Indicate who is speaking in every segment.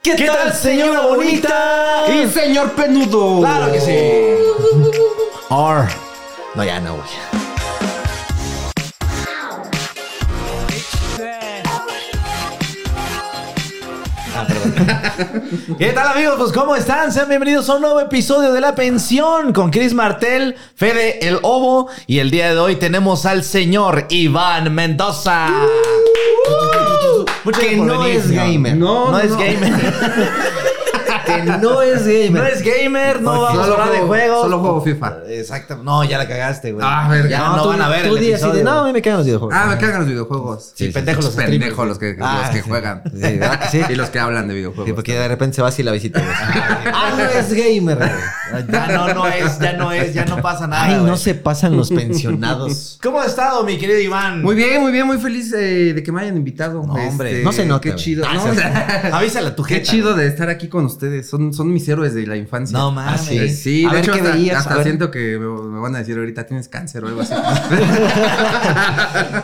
Speaker 1: ¿Qué, tal, señora bonita?
Speaker 2: ¡Y señor penudo!
Speaker 1: Claro que sí.
Speaker 2: Ar. No, ya no, güey.
Speaker 1: ¿Qué tal amigos? Pues ¿cómo están? Sean bienvenidos a un nuevo episodio de La Pensión con Chris Martel, Fede el Obo y el día de hoy tenemos al señor Iván Mendoza. Muchas
Speaker 2: Que
Speaker 1: gracias por
Speaker 2: no
Speaker 1: venir,
Speaker 2: es
Speaker 1: señor.
Speaker 2: gamer.
Speaker 1: No,
Speaker 2: No,
Speaker 1: es
Speaker 2: no.
Speaker 1: gamer.
Speaker 2: Que no es gamer.
Speaker 1: No es gamer, no
Speaker 2: Porque
Speaker 1: vamos a
Speaker 2: solo
Speaker 1: hablar de
Speaker 2: juego-
Speaker 1: juegos.
Speaker 2: solo juego FIFA.
Speaker 1: Exacto. No, ya la cagaste, güey.
Speaker 2: Ah, verga.
Speaker 1: Ya no,
Speaker 2: tú-
Speaker 1: van a ver
Speaker 2: tú
Speaker 1: el
Speaker 2: di así de,
Speaker 1: episodio.
Speaker 2: no, a mí me cagan los videojuegos.
Speaker 3: Ah, me cagan los videojuegos.
Speaker 1: Sí, pendejos los streamers.
Speaker 3: pendejos los que,
Speaker 2: Ah,
Speaker 3: los que
Speaker 2: sí.
Speaker 3: juegan.
Speaker 2: Sí, ¿verdad que sí?
Speaker 3: Y los que hablan de
Speaker 2: Sí, pues.
Speaker 3: videojuegos.
Speaker 2: porque de repente se va así la visita. güey. ah, no es gamer. güey.
Speaker 1: Ya no, no es, ya no es, ya no pasa nada.
Speaker 2: Ay, no
Speaker 1: Ah, güey.
Speaker 2: se pasan los pensionados.
Speaker 1: ¿Cómo has estado, mi querido Iván?
Speaker 3: Muy bien, muy bien, muy feliz eh, de que me hayan invitado.
Speaker 2: No, hombre.
Speaker 3: Este,
Speaker 2: No se nota,
Speaker 3: Qué
Speaker 2: güey.
Speaker 3: chido.
Speaker 1: Ah,
Speaker 3: No,
Speaker 1: sí. Avísale a tu
Speaker 3: qué
Speaker 1: jeta.
Speaker 3: chido de estar aquí con ustedes. Son, son mis héroes de la infancia.
Speaker 1: No mames.
Speaker 2: Ah,
Speaker 3: Eh, Sí,
Speaker 2: A
Speaker 3: de
Speaker 2: ver,
Speaker 3: hecho,
Speaker 2: ¿qué
Speaker 3: hasta,
Speaker 2: veías?
Speaker 3: hasta
Speaker 2: A ver.
Speaker 3: siento que me, me van a decir ahorita tienes cáncer o algo así.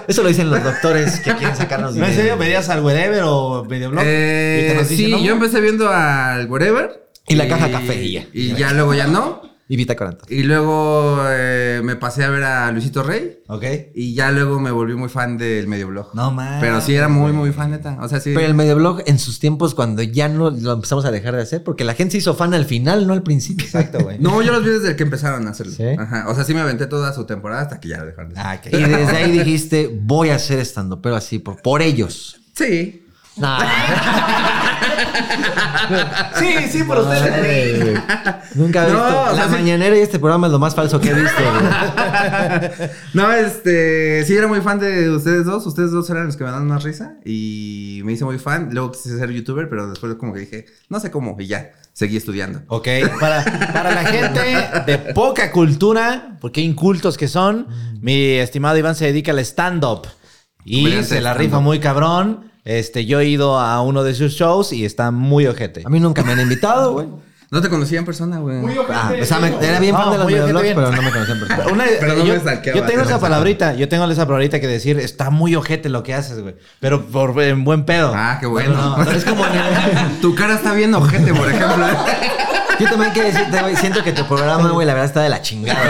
Speaker 2: Eso lo dicen los doctores que quieren sacarnos
Speaker 1: ¿No
Speaker 2: dinero.
Speaker 1: en serio veías al Wherever o Videoblog?
Speaker 3: Eh,
Speaker 1: Y te nos dice,
Speaker 3: sí,
Speaker 1: ¿no?
Speaker 3: yo empecé viendo al Wherever.
Speaker 2: Y la caja café, y ya.
Speaker 3: Y ya luego ya no.
Speaker 2: Y Vita Coranto.
Speaker 3: Y luego eh, me pasé a ver a Luisito Rey.
Speaker 1: Ok.
Speaker 3: Y ya luego me volví muy fan del Medioblog.
Speaker 1: No mames.
Speaker 3: Pero sí era muy, muy fan, neta. O sea, sí.
Speaker 2: Pero el Medioblog en sus tiempos cuando ya no lo empezamos a dejar de hacer, porque la gente se hizo fan al final, no al principio.
Speaker 1: Exacto, güey.
Speaker 3: No, yo los vi desde que empezaron a hacerlo.
Speaker 2: ¿Sí?
Speaker 3: Ajá. O sea, sí me aventé toda su temporada hasta que ya lo dejaron de hacer.
Speaker 1: Ah, qué-
Speaker 2: Y desde ahí dijiste, voy a ser estando, pero así, por, por ellos.
Speaker 3: Sí.
Speaker 2: Nah.
Speaker 1: Sí, sí, por ustedes.
Speaker 2: Madre, güey. Nunca he
Speaker 3: No,
Speaker 2: visto.
Speaker 3: o sea,
Speaker 2: la
Speaker 3: sí.
Speaker 2: mañanera y este programa es lo más falso que he visto. güey.
Speaker 3: No, este. Sí, era muy fan de ustedes dos. Ustedes dos eran los que me dan más risa. Y me hice muy fan. Luego quise ser youtuber, pero después, como que dije, no sé cómo. Y ya, seguí estudiando.
Speaker 1: Ok, para, para la gente de poca cultura, porque incultos que son,
Speaker 3: Mm.
Speaker 1: mi estimado Iván se dedica al stand-up y
Speaker 3: Comediante
Speaker 1: se la
Speaker 3: stand-up.
Speaker 1: rifa muy cabrón. Este, yo he ido a uno de sus shows y está muy ojete.
Speaker 2: A mí nunca me han invitado, güey.
Speaker 3: No te conocía en persona, güey.
Speaker 2: Ah, o sea, me- era bien
Speaker 1: No,
Speaker 2: fan de los
Speaker 1: muy ojete
Speaker 2: videoblogs,
Speaker 1: bien.
Speaker 2: pero no me conocían por
Speaker 1: Una-
Speaker 3: Pero no
Speaker 1: yo,
Speaker 3: me saqueaba,
Speaker 1: yo tengo
Speaker 3: no me
Speaker 1: esa
Speaker 3: saqueaba.
Speaker 1: palabrita, yo tengo esa palabrita que decir, está muy ojete lo que haces, güey. Pero por, en buen pedo.
Speaker 3: Ah, qué bueno.
Speaker 1: No, no, es como...
Speaker 3: Tu cara está bien ojete, por ejemplo. ¿eh?
Speaker 2: Yo también quiero decirte, güey, siento que tu programa, güey, la verdad está de la chingada.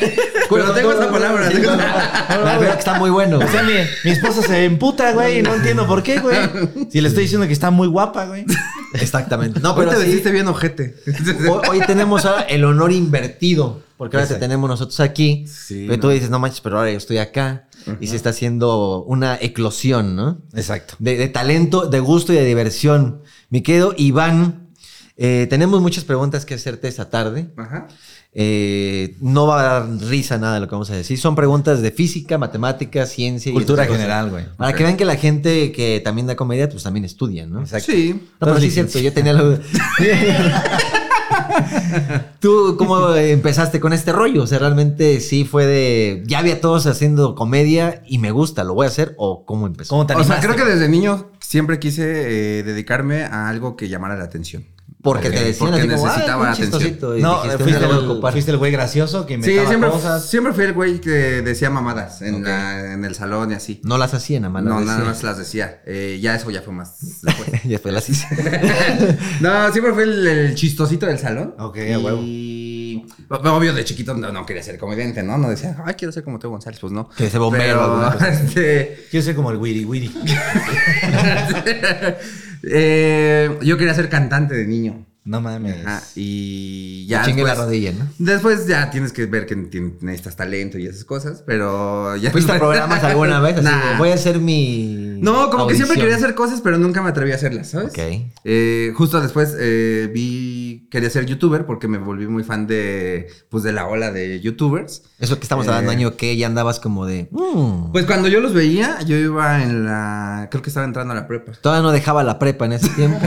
Speaker 2: güey.
Speaker 3: Pero tengo esa palabra,
Speaker 2: Sí,
Speaker 3: tengo
Speaker 2: no,
Speaker 3: esa-
Speaker 2: no, La verdad que está muy bueno.
Speaker 1: O
Speaker 2: güey.
Speaker 1: sea, mi, mi esposa se emputa, güey, y no entiendo por qué, güey. Si le estoy diciendo que está muy guapa, güey.
Speaker 2: Exactamente. No,
Speaker 3: Hoy
Speaker 2: pero
Speaker 3: te
Speaker 2: sí,
Speaker 3: vestiste bien ojete.
Speaker 2: hoy, hoy tenemos ahora el honor invertido, porque ahora te tenemos nosotros aquí.
Speaker 3: Sí,
Speaker 2: pero
Speaker 3: no.
Speaker 2: tú dices, no manches, pero ahora yo estoy acá. Y se está haciendo una eclosión, ¿no?
Speaker 1: Exacto.
Speaker 2: De, de talento, de gusto y de diversión. Mi querido Iván, eh, tenemos muchas preguntas que hacerte esta tarde.
Speaker 3: Ajá.
Speaker 2: Eh, no va a dar risa nada de lo que vamos a decir. Son preguntas de física, matemáticas, ciencia y
Speaker 1: Cultura
Speaker 2: esas cosas.
Speaker 1: general, güey.
Speaker 2: Para que vean que la gente que también da comedia, pues también estudia, ¿no?
Speaker 1: Exacto.
Speaker 3: Sí.
Speaker 2: No, pero sí es
Speaker 1: Entonces,
Speaker 2: cierto, yo tenía la duda. ¿Tú cómo empezaste con este rollo? O sea, realmente sí fue de. Ya había todos haciendo comedia y me gusta, lo voy a hacer, o cómo empezó.
Speaker 1: ¿Cómo te
Speaker 3: O sea,
Speaker 1: animaste?
Speaker 3: creo que desde niño siempre quise eh, dedicarme a algo que llamara la atención.
Speaker 2: Porque
Speaker 3: Ok,
Speaker 2: te decían
Speaker 3: porque
Speaker 2: así como, "Ay,
Speaker 3: necesitaba
Speaker 2: un
Speaker 3: atención".
Speaker 2: chistosito", y
Speaker 1: No,
Speaker 2: dijiste,
Speaker 1: fuiste,
Speaker 2: "Me lo voy a
Speaker 1: el,
Speaker 2: ocupar".
Speaker 1: fuiste el güey gracioso que
Speaker 3: Sí,
Speaker 1: inventaba
Speaker 3: siempre,
Speaker 1: cosas.
Speaker 3: siempre fui el güey que decía mamadas en, la- en el salón y así.
Speaker 2: No las hacían, a malas
Speaker 3: no, nada
Speaker 2: decían.
Speaker 3: más las decía. Eh, ya eso ya fue más. después.
Speaker 2: Ya fue las hice.
Speaker 3: no, siempre fui el, el chistosito del salón.
Speaker 1: Ok,
Speaker 3: Y-
Speaker 1: a huevo.
Speaker 3: Obvio, de chiquito no, no quería ser comediante, ¿no? No decía, ay, quiero ser como Teo González. Pues no.
Speaker 2: Que sea bombero, alguna
Speaker 3: Pero,
Speaker 2: cosa así.
Speaker 3: este,
Speaker 1: Yo soy como el Wiri Wiri.
Speaker 3: eh, yo quería ser cantante de niño.
Speaker 1: No mames.
Speaker 3: Ajá, y ya.
Speaker 2: Chingue la
Speaker 3: después-
Speaker 2: rodilla, ¿no?
Speaker 3: Después ya tienes que ver que tien- necesitas talento y esas cosas, pero ya.
Speaker 2: ¿Fuiste a programas alguna vez? Así
Speaker 3: Nah.
Speaker 2: de, voy a hacer mi.
Speaker 3: No, como que siempre
Speaker 2: audición".
Speaker 3: quería hacer cosas, pero nunca me atreví a hacerlas, ¿sabes?
Speaker 2: Ok.
Speaker 3: Eh, justo después eh, vi. Quería ser youtuber porque me volví muy fan de. Pues de la ola de youtubers.
Speaker 2: Eso que estamos hablando,
Speaker 3: Eh.
Speaker 2: año que ya andabas como de. "Mm".
Speaker 3: Pues cuando yo los veía, yo iba en la. Creo que estaba entrando a la prepa.
Speaker 2: Todavía no dejaba la prepa en ese tiempo.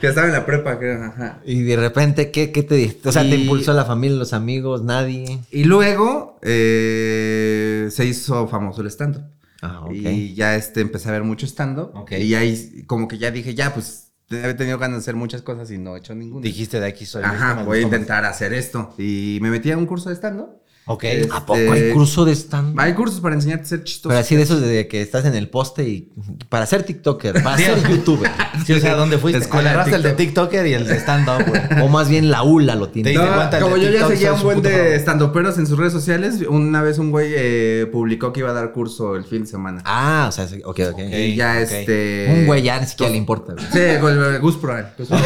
Speaker 3: que estaba en la prepa, creo. Ajá.
Speaker 2: y de repente, ¿qué, qué te diste? O sea, te
Speaker 3: Y-
Speaker 2: impulsó la familia, los amigos, nadie.
Speaker 3: Y luego eh, se hizo famoso el stand-up.
Speaker 2: Ah, ok.
Speaker 3: Y ya este, empecé a ver mucho stand-up.
Speaker 1: Ok.
Speaker 3: Y ahí como que ya dije, ya, pues te- he tenido ganas de hacer muchas cosas y no he hecho ninguna.
Speaker 1: Dijiste de aquí soy. este
Speaker 3: Ajá,
Speaker 1: esto me
Speaker 3: voy a
Speaker 1: gustó
Speaker 3: intentar hacer esto. Y me metí a un curso de stand-up.
Speaker 1: Ok.
Speaker 3: Este,
Speaker 2: ¿A poco hay curso de stand?
Speaker 3: Hay cursos para enseñarte a ser chistoso.
Speaker 2: Pero así de esos de que estás en el poste y para ser TikToker, para ser youtuber.
Speaker 1: Sí, o sea, ¿dónde fuiste?
Speaker 3: Escuela de
Speaker 1: Agarraste el de TikToker y el de stand-up, güey.
Speaker 2: O más bien la ULA lo tiene.
Speaker 1: Te diste cuenta el
Speaker 3: como
Speaker 1: de
Speaker 3: yo ya
Speaker 1: TikTok,
Speaker 3: seguía
Speaker 1: sos
Speaker 3: un buen
Speaker 1: puto
Speaker 3: de
Speaker 1: cabrón.
Speaker 3: estandoperos en sus redes sociales, una vez un güey eh, publicó que iba a dar curso el fin de semana.
Speaker 2: Ah, o sea, sí, ok, ok.
Speaker 3: y ya
Speaker 1: ok.
Speaker 3: este.
Speaker 2: Un güey ya ni siquiera le importa. güey.
Speaker 3: Sí, con- Gus Proal. Gus Proal.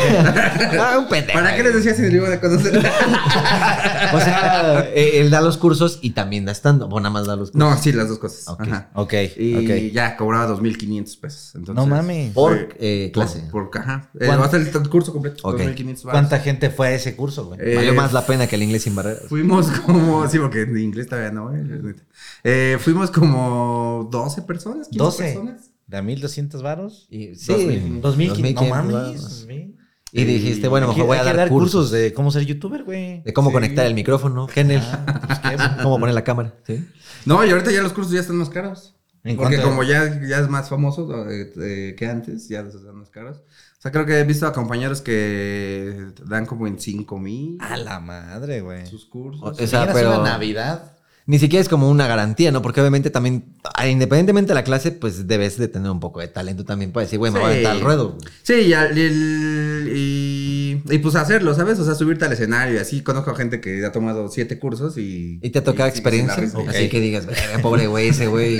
Speaker 2: Ah, un pendejo.
Speaker 3: ¿Para qué les decía si le iban a conocer?
Speaker 2: O sea, Pues, eh, él da los cursos y también da stand-up. O nada más da los cursos.
Speaker 3: no, sí, las dos cosas.
Speaker 2: Ok.
Speaker 3: Ajá.
Speaker 1: Ok,
Speaker 3: Y
Speaker 1: ok.
Speaker 3: ya cobraba 2.500 pesos. Entonces,
Speaker 1: No mames.
Speaker 2: Por eh, clase.
Speaker 3: Por, por- ajá. Eh,
Speaker 1: ¿Cuánto?
Speaker 3: va a ser el curso completo.
Speaker 2: Ok.
Speaker 3: 2.500 varos.
Speaker 1: ¿Cuánta gente fue a ese curso, güey?
Speaker 3: Eh,
Speaker 2: Valió más la pena que el inglés sin barreras.
Speaker 3: Fuimos como, sí, porque en inglés todavía no, eh, la neta. Eh, fuimos como 12 personas, 15
Speaker 1: 12.
Speaker 3: personas.
Speaker 1: ¿De a 1200 varos?
Speaker 2: Y,
Speaker 3: Dos
Speaker 2: sí.
Speaker 3: mil-
Speaker 1: 2000, no
Speaker 2: 2500
Speaker 1: mames.
Speaker 2: varos.
Speaker 1: güey.
Speaker 2: Y dijiste, bueno,
Speaker 1: Hay
Speaker 2: mejor
Speaker 1: que-
Speaker 2: voy a
Speaker 1: hay que
Speaker 2: dar cursos.
Speaker 1: de cómo ser youtuber, güey. Pues
Speaker 2: De cómo
Speaker 3: Sí.
Speaker 2: conectar el micrófono,
Speaker 1: Genial.
Speaker 2: cómo poner la cámara. ¿sí?
Speaker 3: No, y ahorita ya los cursos ya están más caros.
Speaker 1: ¿En
Speaker 3: Porque
Speaker 1: cuánto?
Speaker 3: como ya, ya es más famoso eh, eh, que antes, ya los están más caros. O sea, creo que he visto a compañeros que dan como en 5 mil
Speaker 1: A la madre, güey.
Speaker 3: sus cursos.
Speaker 2: O
Speaker 1: Ah, O sea,
Speaker 2: sea, pero
Speaker 1: Navidad.
Speaker 2: ni siquiera es como una garantía, ¿no? Porque obviamente también, ah, independientemente de la clase, pues debes de tener un poco de talento también para decir, güey, me voy a
Speaker 3: Sí.
Speaker 2: aventar al ruedo. güey.
Speaker 3: Sí, y, al- y el- y- y pues hacerlo, ¿sabes? O sea, subirte al escenario y así. Conozco a gente que ha tomado siete cursos y...
Speaker 2: Y te ha tocado
Speaker 3: y sigue sin la
Speaker 2: experiencia,
Speaker 3: risa.
Speaker 2: así que digas, "Verga, pobre güey, ese güey.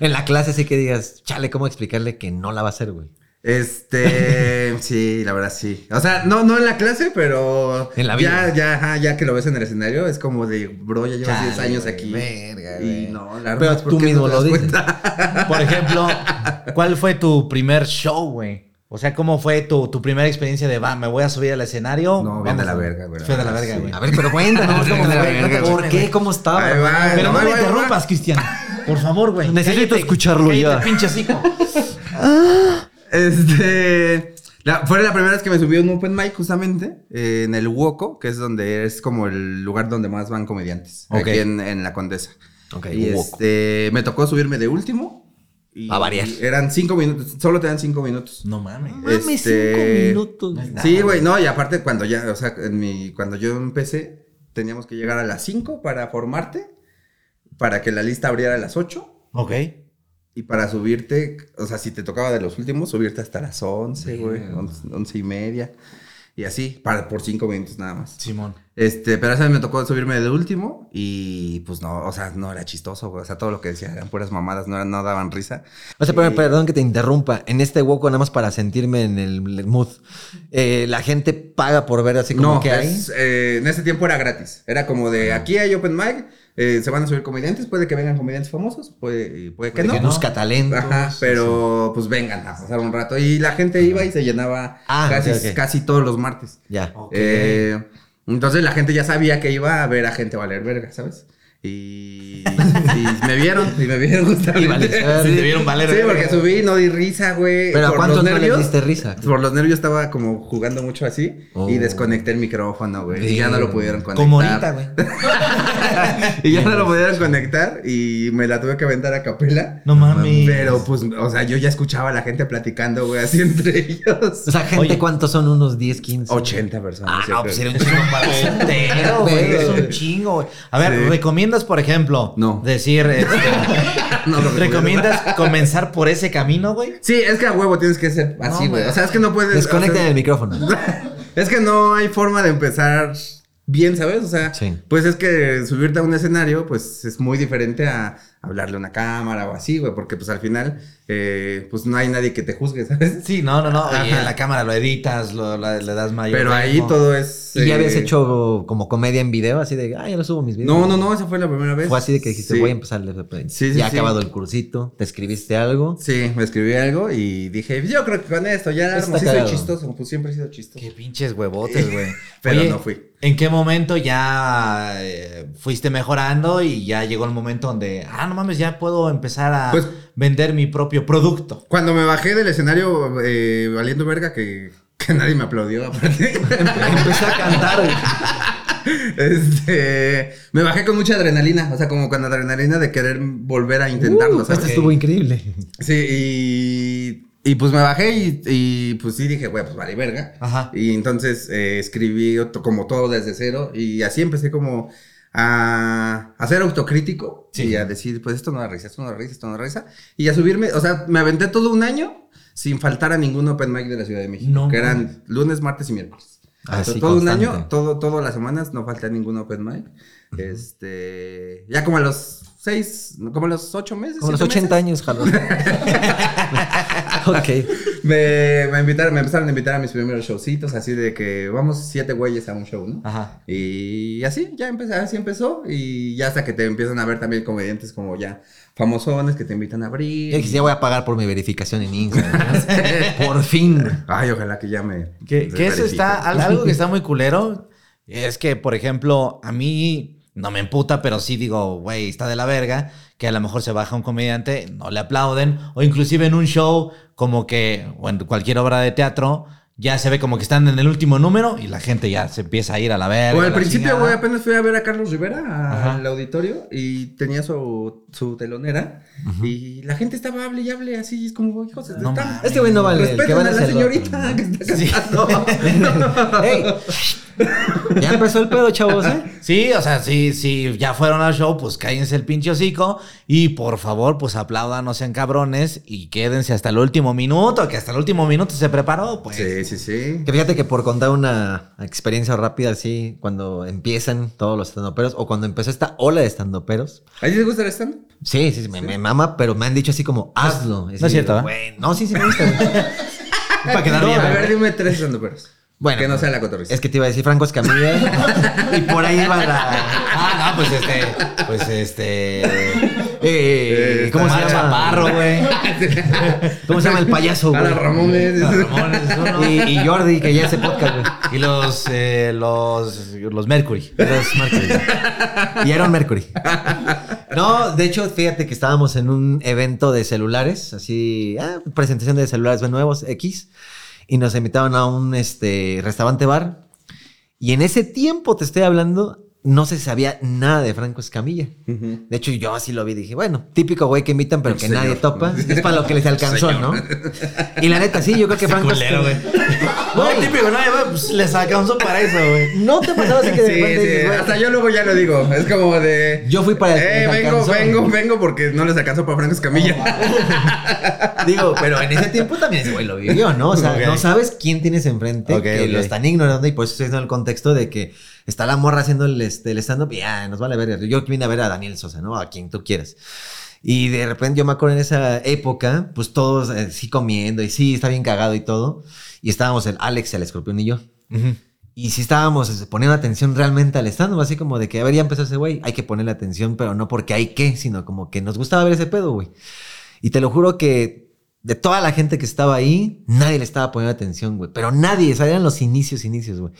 Speaker 2: en la clase así que digas, chale, ¿cómo explicarle que no la va a hacer, güey?
Speaker 3: Este, sí, la verdad sí. O sea, no, no en la clase, pero
Speaker 2: En la vida.
Speaker 3: Ya, ya, ajá, ya que lo ves en el escenario, es como de, bro, ya llevas
Speaker 2: Chale,
Speaker 3: 10 años
Speaker 2: güey,
Speaker 3: aquí.
Speaker 2: verga,
Speaker 3: y
Speaker 2: güey.
Speaker 3: no, la
Speaker 2: Pero
Speaker 3: armas, ¿por
Speaker 2: tú
Speaker 3: qué no
Speaker 2: mismo
Speaker 3: te
Speaker 2: lo
Speaker 3: das
Speaker 2: dices.
Speaker 3: cuenta?
Speaker 1: Por ejemplo, ¿cuál fue tu primer show, güey? O sea, ¿cómo fue tu, tu primera experiencia de, va, me voy a subir al escenario?
Speaker 3: No,
Speaker 1: Vamos
Speaker 3: bien de
Speaker 1: a-
Speaker 3: la verga, güey.
Speaker 1: Fue de la verga,
Speaker 3: Sí.
Speaker 1: güey.
Speaker 2: A ver, pero cuéntanos, ¿cómo
Speaker 1: La
Speaker 2: fue?
Speaker 1: verga,
Speaker 2: ¿Por
Speaker 1: güey.
Speaker 2: qué? ¿Cómo estaba?
Speaker 3: Ahí va, ahí
Speaker 1: Pero no
Speaker 3: va,
Speaker 1: me
Speaker 3: ahí va.
Speaker 1: interrumpas, Cristian. Por favor, güey.
Speaker 2: Necesito
Speaker 1: Cállate,
Speaker 2: escucharlo
Speaker 1: cállate,
Speaker 2: ya.
Speaker 1: pinche hocico.
Speaker 3: Este. la- fue la primera vez que me subí a un open mic, justamente, eh, en el Woco, que es donde es como el lugar donde más van comediantes.
Speaker 1: Ok.
Speaker 3: Aquí en, en la Condesa.
Speaker 2: Ok,
Speaker 3: y
Speaker 2: hubo-
Speaker 3: este, me tocó subirme de último. Y
Speaker 2: A variar.
Speaker 3: y eran cinco minutos, solo te dan cinco minutos.
Speaker 1: No mames.
Speaker 2: Mames,
Speaker 3: este-
Speaker 2: cinco minutos.
Speaker 3: Sí, güey, no, y aparte cuando ya, o sea, en mi, cuando yo empecé, teníamos que llegar a las 5 para formarte, para que la lista abriera a las 8
Speaker 1: Ok.
Speaker 3: y para subirte, o sea, si te tocaba de los últimos, subirte hasta las 11, güey,
Speaker 2: Verga.
Speaker 3: 11, 11 y media, y así, para, por 5 minutos nada más.
Speaker 1: Simón.
Speaker 3: Este, pero esa vez me tocó subirme de último y pues no, o sea, no era chistoso, güey, o sea, todo lo que decía eran puras mamadas, no, eran- no daban risa.
Speaker 2: O sea, pero-
Speaker 3: Sí.
Speaker 2: perdón que te interrumpa. En este hueco, nada más para sentirme en el mood, eh, la gente paga por ver así como
Speaker 3: No,
Speaker 2: que hay.
Speaker 3: es, eh, en ese tiempo era gratis. Era como de aquí hay open mic, eh, se van a subir comediantes, puede que vengan comediantes famosos, puede, y puede que
Speaker 2: que
Speaker 3: no.
Speaker 2: busca talento.
Speaker 3: Ajá, pero pues vengan a pasar un rato. Y la gente iba y se llenaba
Speaker 2: Ah,
Speaker 3: casi,
Speaker 2: ok, ok.
Speaker 3: casi todos los martes.
Speaker 2: Ya.
Speaker 1: Ok.
Speaker 3: Eh, entonces la gente ya sabía que iba a ver a gente valer verga, ¿sabes? Y, y me vieron, y me vieron justamente.
Speaker 2: Y valer verga.
Speaker 3: Sí.
Speaker 1: Te vieron valer
Speaker 3: Sí,
Speaker 1: verga.
Speaker 3: porque subí, no di risa, güey.
Speaker 2: Pero ¿a
Speaker 3: Por
Speaker 2: cuántos
Speaker 3: los
Speaker 2: no le
Speaker 3: nervios.
Speaker 2: diste risa?
Speaker 3: Por los nervios estaba como jugando mucho así
Speaker 2: Oh.
Speaker 3: y desconecté el micrófono, güey. Y ya no lo pudieron conectar.
Speaker 1: Como ahorita, güey.
Speaker 3: Y ya no lo pudieron conectar y me la tuve que aventar a capela.
Speaker 1: No mames.
Speaker 3: Pero pues, o sea, yo ya escuchaba a la gente platicando, güey, así entre ellos.
Speaker 2: O sea, gente,
Speaker 1: Oye.
Speaker 2: ¿cuántos son? Unos 10, 15.
Speaker 3: 80 personas.
Speaker 2: Ah,
Speaker 3: yo creo.
Speaker 2: no, pues era un chingo para los enteros, güey.
Speaker 1: Güey,
Speaker 2: Es
Speaker 1: es
Speaker 2: un
Speaker 1: un chingo, güey. A ver,
Speaker 3: Sí.
Speaker 1: ¿recomiendas, por ejemplo,
Speaker 3: No.
Speaker 1: decir, este,
Speaker 3: No lo recomiendo.
Speaker 1: ¿recomiendas comenzar por ese camino, güey?
Speaker 3: Sí, es que a huevo tienes que ser así,
Speaker 1: No,
Speaker 3: güey.
Speaker 1: güey.
Speaker 3: o sea, es que no puedes.
Speaker 2: Desconecten
Speaker 3: o sea,
Speaker 2: el micrófono.
Speaker 3: Es que no hay forma de empezar bien, ¿sabes? O sea,
Speaker 2: Sí.
Speaker 3: pues es que subirte a un escenario, pues es muy diferente a hablarle a una cámara o así, güey, porque pues al final, eh, pues no hay nadie que te juzgue, ¿sabes?
Speaker 1: Sí, no, no, no. Y
Speaker 3: Ajá.
Speaker 1: en la cámara lo editas, lo, la- le das mayor.
Speaker 3: Pero ahí
Speaker 1: ritmo.
Speaker 3: todo es...
Speaker 2: ¿Y ya habías
Speaker 3: eh,
Speaker 2: hecho como comedia en video? Así de, ah, ya lo subo mis videos.
Speaker 3: No, no, no, esa fue la primera vez.
Speaker 2: Fue así de que dijiste,
Speaker 3: Sí.
Speaker 2: voy a empezar.
Speaker 3: Sí, sí,
Speaker 2: ya ha
Speaker 3: sí.
Speaker 2: acabado el cursito, te escribiste algo.
Speaker 3: Sí, me escribí algo y dije, yo creo que con esto ya la
Speaker 2: Está
Speaker 3: armo. sí soy
Speaker 2: cagado.
Speaker 3: chistoso, pues siempre he sido chistoso.
Speaker 1: Qué pinches huevotes, güey.
Speaker 3: Pero
Speaker 1: Oye,
Speaker 3: no fui.
Speaker 1: ¿En qué momento ya eh, fuiste mejorando y ya llegó el momento donde, ah, no mames, ya puedo empezar a
Speaker 3: Pues-
Speaker 1: vender mi propio producto?
Speaker 3: Cuando me bajé del escenario eh, valiendo verga que, que nadie me aplaudió aparte.
Speaker 2: Empecé a cantar. güey.
Speaker 3: este, me bajé con mucha adrenalina, o sea, como con adrenalina de querer volver a intentarlo,
Speaker 2: Uh,
Speaker 3: ¿sabes?
Speaker 2: esto estuvo increíble.
Speaker 3: Sí, y, y pues me bajé y, y, pues sí dije, güey, pues vale verga.
Speaker 1: Ajá.
Speaker 3: Y entonces eh, escribí otro- como todo desde cero y así empecé como a, a ser autocrítico
Speaker 1: Sí.
Speaker 3: y a decir, pues esto no da risa, esto no da risa, esto no da risa. Y a subirme, o sea, me aventé todo un año sin faltar a ningún open mic de la Ciudad de México,
Speaker 1: No
Speaker 3: que eran
Speaker 1: mames.
Speaker 3: lunes, martes y miércoles.
Speaker 2: Ah,
Speaker 3: Entonces,
Speaker 2: sí,
Speaker 3: todo
Speaker 2: constante.
Speaker 3: un año, todo, todas las semanas, no falté a ningún open mic. Este, ya como a los seis, como a los ocho meses.
Speaker 2: Como los
Speaker 3: siete
Speaker 2: 80
Speaker 3: meses,
Speaker 2: años, jalón. ok.
Speaker 3: Me, me invitaron, me empezaron a invitar a mis primeros showcitos, así de que vamos siete güeyes a un show, ¿no?
Speaker 2: Ajá.
Speaker 3: Y así, ya empezó, así empezó. Y ya hasta que te empiezan a ver también comediantes como ya famosones que te invitan a
Speaker 2: Yo dije,
Speaker 3: abrir.
Speaker 2: ya voy a pagar por mi verificación en Instagram. ¿no? por fin.
Speaker 3: Ay, ojalá que ya me.
Speaker 1: Que, que eso
Speaker 3: verifiquen.
Speaker 1: está, al- algo que está muy culero es que, por ejemplo, a mí no me emputa, pero sí digo, güey, está de la verga, que a lo mejor se baja un comediante, no le aplauden, o inclusive en un show como que, o en cualquier obra de teatro, ya se ve como que están en el último número y la gente ya se empieza a ir a la verga.
Speaker 3: O
Speaker 1: a
Speaker 3: al
Speaker 1: la
Speaker 3: principio,
Speaker 1: chingada.
Speaker 3: güey, apenas fui a ver a Carlos Rivera a-
Speaker 1: Ajá.
Speaker 3: al auditorio y tenía su, su telonera. Y la gente estaba hable y hable así, es como, hijos,
Speaker 1: No
Speaker 3: están-
Speaker 1: mames.
Speaker 2: Este güey no vale. el que
Speaker 3: respeten
Speaker 2: vale
Speaker 3: a
Speaker 2: es
Speaker 3: la
Speaker 2: el otro,
Speaker 3: señorita
Speaker 2: ¿no?
Speaker 3: que está cantando.
Speaker 2: ¡Ey! Ya empezó el pedo, chavos, ¿eh?
Speaker 1: Sí, o sea, sí, sí, ya fueron al show, pues cállense el pinche hocico y por favor, pues aplaudan, no sean cabrones y quédense hasta el último minuto, que hasta el último minuto se preparó, pues.
Speaker 3: Sí, sí, sí.
Speaker 2: Que fíjate que por contar una experiencia rápida así, cuando empiezan todos los estandoperos, o cuando empezó esta ola de estandoperos,
Speaker 3: ¿A ti te gusta el stand?
Speaker 2: sí, sí, sí, me, me mama, pero me han dicho así como, hazlo.
Speaker 1: No es cierto, ¿eh?
Speaker 2: güey, No, sí, sí me gusta. güey.
Speaker 1: Para quedar
Speaker 3: No,
Speaker 1: bien.
Speaker 3: a
Speaker 1: ¿no?
Speaker 3: ver, dime tres estandoperos.
Speaker 2: Bueno.
Speaker 3: Que no sea la cotorrisa.
Speaker 2: es que te iba a decir Franco Escamilla, ¿eh? y por ahí va la...
Speaker 1: Ah, no, pues este, pues este.
Speaker 2: eh, ¿Cómo se
Speaker 1: Omar
Speaker 2: llama?
Speaker 1: Chaparro, güey.
Speaker 2: ¿Cómo se llama el payaso,
Speaker 3: A
Speaker 2: güey? Ah.
Speaker 3: la Ramones.
Speaker 1: Los Ramones, uno.
Speaker 2: Y, y Jordi, que ya hace podcast, güey.
Speaker 1: Y los, eh, los, los Mercury.
Speaker 2: Los Mercury. y Aaron Mercury. No, de hecho, fíjate que estábamos en un evento de celulares, así, ah, presentación de celulares nuevos, X, y nos invitaron a un este, restaurante bar. Y en ese tiempo, te estoy hablando, no se sabía nada de Franco Escamilla.
Speaker 3: Ujú.
Speaker 2: De hecho, yo así lo vi, dije, bueno, típico güey que invitan, pero
Speaker 3: Un
Speaker 2: que
Speaker 3: señor.
Speaker 2: nadie topa. Es para lo que les alcanzó,
Speaker 3: Señor.
Speaker 2: ¿no? Y la neta, sí, yo creo que Franco.
Speaker 1: culero, güey.
Speaker 2: Güey,
Speaker 1: No, típico, no, güey, pues les alcanzó para eso, güey.
Speaker 2: No te pasaba así que de
Speaker 3: Sí,
Speaker 2: repente
Speaker 3: sí,
Speaker 2: dices, güey,
Speaker 3: hasta yo luego ya lo digo. Es como de.
Speaker 2: Yo fui para el que
Speaker 3: Eh,
Speaker 2: les
Speaker 3: vengo,
Speaker 2: alcanzó. Oh,
Speaker 3: vengo, vengo porque no les alcanzó para Franco Escamilla.
Speaker 2: Digo, pero en ese tiempo también ese güey lo vivió, ¿no? O sea,
Speaker 1: Ok.
Speaker 2: no sabes quién tienes enfrente
Speaker 1: Ok,
Speaker 2: que
Speaker 1: ok.
Speaker 2: lo están ignorando y por eso estoy dando el contexto de que está la morra haciendo el, este, el stand-up y ah, nos vale ver. Yo vine a ver a Daniel Sosa, ¿no? A quien tú quieras. Y de repente yo me acuerdo en esa época, pues todos eh, sí comiendo y sí, está bien cagado y todo. Y estábamos el Alex, el escorpión y yo. Y sí estábamos es, poniendo atención realmente al stand-up, así como de que, a ver, ya empezó ese güey, hay que ponerle atención, pero no porque hay que, sino como que nos gustaba ver ese pedo, güey. Y te lo juro que de toda la gente que estaba ahí, nadie le estaba poniendo atención, güey. Pero nadie, o sea, eran los inicios, inicios, güey.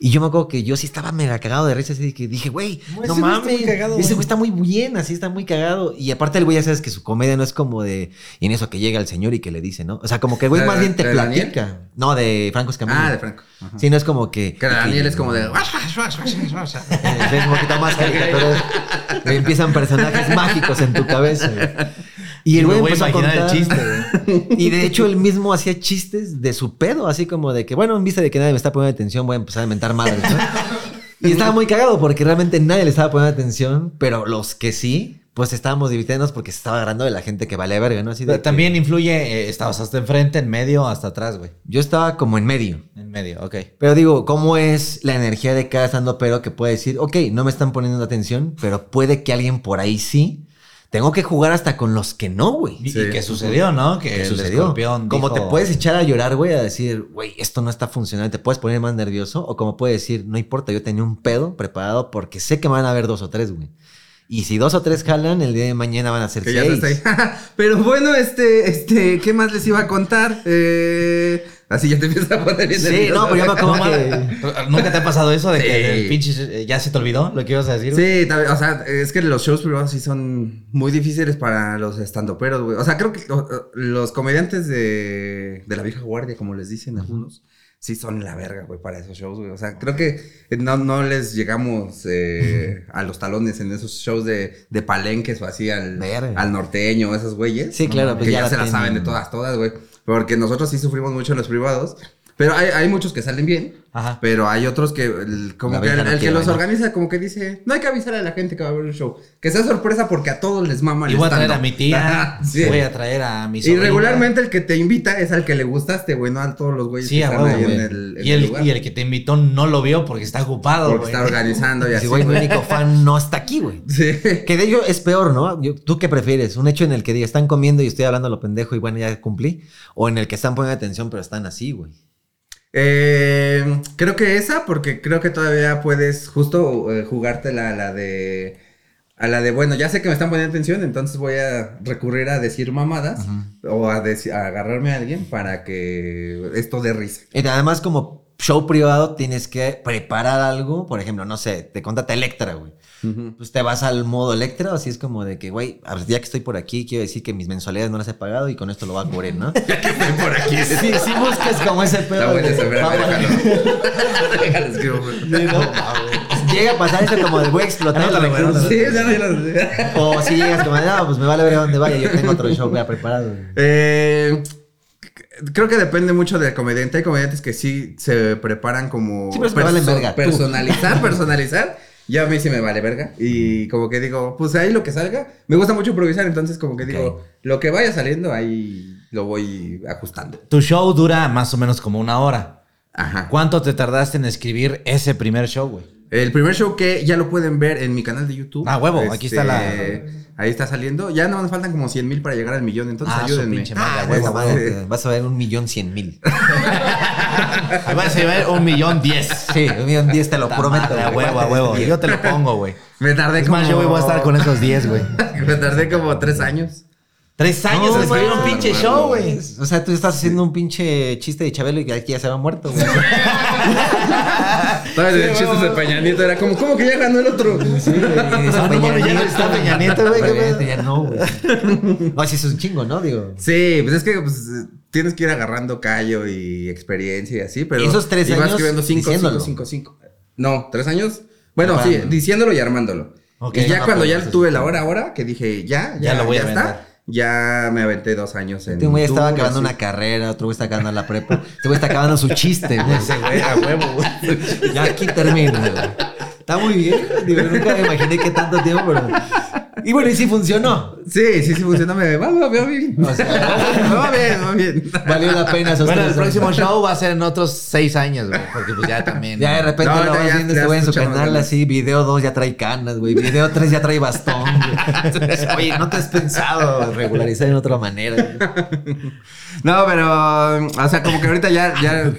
Speaker 2: Y yo me acuerdo que yo sí estaba mega cagado de risa, así de que dije, güey,
Speaker 1: Güey,
Speaker 2: no
Speaker 1: ese güey está
Speaker 2: mames,
Speaker 1: muy cagado,
Speaker 2: ese
Speaker 1: güey.
Speaker 2: güey está muy bien, así está muy cagado. Y aparte el güey ya sabes que su comedia no es como de, y en eso que llega el señor y que le dice, ¿no? O sea, como que el güey
Speaker 3: ¿De-
Speaker 2: más bien te
Speaker 3: de Daniel?
Speaker 2: platica. No, de Franco Escamilla.
Speaker 3: ah, de Franco. Ajá.
Speaker 2: Sí, no es como que.
Speaker 3: Que Daniel es como de. "Ah,
Speaker 2: Es un poquito más caricaturas. Empiezan personajes mágicos en tu cabeza. güey. Y el
Speaker 1: me
Speaker 2: güey
Speaker 1: voy a
Speaker 2: empezó a
Speaker 1: imaginar
Speaker 2: contar.
Speaker 1: el chiste, güey.
Speaker 2: Y de hecho, él mismo hacía chistes de su pedo, así como de que, bueno, en vista de que nadie me está poniendo atención, voy a empezar a inventar madres, ¿no? Y estaba muy cagado porque realmente nadie le estaba poniendo atención, pero los que sí, pues estábamos divirtiéndonos porque se estaba agarrando de la gente que vale verga, ¿no? Así de
Speaker 1: Pero
Speaker 2: que-
Speaker 1: También influye, eh, estabas hasta enfrente, en medio, hasta atrás, güey.
Speaker 2: Yo estaba como en medio.
Speaker 1: En medio, ok.
Speaker 2: Pero digo, ¿cómo es la energía de cada stand pero que puede decir, ok, no me están poniendo atención, pero puede que alguien por ahí sí? Tengo que jugar hasta con los que no,
Speaker 1: Y,
Speaker 2: güey.
Speaker 3: Sí.
Speaker 1: y que sucedió, ¿no? Que
Speaker 2: ¿Qué
Speaker 1: el
Speaker 2: sucedió?
Speaker 1: escorpión
Speaker 2: como
Speaker 1: dijo-
Speaker 2: te puedes echar a llorar, güey, a decir, güey, esto no está funcionando, te puedes poner más nervioso, o como puedes decir, no importa, yo tenía un pedo preparado porque sé que van a haber dos o tres, güey. Y si dos o tres jalan, el día de mañana van a ser
Speaker 3: Que ya
Speaker 2: seis.
Speaker 3: está ahí. Pero bueno, este, este, ¿qué más les iba a contar? Eh, así ya te empiezas a poner bien
Speaker 2: Sí,
Speaker 3: nervioso.
Speaker 2: no, pero yo me
Speaker 1: No,
Speaker 2: acuerdo que...
Speaker 1: mames. ¿Nunca te ha pasado eso de
Speaker 3: Sí.
Speaker 1: que el pinche eh, ya se te olvidó lo que ibas a decir? güey?
Speaker 3: Sí, también, o sea, es que los shows privados sí son muy difíciles para los estandoperos, güey. O sea, creo que o- o- los comediantes de, de la vieja guardia, como les dicen algunos, sí son la verga, güey, para esos shows, güey. O sea, creo que no, no les llegamos eh, a los talones en esos shows de, de palenques o así al,
Speaker 2: Verga.
Speaker 3: al norteño, esos güeyes.
Speaker 2: Sí, claro,
Speaker 3: Que
Speaker 2: pues ya
Speaker 3: ya,
Speaker 2: la
Speaker 3: se la
Speaker 2: tienen.
Speaker 3: saben de todas, todas, güey. Porque nosotros sí sufrimos mucho en los privados. Pero hay, hay muchos que salen bien,
Speaker 1: Ajá.
Speaker 3: pero hay otros que el, como
Speaker 2: La
Speaker 3: que
Speaker 2: vieja
Speaker 3: el,
Speaker 2: no
Speaker 3: el que
Speaker 2: quiere
Speaker 3: los
Speaker 2: bailar.
Speaker 3: organiza como que dice, no hay que avisar a la gente que va a ver un show. Que sea sorpresa porque a todos les mama el
Speaker 1: Y voy a traer a
Speaker 3: stand-up. Ah,
Speaker 1: mi tía,
Speaker 3: Sí.
Speaker 1: voy a traer a mi
Speaker 3: Y
Speaker 1: sobrina.
Speaker 3: regularmente el que te invita es al que le gustaste, güey, no a todos los güeyes
Speaker 1: Sí,
Speaker 3: que
Speaker 1: a
Speaker 3: están
Speaker 1: huevo,
Speaker 3: ahí en
Speaker 1: güey.
Speaker 3: el, en
Speaker 1: y,
Speaker 3: el
Speaker 1: el,
Speaker 3: lugar.
Speaker 1: y el que te invitó no lo vio porque está ocupado,
Speaker 3: porque
Speaker 1: güey.
Speaker 3: está organizando y
Speaker 2: Y
Speaker 3: así,
Speaker 2: si, güey, mi
Speaker 3: güey.
Speaker 2: único fan no está aquí, güey.
Speaker 3: Sí.
Speaker 2: Que de ello es peor, ¿no? Yo- ¿Tú qué prefieres? ¿Un hecho en el que diga, están comiendo y estoy hablando a lo pendejo y bueno, ya cumplí? ¿O en el que están poniendo atención pero están así, güey?
Speaker 3: Eh, creo que esa, porque creo que todavía puedes justo eh, jugártela a la de. A la de, bueno, ya sé que me están poniendo atención, entonces voy a recurrir a decir mamadas o a, deci- a agarrarme a alguien para que esto dé risa.
Speaker 2: Y además, como show privado, tienes que preparar algo. Por ejemplo, no sé, te contrata Electra, güey. Pues te vas al modo Electra, así es como de que, güey, a ver, ya que estoy por aquí, quiero decir que mis mensualidades no las he pagado y con esto lo voy a cubrir, ¿no?
Speaker 3: Por aquí es-
Speaker 2: Sí, sí buscas como ese pedo.
Speaker 3: Está bueno
Speaker 2: de-
Speaker 3: eso, espera,
Speaker 2: Vamos.
Speaker 3: déjalo. Déjalo, escribo, güey.
Speaker 2: Sí, no, mames. Llega a pasar esto como de voy a explotar.
Speaker 1: Anótalo, güey, anótalo.
Speaker 3: Sí, ya no, ya no.
Speaker 2: O si llegas como, no, pues me vale ver a dónde vaya, yo tengo otro show ya preparado. güey.
Speaker 3: Eh, c- creo que depende mucho del comediante. Hay comediantes que sí se preparan como
Speaker 2: Sí, pero es que valen verga, tú.
Speaker 3: personalizar, personalizar. Ya a mí sí me vale verga. Y como que digo, pues ahí lo que salga. Me gusta mucho improvisar, entonces como que digo,
Speaker 2: Ok.
Speaker 3: lo que vaya saliendo ahí lo voy ajustando.
Speaker 1: Tu show dura más o menos como una hora.
Speaker 3: Ajá.
Speaker 1: ¿Cuánto te tardaste en escribir ese primer show, güey?
Speaker 3: El primer show que ya lo pueden ver en mi canal de YouTube. Este,
Speaker 1: Ah, huevo, aquí está la-
Speaker 3: Ahí está saliendo. Ya no nos faltan como 100 mil para llegar al millón, entonces
Speaker 1: Ah, su
Speaker 3: ayúdenme.
Speaker 1: pinche madre,
Speaker 2: Ah,
Speaker 1: huevo,
Speaker 2: esa
Speaker 3: este,
Speaker 2: madre, te- vas a ver un millón cien mil.
Speaker 1: Ahí vas a llevar un millón diez.
Speaker 2: Sí, un millón diez, te lo
Speaker 1: Puta
Speaker 2: prometo.
Speaker 1: madre, A
Speaker 2: güey.
Speaker 1: huevo, a huevo. Yo te lo pongo, güey.
Speaker 3: Me tardé
Speaker 1: Es
Speaker 3: como...
Speaker 1: más, yo güey, voy a estar con esos diez, güey.
Speaker 3: Me tardé como tres años.
Speaker 1: Tres años
Speaker 2: No,
Speaker 1: en escribir un
Speaker 2: mames.
Speaker 1: pinche show, güey.
Speaker 2: O sea, tú estás haciendo un pinche chiste de Chabelo y que aquí ya se va muerto, güey.
Speaker 3: ¿Sabes? el chiste de Peña Nieto era como, ¿cómo que ya ganó el otro?
Speaker 1: Ah, no, mames, ya no está Peña Nieto, güey, qué pedo.
Speaker 2: Ya no, güey. No, sí es un chingo, ¿no? Digo.
Speaker 3: Sí, pues es que pues, eh, tienes que ir agarrando callo y experiencia y así, pero.
Speaker 2: ¿Y esos tres
Speaker 3: y vas
Speaker 2: años
Speaker 3: escribiendo cinco,
Speaker 2: diciéndolo?
Speaker 3: cinco, cinco, cinco. No, tres años. Bueno, sí,
Speaker 2: Armando.
Speaker 3: diciéndolo y armándolo.
Speaker 1: Ok.
Speaker 3: y ya
Speaker 2: Ah,
Speaker 3: cuando
Speaker 2: pues,
Speaker 3: ya
Speaker 2: entonces,
Speaker 3: tuve la hora ahora, que dije, ya, ya,
Speaker 1: Ya lo voy a
Speaker 3: ya
Speaker 1: vender.
Speaker 3: está. Ya me aventé dos años en.
Speaker 2: Este güey estaba
Speaker 3: YouTube,
Speaker 2: acabando
Speaker 3: así.
Speaker 2: una carrera, otro güey está acabando la prepa, este güey está acabando su chiste, güey.
Speaker 1: Ese güey, a huevo, güey.
Speaker 2: Ya aquí termina, güey. Está muy bien. Digo, nunca me imaginé que tanto tiempo, pero. Y bueno, y sí funcionó.
Speaker 3: Sí, sí, sí, funcionó. Me va, va, va bien.
Speaker 2: O sea,
Speaker 3: va bien, va bien.
Speaker 2: Valió la pena esos
Speaker 1: Bueno,
Speaker 2: tres
Speaker 1: el próximo
Speaker 2: años.
Speaker 1: show va a ser en otros seis años, güey. Porque pues ya también.
Speaker 2: Ya de
Speaker 1: ¿no?
Speaker 2: repente
Speaker 3: No,
Speaker 2: lo
Speaker 3: ahorita
Speaker 2: vas
Speaker 3: ya-
Speaker 2: viendo
Speaker 3: ya
Speaker 2: este güey en su
Speaker 3: escuchamos
Speaker 2: canal
Speaker 3: ganas.
Speaker 2: así, video 2 ya trae canas, güey, video 3 ya trae bastón. güey. Oye, no te has pensado regularizar en otra manera. güey?
Speaker 3: No, pero. O sea, como que ahorita ya. ya...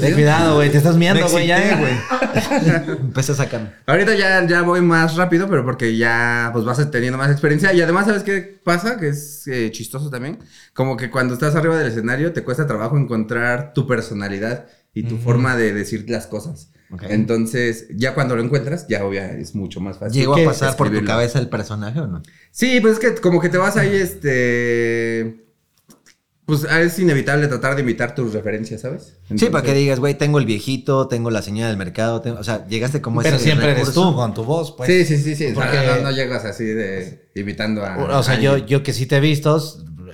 Speaker 1: Ten cuidado, güey. Te estás
Speaker 3: Me
Speaker 1: mirando, güey.
Speaker 3: excité,
Speaker 1: Ya,
Speaker 3: güey.
Speaker 1: güey.
Speaker 2: Empecé a sacar.
Speaker 3: Ahorita ya, ya voy más rápido, pero porque ya pues vas teniendo más experiencia. Y además, ¿sabes qué pasa? Que es eh, chistoso también. Como que cuando estás arriba del escenario te cuesta trabajo encontrar tu personalidad y tu forma de decir las cosas.
Speaker 2: Ok.
Speaker 3: Entonces, ya cuando lo encuentras, ya obvia, es mucho más fácil.
Speaker 2: ¿Llegó a
Speaker 1: que
Speaker 2: pasar por tu
Speaker 3: escribirlo.
Speaker 2: cabeza el personaje o no?
Speaker 3: Sí, pues es que como que te vas ahí, este... Pues ah, es inevitable tratar de imitar tus referencias, ¿sabes?
Speaker 2: Sí, para que
Speaker 3: Entonces-
Speaker 2: digas, güey, tengo el viejito, tengo la señora del mercado, tengo- o sea, llegaste como a
Speaker 1: Pero
Speaker 2: ese
Speaker 1: siempre eres
Speaker 2: recurso.
Speaker 1: tú con tu voz, pues.
Speaker 3: Sí, sí, sí, sí. O sea,
Speaker 1: Porque-
Speaker 3: no, no llegas así de imitando a...
Speaker 1: O sea,
Speaker 3: a
Speaker 1: yo,
Speaker 3: alguien.
Speaker 1: yo que sí te he visto,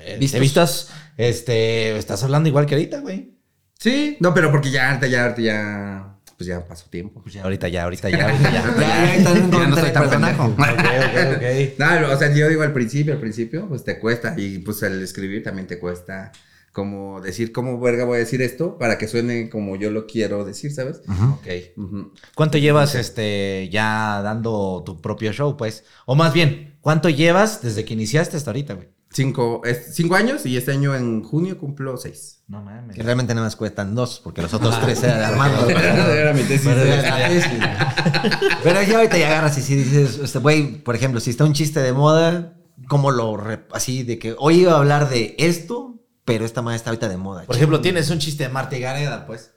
Speaker 1: eh, te
Speaker 2: Vistos.
Speaker 1: he vistos, este, estás hablando igual que ahorita, güey.
Speaker 3: Sí, no, pero porque ya, ahorita, ya, ahorita, ya, pues ya pasó tiempo.
Speaker 1: Ya, Ahorita ya, ahorita ya, ahorita ya.
Speaker 2: Ya, ahí también
Speaker 3: Ya no
Speaker 2: encontré
Speaker 3: soy
Speaker 2: el
Speaker 3: tan
Speaker 2: personaje.
Speaker 3: pendejo.
Speaker 1: ok, ok, ok.
Speaker 3: No, o sea, yo digo al principio, al principio, pues te cuesta y pues el escribir también te cuesta como decir, ¿cómo verga voy a decir esto? Para que suene como yo lo quiero decir, ¿sabes?
Speaker 1: Ok.
Speaker 3: Ujú.
Speaker 1: ¿Cuánto llevas este ya dando tu propio show, pues? O más bien, ¿cuánto llevas desde que iniciaste hasta ahorita, güey?
Speaker 3: Cinco, es- cinco años y este año en junio cumplo seis.
Speaker 1: No mames.
Speaker 2: Que realmente nada más cuestan dos, porque los otros tres eran de Armando.
Speaker 3: Era mi tesis.
Speaker 2: Pero era la tesis, güey. Pero ya ahorita ya agarras y si dices, este, güey, por ejemplo, si está un chiste de moda, ¿cómo lo re- así de que hoy iba a hablar de esto, pero esta madre está ahorita de moda?
Speaker 1: Por ejemplo, tienes un chiste de Marta y Gareda, pues.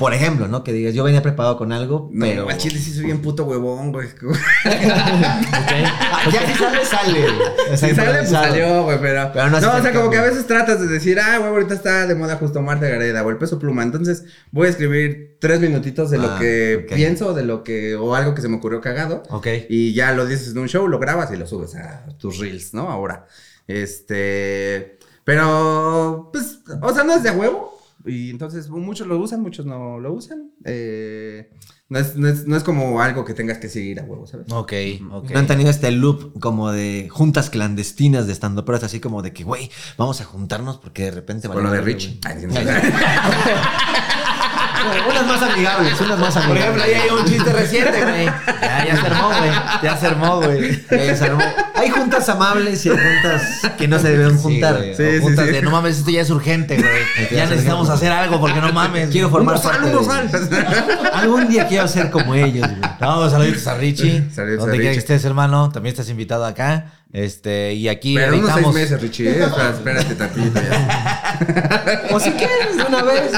Speaker 2: Por ejemplo, ¿no? Que digas, yo venía preparado con algo,
Speaker 3: No,
Speaker 2: pero.
Speaker 3: al chile sí soy bien puto huevón, güey.
Speaker 2: Ah, ya si sale, sale. O sea,
Speaker 3: Si sale, pues
Speaker 2: improvisado.
Speaker 3: salió, güey, pero...
Speaker 2: Pero no
Speaker 3: no,
Speaker 2: haces
Speaker 3: o sea,
Speaker 2: el
Speaker 3: como que
Speaker 2: cambio.
Speaker 3: a veces tratas de decir, ah, güey, ahorita está de moda justo Marta Gareda o el peso pluma. Entonces voy a escribir tres minutitos de lo
Speaker 2: Ah,
Speaker 3: que
Speaker 2: ok.
Speaker 3: pienso, de lo que... o algo que se me ocurrió cagado.
Speaker 1: Ok.
Speaker 3: Y ya lo dices en un show, lo grabas y lo subes a tus reels, ¿no? Ahora. Este... Pero, pues, o sea, no es de a huevo. Y entonces muchos lo usan, muchos no lo usan. Eh, no, es, no, es, no es como algo que tengas que seguir a huevo, ¿sabes?
Speaker 1: Ok, ok.
Speaker 2: No han tenido este loop como de juntas clandestinas de estando pero es así como de que, güey, vamos a juntarnos porque de repente...
Speaker 3: Con lo de
Speaker 2: vale
Speaker 3: Rich.
Speaker 2: madre,
Speaker 3: Ay, sí,
Speaker 2: güey.
Speaker 3: no.
Speaker 2: unas más amigables, unas más
Speaker 1: Por
Speaker 2: amigables.
Speaker 1: ejemplo, ahí hay un chiste reciente, güey. Ya, ya se armó, güey. Ya se armó, güey.
Speaker 2: Ya Eh, se armó. Hay juntas amables y hay juntas que no se deben juntar.
Speaker 1: Sí,
Speaker 3: Sí,
Speaker 1: güey. O
Speaker 3: sí,
Speaker 1: juntas
Speaker 3: sí.
Speaker 1: de, no mames, esto ya es urgente, güey.
Speaker 2: ya
Speaker 1: Ya
Speaker 2: es
Speaker 1: necesitamos
Speaker 2: urgente.
Speaker 1: hacer algo porque no mames.
Speaker 2: Quiero
Speaker 1: güey.
Speaker 2: formar
Speaker 3: Un bozal,
Speaker 2: parte
Speaker 3: un
Speaker 2: de ellos.
Speaker 3: bozal.
Speaker 2: Algún día quiero ser como ellos, güey.
Speaker 1: No, saluditos a Richie.
Speaker 3: Saluditos a
Speaker 1: Donde quiera que
Speaker 3: Richie.
Speaker 1: estés, hermano. También estás invitado acá. Este, y aquí
Speaker 3: Pero unos seis
Speaker 1: editamos.
Speaker 3: meses, Richie. eh. Espera- Espérate tantito ya.
Speaker 2: O si quieres, de una vez.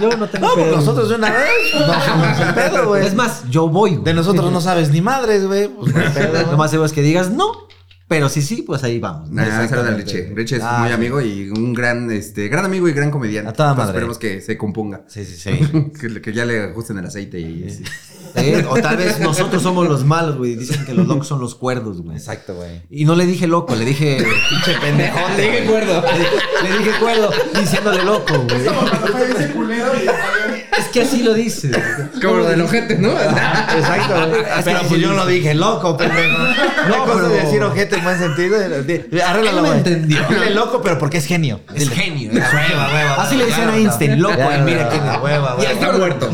Speaker 2: Yo no tengo
Speaker 1: No, porque
Speaker 2: pedo.
Speaker 1: nosotros de una vez. pues, No somos el pedo, güey.
Speaker 2: Es más, yo voy. güey.
Speaker 1: De nosotros no sabes ni madres, güey. Pues, no hay pedo, güey.
Speaker 2: Lo más seguro es que digas no, pero si sí, pues ahí vamos. ¿no?
Speaker 3: Nada, saluda a
Speaker 1: Exactamente.
Speaker 3: Richie. Richie es
Speaker 1: Ah,
Speaker 3: muy
Speaker 1: sí.
Speaker 3: amigo y un gran, este, gran amigo y gran comediante.
Speaker 1: A toda
Speaker 3: Entonces,
Speaker 1: madre.
Speaker 3: Esperemos que se componga.
Speaker 1: Sí, sí, sí.
Speaker 3: Que, le- que ya le ajusten el aceite y así.
Speaker 2: ¿Eh? O tal vez nosotros somos los malos, güey. Dicen que los locos son los cuerdos, güey.
Speaker 1: Exacto, güey.
Speaker 2: Y no le dije loco, le dije. Pinche pendejo.
Speaker 3: Le dije cuerdo.
Speaker 2: Le dije cuerdo, diciéndole loco, güey. Es que así lo dice.
Speaker 3: Como Ah, lo del ojete, ¿no?
Speaker 1: Exacto, güey.
Speaker 2: Es que
Speaker 1: Pero
Speaker 2: sí,
Speaker 1: pues
Speaker 2: sí,
Speaker 1: yo
Speaker 2: sí.
Speaker 1: no dije loco, pendejo. No,
Speaker 2: No,
Speaker 1: cosa
Speaker 2: pero-
Speaker 1: de decir ojete en buen sentido.
Speaker 2: Él
Speaker 1: Arréglalo,
Speaker 2: me
Speaker 1: güey.
Speaker 2: entendió.
Speaker 1: Dile loco, pero porque es genio.
Speaker 3: Este,
Speaker 2: Es
Speaker 1: Dile.
Speaker 2: genio.
Speaker 1: La hueva, hueva,
Speaker 2: Así le
Speaker 1: hueva,
Speaker 2: decían a
Speaker 1: claro.
Speaker 2: Einstein, loco,
Speaker 1: Ya,
Speaker 2: y mira
Speaker 1: ya,
Speaker 2: que
Speaker 1: la hueva,
Speaker 2: Ya
Speaker 1: hueva.
Speaker 2: está
Speaker 3: Está muerto.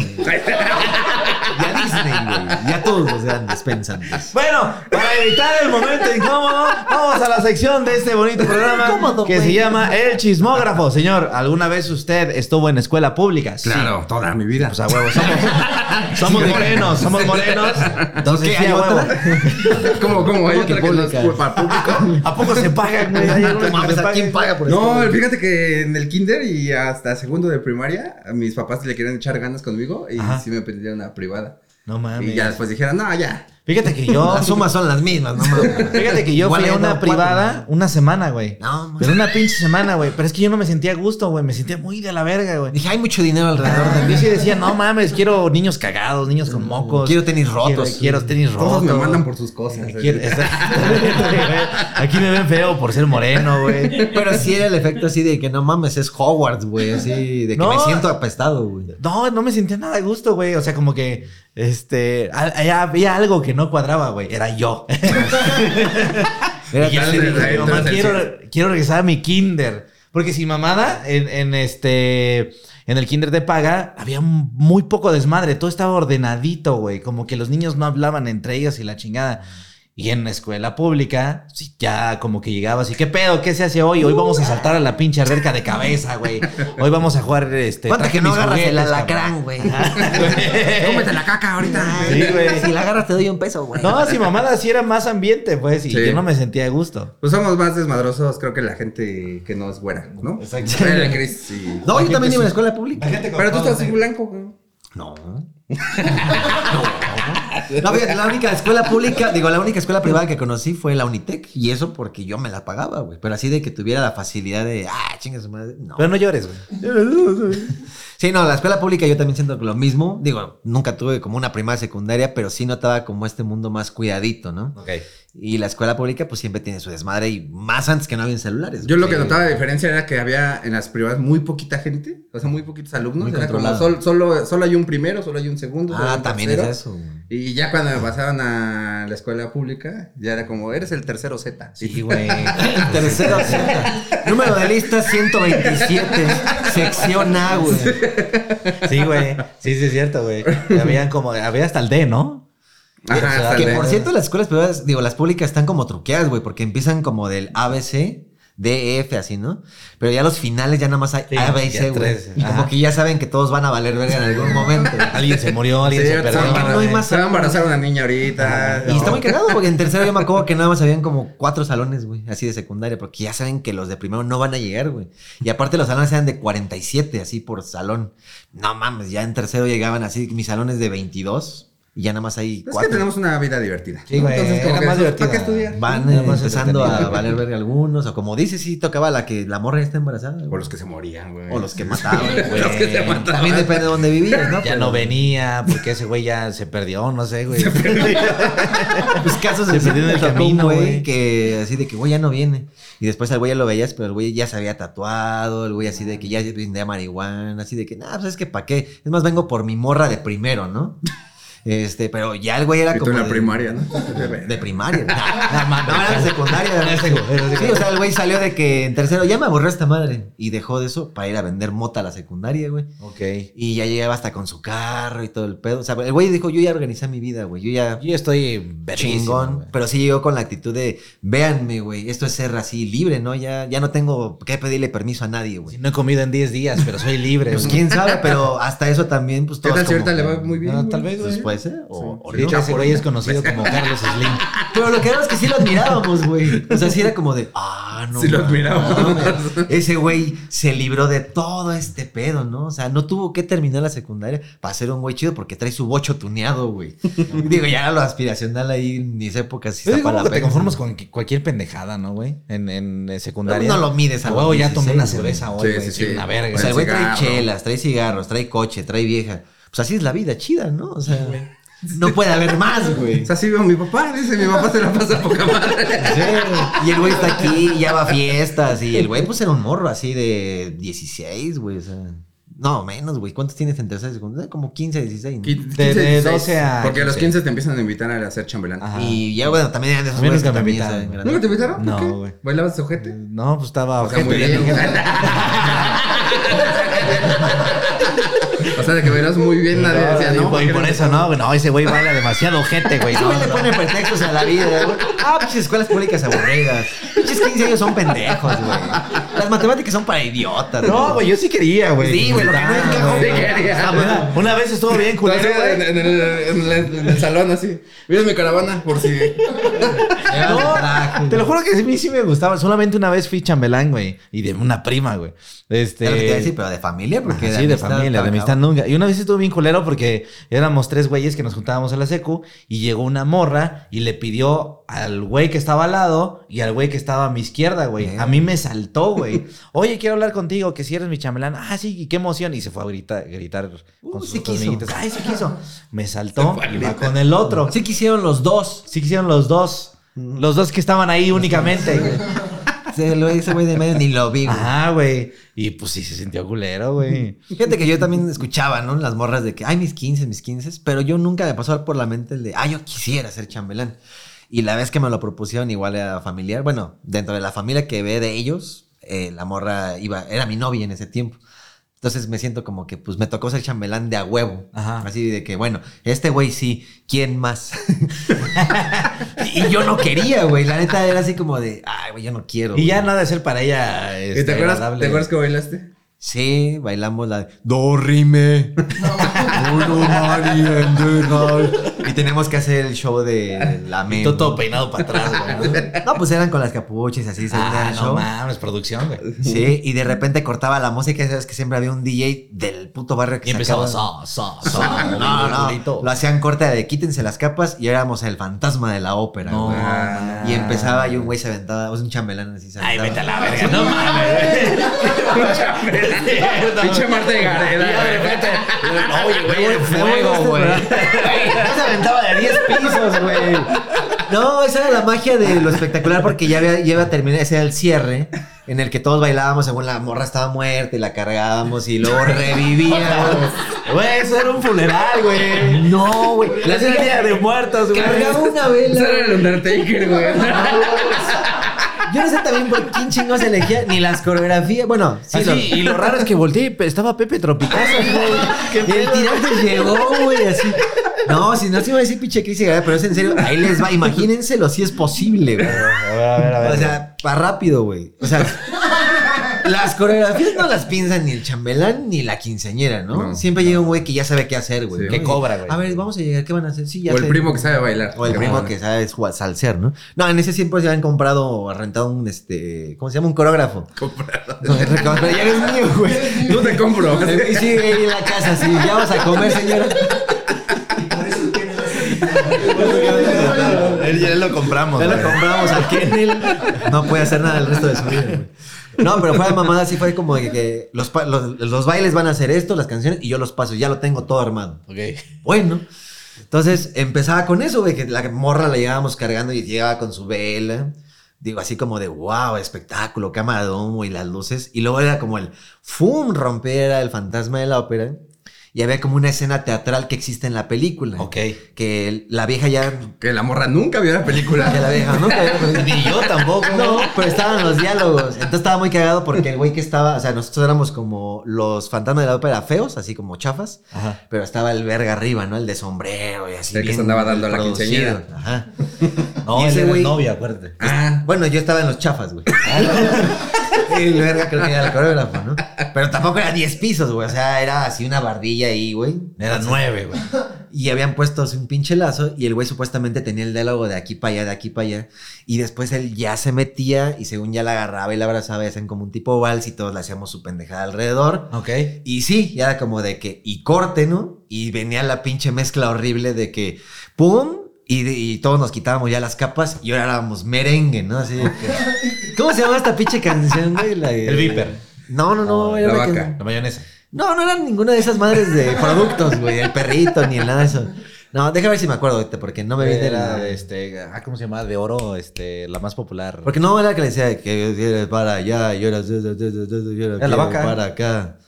Speaker 2: Ya Disney, güey. Ya todos los grandes pensantes.
Speaker 1: Bueno, para evitar el momento incómodo, vamos a la sección de este bonito programa
Speaker 2: Incómodo,
Speaker 1: que se
Speaker 2: güey.
Speaker 1: llama El Chismógrafo. Señor, ¿alguna vez usted estuvo en escuela pública? Sí.
Speaker 3: Claro, toda mi vida.
Speaker 1: Pues a huevo, somos, somos morenos, somos morenos. Entonces,
Speaker 2: ¿Qué,
Speaker 1: sí,
Speaker 2: hay
Speaker 1: a huevo.
Speaker 2: otra?
Speaker 3: ¿Cómo, cómo? Hay
Speaker 2: ¿Cómo que
Speaker 3: otra que no es
Speaker 2: pública?
Speaker 3: para público.
Speaker 1: ¿A poco se pagan, güey? Hay algunos que
Speaker 2: mames,
Speaker 1: se
Speaker 2: ¿a quién
Speaker 1: pagan.
Speaker 2: paga por eso?
Speaker 3: No, fíjate que en el kinder y hasta segundo de primaria, a mis papás le querían echar ganas conmigo y
Speaker 1: Ajá.
Speaker 3: sí me pendieron a privada.
Speaker 1: No
Speaker 2: Ah,
Speaker 3: Y ya
Speaker 1: mames.
Speaker 3: después dijeron, no, ya.
Speaker 1: Fíjate que yo.
Speaker 2: Las sumas son las mismas, no mames.
Speaker 1: Fíjate que yo
Speaker 2: Igual
Speaker 1: fui a
Speaker 2: hay
Speaker 1: una
Speaker 2: dos,
Speaker 1: privada
Speaker 2: cuatro,
Speaker 1: una semana, güey.
Speaker 2: No, mames.
Speaker 1: Pero una pinche semana, güey. Pero es que yo no me sentía a gusto, güey. Me sentía muy de la verga, güey.
Speaker 2: Dije, hay mucho dinero alrededor de
Speaker 1: Ah,
Speaker 2: mí.
Speaker 1: Yo sí decía, no mames, quiero niños cagados, niños con mocos.
Speaker 2: Quiero tenis rotos.
Speaker 1: Quiero, quiero tenis rotos.
Speaker 3: Todos me mandan por sus cosas.
Speaker 1: Quiero- exactamente, güey. Aquí me ven feo por ser moreno, güey.
Speaker 2: Pero sí era el efecto así de que no mames, es Hogwarts, güey. Así de que
Speaker 1: No.
Speaker 2: me siento apestado, güey.
Speaker 1: No, no me sentía nada a gusto, güey. O sea, como que, este, al- allá había algo que no cuadraba, güey. Era yo.
Speaker 2: Era
Speaker 1: Y ya
Speaker 2: tal-
Speaker 1: le dije a mi mamá,
Speaker 3: entonces,
Speaker 1: quiero, quiero regresar a mi kinder. Porque si mamada, en, en este. En el kinder de paga había un- muy poco desmadre. Todo estaba ordenadito, güey. Como que los niños no hablaban entre ellos y la chingada. Y en la escuela pública, sí, ya como que llegabas y qué pedo, qué se hace hoy. Hoy vamos a saltar a la pinche alberca de cabeza, güey. Hoy vamos a jugar este.
Speaker 2: ¿Cuánta
Speaker 1: traje
Speaker 2: que no
Speaker 1: mis
Speaker 2: agarras el
Speaker 1: juguetes,
Speaker 2: alacrán, güey?
Speaker 1: cabrón.
Speaker 3: Cómete la caca ahorita.
Speaker 1: Sí, güey.
Speaker 2: Si la agarras te doy un peso, güey.
Speaker 1: No, si mamada, sí era más ambiente, pues. Y
Speaker 3: Sí.
Speaker 1: yo no me sentía a gusto.
Speaker 3: Pues somos más desmadrosos, creo que la gente que no es güera, ¿no?
Speaker 1: Exacto.
Speaker 3: Pero el Chris, sí.
Speaker 2: No, yo también iba a la escuela pública.
Speaker 3: Pero tú estás en blanco, güey.
Speaker 2: No. No, fíjate, la única escuela pública, digo, la única escuela privada que conocí fue la Unitec. Y eso porque yo me la pagaba, güey. Pero así de que tuviera la facilidad de, ah, chinga su madre. No.
Speaker 1: Pero no llores, güey.
Speaker 2: Sí, no, la escuela pública yo también siento lo mismo. Digo, nunca tuve como una primaria secundaria, pero sí notaba como este mundo más cuidadito, ¿no?
Speaker 1: Ok.
Speaker 2: Y la escuela pública pues siempre tiene su desmadre y más antes que no había celulares.
Speaker 3: Yo lo que
Speaker 2: Sí.
Speaker 3: notaba de diferencia era que había en las privadas muy poquita gente, o sea, muy poquitos alumnos.
Speaker 2: Muy
Speaker 3: era como
Speaker 2: controlado.
Speaker 3: sol- solo, solo hay un primero, solo hay un segundo. solo hay
Speaker 2: Ah,
Speaker 3: un
Speaker 2: también es
Speaker 3: tercero.
Speaker 2: eso. güey.
Speaker 3: Y ya cuando me pasaban a la escuela pública, ya era como, eres el tercero Z.
Speaker 1: Sí, güey.
Speaker 2: Tercero, sí. número de lista 127, sección A, güey.
Speaker 1: Sí, güey. Sí, sí, es cierto, güey. Habían como, había hasta el D, ¿no?
Speaker 3: Ajá,
Speaker 1: Que
Speaker 3: hasta
Speaker 2: Que
Speaker 3: el-
Speaker 2: por cierto, las escuelas privadas, digo, las públicas están como truqueadas, güey, porque empiezan como del ABC, DF, E, así, ¿no? Pero ya los finales ya nada más hay
Speaker 1: Sí,
Speaker 2: A, B y
Speaker 1: ya
Speaker 2: C, güey.
Speaker 1: tres,
Speaker 2: Y Como
Speaker 1: ajá.
Speaker 2: que ya saben que todos van a valer verga en algún momento.
Speaker 1: Alguien se murió, alguien
Speaker 3: Sí,
Speaker 1: se
Speaker 3: se
Speaker 1: perdió.
Speaker 3: va a embarazar-
Speaker 2: No hay más
Speaker 3: se va a embarazar una niña ahorita.
Speaker 2: ¿eh? Y está
Speaker 3: No.
Speaker 2: muy cagado porque en tercero yo me acuerdo que nada más habían como cuatro salones, güey, así de secundaria, porque ya saben que los de primero no van a llegar, güey. Y aparte los salones eran de 47, así por salón. No mames, ya en tercero llegaban así mis salones de 22. y ya nada más hay
Speaker 3: Es que
Speaker 2: cuatro.
Speaker 3: tenemos una vida divertida.
Speaker 1: Sí, güey, era
Speaker 3: que
Speaker 1: más
Speaker 3: dices, ¿para
Speaker 1: divertida.
Speaker 3: qué estudiar?
Speaker 2: Van
Speaker 1: Nada
Speaker 2: eh,
Speaker 1: más
Speaker 2: empezando a
Speaker 1: entretenido.
Speaker 2: valer verga algunos, o como dices, sí tocaba la que la morra ya está embarazada. güey.
Speaker 3: O los que se morían, güey.
Speaker 2: O los que mataban, güey.
Speaker 3: Los que se mataban.
Speaker 2: También depende de dónde vivías, ¿no?
Speaker 1: Ya
Speaker 2: Pero-
Speaker 1: no venía porque ese güey ya se perdió, no sé, güey.
Speaker 2: Pues casos
Speaker 1: Se
Speaker 2: de
Speaker 1: perdió en el camino, güey.
Speaker 2: güey. Que así de que, güey, ya no viene. Y después al güey ya lo veías, pero el güey ya se había tatuado. El güey así de que ya brindé marihuana. Así de que, nah, pues es que pa' qué. Es más, vengo por mi morra de primero, ¿no? Este, pero ya el güey era
Speaker 3: Y tú
Speaker 2: como.
Speaker 3: en la
Speaker 2: de-
Speaker 3: primaria, ¿no?
Speaker 2: De primaria. Nah, nah, no, era de secundaria.
Speaker 1: Era de secundaria.
Speaker 2: Sí, o sea, el güey salió de que en tercero ya me aburrió esta madre. Y dejó de eso para ir a vender mota a la secundaria, güey.
Speaker 1: Ok.
Speaker 2: Y ya llegaba hasta con su carro y todo el pedo. O sea, el güey dijo, yo ya organizé mi vida, güey. Yo ya
Speaker 1: Yo estoy verguísima,
Speaker 2: chingón.
Speaker 1: güey.
Speaker 2: Pero sí llegó con la actitud de, véanme, güey, esto es ser así libre, ¿no? Ya, ya no tengo que pedirle permiso a nadie,
Speaker 1: Si
Speaker 2: güey.
Speaker 1: no he comido en 10 días, pero soy libre.
Speaker 2: Pues
Speaker 1: güey.
Speaker 2: quién sabe, pero hasta eso también, pues
Speaker 3: ¿Qué
Speaker 2: todos
Speaker 3: tal si
Speaker 2: como
Speaker 3: ahorita le va
Speaker 2: que-
Speaker 3: muy bien?
Speaker 1: No,
Speaker 3: güey?
Speaker 1: tal vez,
Speaker 2: Pues
Speaker 1: güey.
Speaker 2: puede ser, o, o
Speaker 1: Ahorita
Speaker 2: no.
Speaker 1: ese güey es conocido como Carlos Slim.
Speaker 2: Pero lo que era es que sí lo admirábamos, güey. O sea, sí era como de, ah, no.
Speaker 3: Sí lo
Speaker 2: mames,
Speaker 3: admirábamos.
Speaker 2: Ese güey se libró de todo este pedo, ¿no? O sea, no tuvo que terminar la secundaria para ser un güey chido porque trae su bocho tuneado, güey. Digo, ya lo aspiracional ahí en mis épocas sí
Speaker 1: Yo
Speaker 2: está
Speaker 1: digo,
Speaker 2: para la
Speaker 1: que Pues, te
Speaker 2: pena.
Speaker 1: conformas con que- cualquier pendejada, ¿no, güey? En, en eh, secundaria.
Speaker 2: No lo mides a
Speaker 1: a
Speaker 2: los
Speaker 1: huevo, ya tomé
Speaker 2: 16,
Speaker 1: una
Speaker 2: güey.
Speaker 1: cerveza hoy,
Speaker 3: Sí,
Speaker 1: güey.
Speaker 3: sí,
Speaker 1: soy
Speaker 3: sí.
Speaker 1: una verga.
Speaker 2: O sea, el güey trae
Speaker 3: Cigarro.
Speaker 2: chelas, trae cigarros, trae coche, trae vieja. Pues así es la vida chida, ¿no? O sea, no puede haber más, güey.
Speaker 3: O sea, sí veo a mi papá, dice, mi papá se la pasa poca madre.
Speaker 2: Sí. Y el güey está aquí, y ya va a fiestas. Y el güey, pues era un morro así de 16, güey. O sea, no, menos, güey. ¿Cuántos tienes en tercera secundaria? Como 15, 16. ¿no?
Speaker 3: Quin-
Speaker 1: De- de
Speaker 3: 16.
Speaker 1: 12 a
Speaker 3: Porque a los
Speaker 1: 15.
Speaker 3: 15 te empiezan a invitar a hacer chambelán.
Speaker 1: Ajá.
Speaker 2: Y ya, bueno, también eran de esos
Speaker 1: A mí
Speaker 2: güeyes
Speaker 1: nunca
Speaker 2: que
Speaker 1: me
Speaker 2: también
Speaker 1: invitaron,
Speaker 2: saben
Speaker 3: ¿Nunca te invitaron?
Speaker 1: No,
Speaker 3: ¿Por qué?
Speaker 1: güey.
Speaker 3: ¿Bailabas ojete?
Speaker 1: No, pues estaba.
Speaker 3: O sea, muy
Speaker 1: ojete,
Speaker 3: bien.
Speaker 1: dije,
Speaker 3: o sea, de que verás muy bien, nadie decía,
Speaker 1: y
Speaker 3: no.
Speaker 1: por- y por
Speaker 3: porque-
Speaker 1: eso, no, güey. No, ese güey baila demasiado gente, güey.
Speaker 2: Ese
Speaker 1: No,
Speaker 2: güey le
Speaker 1: no.
Speaker 2: pone pretextos a la vida. güey. Ah, pues escuelas públicas aburridas. Pinches 15 años son pendejos, güey. Las matemáticas son para idiotas.
Speaker 1: No, güey, yo sí quería, güey.
Speaker 2: Sí, güey, lo que no
Speaker 1: Ah,
Speaker 2: encajó,
Speaker 1: güey.
Speaker 3: Sí quería.
Speaker 1: Ah, bueno, Una vez estuvo bien, culero,
Speaker 3: Entonces,
Speaker 1: güey.
Speaker 3: en, en el, en el- en el salón así. ¿Vieron mi caravana? Por si.
Speaker 2: Era un traje,
Speaker 1: No, te lo
Speaker 2: güey.
Speaker 1: juro que a mí sí me gustaba. Solamente una vez fui chambelán, güey. Y de una prima, güey. Este.
Speaker 2: Era lo que te iba a decir, pero Ah, de familia, porque.
Speaker 1: Así de familia, de amistad nunca. Y una vez estuvo bien culero porque éramos tres güeyes que nos juntábamos a la secu y llegó una morra y le pidió al güey que estaba al lado y al güey que estaba a mi izquierda, güey.
Speaker 2: Mira.
Speaker 1: A mí me saltó, güey. Oye, quiero hablar contigo, que si eres mi chamelán. Ah, sí, y qué emoción. Y se fue a gritar, gritar con
Speaker 2: Uh,
Speaker 1: sus
Speaker 2: sí
Speaker 1: otros
Speaker 2: quiso.
Speaker 1: amiguitos. Ay, sí quiso. Me saltó
Speaker 3: fue a
Speaker 1: va con el otro. Sí,
Speaker 2: Sí quisieron los dos.
Speaker 1: quisieron los dos. Los dos que estaban ahí únicamente. güey.
Speaker 2: Se lo ese güey de medio ni lo vi, güey.
Speaker 1: Ajá, güey. Y pues sí se sintió culero, güey.
Speaker 2: Fíjate que yo también escuchaba, ¿no? Las morras de que, ay, mis 15, mis 15, pero yo nunca me pasó por la mente el de, ay, yo quisiera ser chambelán. Y la vez que me lo propusieron igual era familiar, bueno, dentro de la familia que ve de ellos, eh, la morra iba, era mi novia en ese tiempo. Entonces me siento como que, pues, me tocó ser chambelán de a huevo.
Speaker 1: Ajá.
Speaker 2: Así de que, bueno, este güey sí, ¿quién más? y yo no quería, güey. La neta era así como de, ay, güey, yo no quiero.
Speaker 1: Y ya
Speaker 2: güey".
Speaker 1: nada de ser para ella.
Speaker 3: ¿Y
Speaker 1: este,
Speaker 3: te acuerdas,
Speaker 1: agradable.
Speaker 3: ¿Te acuerdas que bailaste?
Speaker 2: Sí, bailamos la Do Rime. Uno Mari en the night. Y tenemos que hacer el show de la
Speaker 1: Y
Speaker 2: meme.
Speaker 1: todo, todo peinado para atrás, güey.
Speaker 2: No, pues eran con las capuchas, así se hacía
Speaker 1: Ah,
Speaker 2: el
Speaker 1: no
Speaker 2: show.
Speaker 1: mames, producción, güey.
Speaker 2: sí, y de repente cortaba la música, sabes que siempre había un DJ del puto barrio que
Speaker 1: Y empezaba
Speaker 2: sacaba-
Speaker 1: so, so, so.
Speaker 2: No, no, no. Lo hacían corte de quítense las capas y éramos el fantasma de la ópera.
Speaker 1: No,
Speaker 2: güey.
Speaker 1: no,
Speaker 2: y empezaba y un güey se aventaba, o sea, un chambelán así se
Speaker 1: Ay,
Speaker 2: aventaba.
Speaker 1: vete a la verga, no mames.
Speaker 3: Pinche Marta de
Speaker 1: Ya, de
Speaker 3: Gareda.
Speaker 1: repente, Oye, güey, de
Speaker 2: Me voy- me voy de
Speaker 1: fuego,
Speaker 2: este
Speaker 1: güey.
Speaker 2: programa. No se aventaba de 10 pisos, güey. No, esa era la magia de lo espectacular porque ya había, ya iba a terminar, ese era el cierre en el que todos bailábamos según la morra estaba muerta y la cargábamos y luego revivíamos.
Speaker 1: Güey, eso era un funeral, güey.
Speaker 2: No, güey.
Speaker 1: La día de muertos, güey.
Speaker 2: Cargaba una
Speaker 3: Ese
Speaker 2: vela.
Speaker 3: era el Undertaker, güey.
Speaker 2: Yo no sé también por quién chingos elegía ni las coreografías. Bueno, sí,
Speaker 1: Así,
Speaker 2: lo-
Speaker 1: y lo raro es que volteé y estaba Pepe Tropicazo, güey.
Speaker 2: Y el tirante llegó, güey, así. No, si no se iba a decir pinche crisis, pero es en serio, ahí les va, imagínenselo si es posible, güey.
Speaker 1: A ver, a ver, a ver.
Speaker 2: O sea, va rápido, güey. O sea, las coreografías no las piensan ni el chambelán ni la quinceañera, ¿no?
Speaker 3: No.
Speaker 2: Siempre llega un güey que ya sabe qué hacer, güey.
Speaker 3: Sí.
Speaker 2: ¿no?
Speaker 1: Que cobra, güey.
Speaker 2: A ver, vamos a llegar, ¿qué van a hacer? Sí, ya
Speaker 3: O el
Speaker 2: sé.
Speaker 3: primo que sabe bailar.
Speaker 2: O el primo que sabe jugar- salsear, ¿no? No, en ese siempre se han comprado o rentado un, este, ¿cómo se llama? Un coreógrafo.
Speaker 3: Comprado.
Speaker 2: No, ya eres mío, güey.
Speaker 3: No te compro.
Speaker 2: Y sí, en la casa, sí, ya vas a comer, señora.
Speaker 4: Y por eso tiene las
Speaker 1: Él ya lo compramos.
Speaker 2: Ya lo
Speaker 1: güey.
Speaker 2: compramos a Kennel. No puede hacer nada el resto de su vida. güey. No, pero fue de mamada, sí fue como de que los, pa- los, los bailes van a hacer esto, las canciones, y yo los paso, ya lo tengo todo armado.
Speaker 1: Ok.
Speaker 2: Bueno. Entonces empezaba con eso, güey, que la morra la llevábamos cargando y llegaba con su vela. Digo, así como de wow, espectáculo, camaromo y las luces. Y luego era como el fum, romper el fantasma de la ópera. Y había como una escena teatral que existe en la película.
Speaker 1: Ok.
Speaker 2: Que la vieja ya
Speaker 3: Que la morra nunca vio la película.
Speaker 2: que la vieja, ¿no?
Speaker 1: Ni yo tampoco.
Speaker 2: No, pero estaban los diálogos. Entonces estaba muy cagado porque el güey que estaba, o sea, nosotros éramos como los fantasmas de la ópera feos, así como chafas,
Speaker 1: Ajá.
Speaker 2: pero estaba el verga arriba, ¿no? El de sombrero y así.
Speaker 3: El que se
Speaker 2: bien
Speaker 3: andaba dando la
Speaker 2: producido.
Speaker 3: quinceañera.
Speaker 2: Ajá.
Speaker 1: No,
Speaker 2: Y
Speaker 1: él
Speaker 2: ese
Speaker 1: era el
Speaker 2: güey-
Speaker 1: novio, acuérdate.
Speaker 3: Ah,
Speaker 2: Bueno, yo estaba en los chafas, güey. Y el verga creo que era el coreógrafo, ¿no? Pero tampoco era 10 pisos, güey. O sea, era así una bardilla ahí, güey.
Speaker 1: Era nueve, güey.
Speaker 2: Y habían puesto así un pinche lazo y el güey supuestamente tenía el diálogo de aquí para allá, de aquí para allá. Y después él ya se metía y según ya la agarraba y la abrazaba, y hacían como un tipo vals y todos le hacíamos su pendejada alrededor.
Speaker 1: Ok.
Speaker 2: Y sí, ya era como de que, y corte, ¿no? Y venía la pinche mezcla horrible de que, ¡pum! Y, de- y todos nos quitábamos ya las capas y ahora éramos merengue, ¿no? Así de que- ¿Cómo se llama esta pinche canción, güey? La de-
Speaker 1: El Viper.
Speaker 2: No, no, no.
Speaker 1: No,
Speaker 2: era
Speaker 3: Oh, la
Speaker 2: una que-
Speaker 3: vaca.
Speaker 1: La mayonesa.
Speaker 2: no, no eran ninguna de esas madres de productos, güey. El perrito, ni el nada de eso. No, déjame ver si me acuerdo ahorita, porque no me viene
Speaker 1: Era,
Speaker 2: la...
Speaker 1: este, ah, ¿cómo se llamaba? De oro, este, la más popular.
Speaker 2: Porque no era que le decía de que eres para allá, yo era... Yo era,
Speaker 1: Era la vaca.
Speaker 2: Para acá.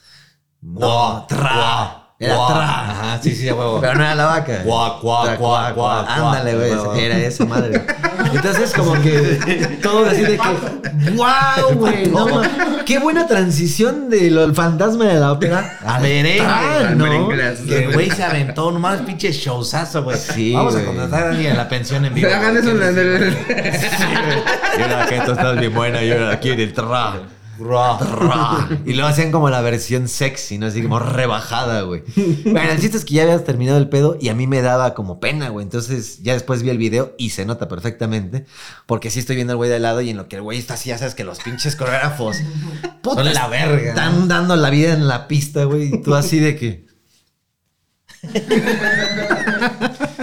Speaker 2: No,
Speaker 1: Guau,
Speaker 2: tra.
Speaker 1: guau,
Speaker 2: Era
Speaker 1: guau.
Speaker 2: tra.
Speaker 1: Ajá, sí, sí, a huevo.
Speaker 2: Pero no era la vaca.
Speaker 1: Guau, guau,
Speaker 2: Tra,
Speaker 1: guau, guau,
Speaker 2: Ándale,
Speaker 1: guau,
Speaker 2: güey.
Speaker 1: huevo.
Speaker 2: Era esa madre. Entonces, como que todos así de que. ¡Wow, güey! No, ma- ¡Qué buena transición de lo- el fantasma de la ópera!
Speaker 1: A merengue.
Speaker 2: Ah,
Speaker 3: al
Speaker 2: no.
Speaker 3: merengue, gracias.
Speaker 1: Que el güey se aventó nomás pinche showzazo, güey.
Speaker 2: Sí,
Speaker 1: Vamos a
Speaker 2: güey.
Speaker 1: contratar a alguien en la pensión en vivo.
Speaker 3: hagan
Speaker 1: güey.
Speaker 3: eso en el...
Speaker 2: Y ahora que tú estás bien buena, yo ahora aquí en el tra.
Speaker 1: Ra, ra.
Speaker 2: ra. Y luego hacían como la versión sexy, ¿no? Así como rebajada, güey. Bueno, el chiste es que ya habías terminado el pedo y a mí me daba como pena, güey. Entonces ya después vi el video y se nota perfectamente. Porque sí estoy viendo al güey de al lado y en lo que el güey está así, ya sabes que los pinches coreógrafos. Puta,
Speaker 1: Son la verga.
Speaker 2: Están dando la vida en la pista, güey. Y tú así de que.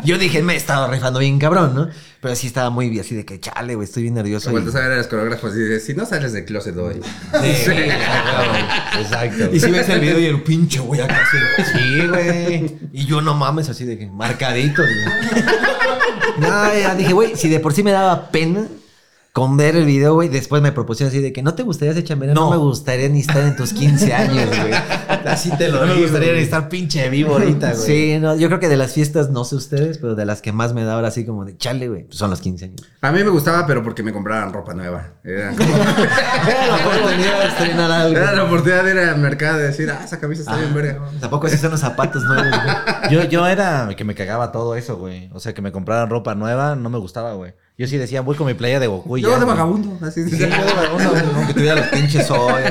Speaker 2: Yo dije, me he estado rifando bien cabrón, ¿no? Pero sí estaba muy así de que, chale, güey, estoy bien nervioso.
Speaker 3: Se
Speaker 2: y-
Speaker 3: vueltas a ver a los coreógrafos y dices, si no sales del closet hoy.
Speaker 1: Sí, güey, a huevo. Exacto. güey.
Speaker 2: Y si ves el video y el pinche, güey, acá así.
Speaker 1: Sí, güey.
Speaker 2: Y yo no mames, así de que marcadito. güey. No, ya dije, güey, si de por sí me daba pena con ver el video, güey, después me propusieron así de que no te gustaría ser chambelán, no.
Speaker 1: No.
Speaker 2: me gustaría ni estar en tus 15 años, güey. Así te lo
Speaker 1: No me
Speaker 2: digo,
Speaker 1: gustaría
Speaker 2: güey.
Speaker 1: estar pinche vivo ahorita, güey.
Speaker 2: Sí, no, yo creo que de las fiestas, no sé ustedes, pero de las que más me da ahora así como de chale, güey, pues son los 15 años.
Speaker 3: A mí me gustaba, pero porque me compraban ropa nueva. Era,
Speaker 2: Era la oportunidad de estrenar
Speaker 3: era la
Speaker 2: algo.
Speaker 3: oportunidad de ir al mercado y decir, ah, esa camisa está bien verga.
Speaker 2: Tampoco así son los zapatos nuevos, güey.
Speaker 1: Yo, yo era que me cagaba todo eso, güey. O sea, que me compraran ropa nueva, no me gustaba, güey. Yo sí decía, voy con mi playa de Goku y
Speaker 3: Yo
Speaker 1: ya,
Speaker 3: de
Speaker 1: güey.
Speaker 3: vagabundo, así
Speaker 1: Sí, yo de vagabundo, güey.
Speaker 2: Aunque tuviera los pinches hoy.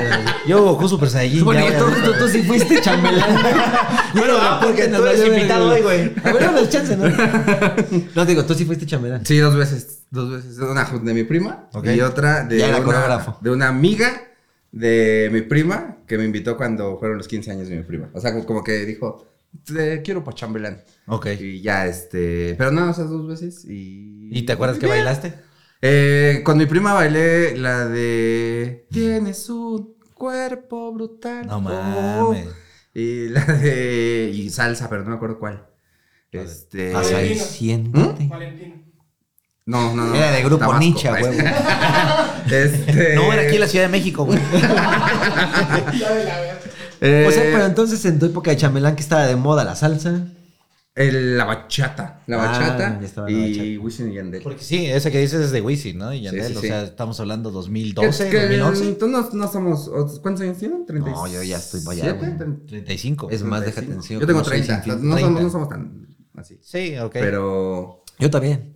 Speaker 1: Yo Goku Super Saiyajin.
Speaker 2: Bueno,
Speaker 1: ya,
Speaker 2: y
Speaker 1: güey,
Speaker 2: tú,
Speaker 1: ahorita,
Speaker 2: tú,
Speaker 1: güey.
Speaker 2: tú sí fuiste chambelán.
Speaker 1: Bueno, ah, porque tú eres invitado hoy, güey.
Speaker 2: A ver, dame el chance, ¿no? No, digo, tú sí fuiste chambelán.
Speaker 3: Sí, dos veces. Dos veces. Una de mi prima
Speaker 1: Ok.
Speaker 3: y otra de,
Speaker 2: Ya era
Speaker 3: una,
Speaker 2: coreógrafo.
Speaker 3: de una amiga de mi prima que me invitó cuando fueron los 15 años de mi prima. O sea, como- como que dijo, te quiero pa' chambelán.
Speaker 1: Ok.
Speaker 3: Y ya, este... Pero no, esas dos veces y...
Speaker 1: ¿Y te acuerdas que bailaste?
Speaker 3: Eh, con mi prima bailé la de... Tienes un cuerpo brutal.
Speaker 1: No
Speaker 3: oh".
Speaker 1: mames.
Speaker 3: Y la de... Y salsa, pero no me acuerdo cuál.
Speaker 1: La de-
Speaker 3: Este...
Speaker 2: Vas ahí,
Speaker 1: ¿Mm?
Speaker 2: siéntate.
Speaker 4: Valentino.
Speaker 3: No, no, no.
Speaker 2: Era de grupo
Speaker 3: Tabasco,
Speaker 2: Nicha,
Speaker 3: pues.
Speaker 2: güey.
Speaker 3: Este...
Speaker 1: No, era aquí en la Ciudad de México, güey.
Speaker 4: Ya de la verga.
Speaker 3: Eh,
Speaker 2: O sea, pero entonces en tu época de chambelán que estaba de moda la salsa.
Speaker 3: el- la bachata. La
Speaker 2: Ah,
Speaker 3: bachata
Speaker 2: ya estaba la
Speaker 3: y Wisin y Yandel.
Speaker 1: Porque sí, esa que dices es de Wisin, ¿no? Y Yandel,
Speaker 3: sí,
Speaker 1: o
Speaker 3: sí.
Speaker 1: sea, estamos hablando
Speaker 3: Que-
Speaker 1: 2012,
Speaker 3: que
Speaker 1: 2011.
Speaker 3: Tú no, no somos... ¿Cuántos años tienen? ¿37?
Speaker 2: No, yo ya estoy para allá, güey.
Speaker 1: 35.
Speaker 2: Es más, déjate enseñar
Speaker 3: Yo tengo
Speaker 2: cómo soy
Speaker 3: 30.
Speaker 2: sin fin.
Speaker 3: No, somos,
Speaker 1: 30.
Speaker 3: no somos tan así.
Speaker 1: Sí, ok.
Speaker 3: Pero...
Speaker 2: Yo también.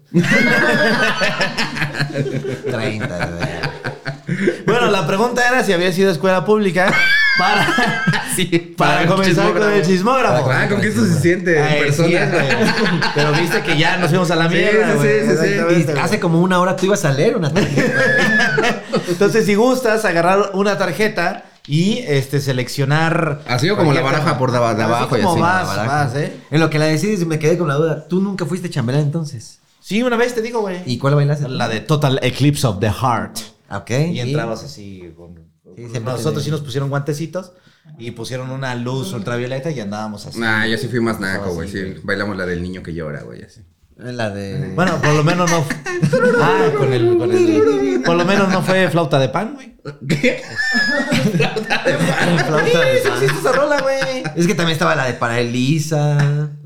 Speaker 2: 30, güey.
Speaker 1: Bueno, la pregunta era si había sido escuela pública para, para,
Speaker 3: Para
Speaker 1: comenzar
Speaker 3: un
Speaker 1: con
Speaker 3: chismógrafo.
Speaker 1: el chismógrafo.
Speaker 3: Ah, ¿con qué esto se siente en
Speaker 2: Ah,
Speaker 1: Ay, sí,
Speaker 3: persona?
Speaker 1: güey. Pero viste que ya nos fuimos a la
Speaker 3: Sí,
Speaker 1: mierda.
Speaker 3: sí,
Speaker 1: güey.
Speaker 3: sí, sí, sí.
Speaker 1: Exactamente,
Speaker 2: Y
Speaker 1: güey.
Speaker 2: hace como una hora tú ibas a leer una tarjeta.
Speaker 1: Entonces, si gustas agarrar una tarjeta y este, seleccionar.
Speaker 3: Ha sido como la
Speaker 1: cualquier
Speaker 3: baraja
Speaker 1: tema.
Speaker 3: por daba- de
Speaker 1: Así
Speaker 3: abajo y
Speaker 1: como
Speaker 3: así, la
Speaker 1: vas,
Speaker 3: baraja.
Speaker 1: vas, ¿eh?
Speaker 2: En lo que la decides me quedé con la duda. ¿Tú nunca fuiste chambelán entonces?
Speaker 1: Sí, una vez te digo, güey.
Speaker 2: ¿Y cuál bailaste?
Speaker 1: La de Total Eclipse of the Heart.
Speaker 2: Ah, Ok.
Speaker 1: Y entrabas así con.
Speaker 2: Sí, siempre
Speaker 1: nosotros
Speaker 2: te-
Speaker 1: sí nos pusieron guantecitos y pusieron una luz ultravioleta y andábamos así.
Speaker 3: Nah, yo sí fui más
Speaker 2: Ah,
Speaker 3: naco, güey.
Speaker 1: Así,
Speaker 3: Sí, bailamos la del niño que llora, güey. Así.
Speaker 2: La de...
Speaker 1: Bueno, por lo menos no. Ah, con el, con el- Por lo menos no fue flauta de pan, güey.
Speaker 2: Flauta de pan.
Speaker 1: esa rola, güey.
Speaker 2: Es que también estaba la de para Elisa,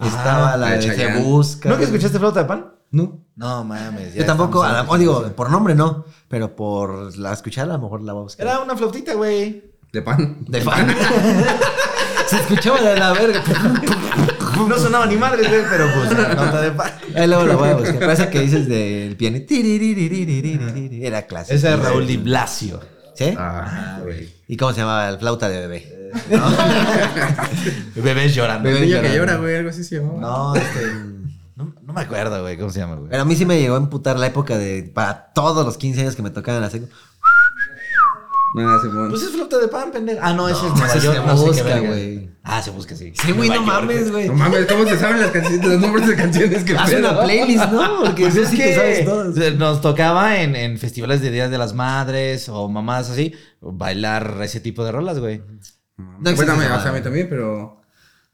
Speaker 2: estaba la
Speaker 3: la
Speaker 2: de,
Speaker 3: de
Speaker 2: Se
Speaker 3: Chayanne.
Speaker 2: Busca.
Speaker 1: Ah, ¿No que escuchaste flauta de pan?
Speaker 2: No.
Speaker 1: No mames. ya
Speaker 2: Yo tampoco,
Speaker 1: estamos
Speaker 2: a
Speaker 1: antes.
Speaker 2: lo- o digo, por nombre no, pero por la escuchar a lo mejor la voy a buscar.
Speaker 1: Era una flautita, güey.
Speaker 3: De pan.
Speaker 2: De fan. Se escuchaba de la verga.
Speaker 1: No sonaba ni madre, güey, pero pues era flauta de pan.
Speaker 2: Ahí luego la voy a buscar. Pero esa que dices del piano. tiriririririririri, Era clásica.
Speaker 1: Ese es Raúl Di Blasio.
Speaker 2: ¿Sí?
Speaker 3: Ah, güey.
Speaker 2: ¿Y cómo se llamaba? El flauta de bebé.
Speaker 1: Bebés llorando.
Speaker 3: El
Speaker 2: Bebés
Speaker 3: niño que
Speaker 2: llorando.
Speaker 3: llora, güey. Algo así se llamaba.
Speaker 1: No, este. No, no me acuerdo, güey, cómo se llama, güey.
Speaker 2: Pero a mí sí me llegó a emputar la época de para todos los 15 años que me tocaban la secu.
Speaker 3: Nah, Simón.
Speaker 1: Pues es flauta de pan, pendejo. Ah, no, ese es Nueva
Speaker 2: ese
Speaker 1: York,
Speaker 2: se
Speaker 1: no sé qué
Speaker 2: busca,
Speaker 1: verga.
Speaker 2: güey.
Speaker 1: Ah, se busca, sí.
Speaker 2: Sí, güey, no
Speaker 1: Nueva York,
Speaker 2: mames, güey.
Speaker 3: No mames, ¿cómo se saben las canciones, los nombres de canciones que
Speaker 2: Haz una playlist, ¿no? Porque
Speaker 1: Pues
Speaker 2: tú
Speaker 1: es
Speaker 2: sí
Speaker 1: que
Speaker 2: te sabes todas.
Speaker 1: nos tocaba en, en festivales de Días de las Madres o mamás así, bailar ese tipo de rolas, güey.
Speaker 2: No
Speaker 3: No
Speaker 2: existe
Speaker 3: bueno,
Speaker 2: esa
Speaker 3: me- o sea,
Speaker 2: madre.
Speaker 3: a mí también, pero.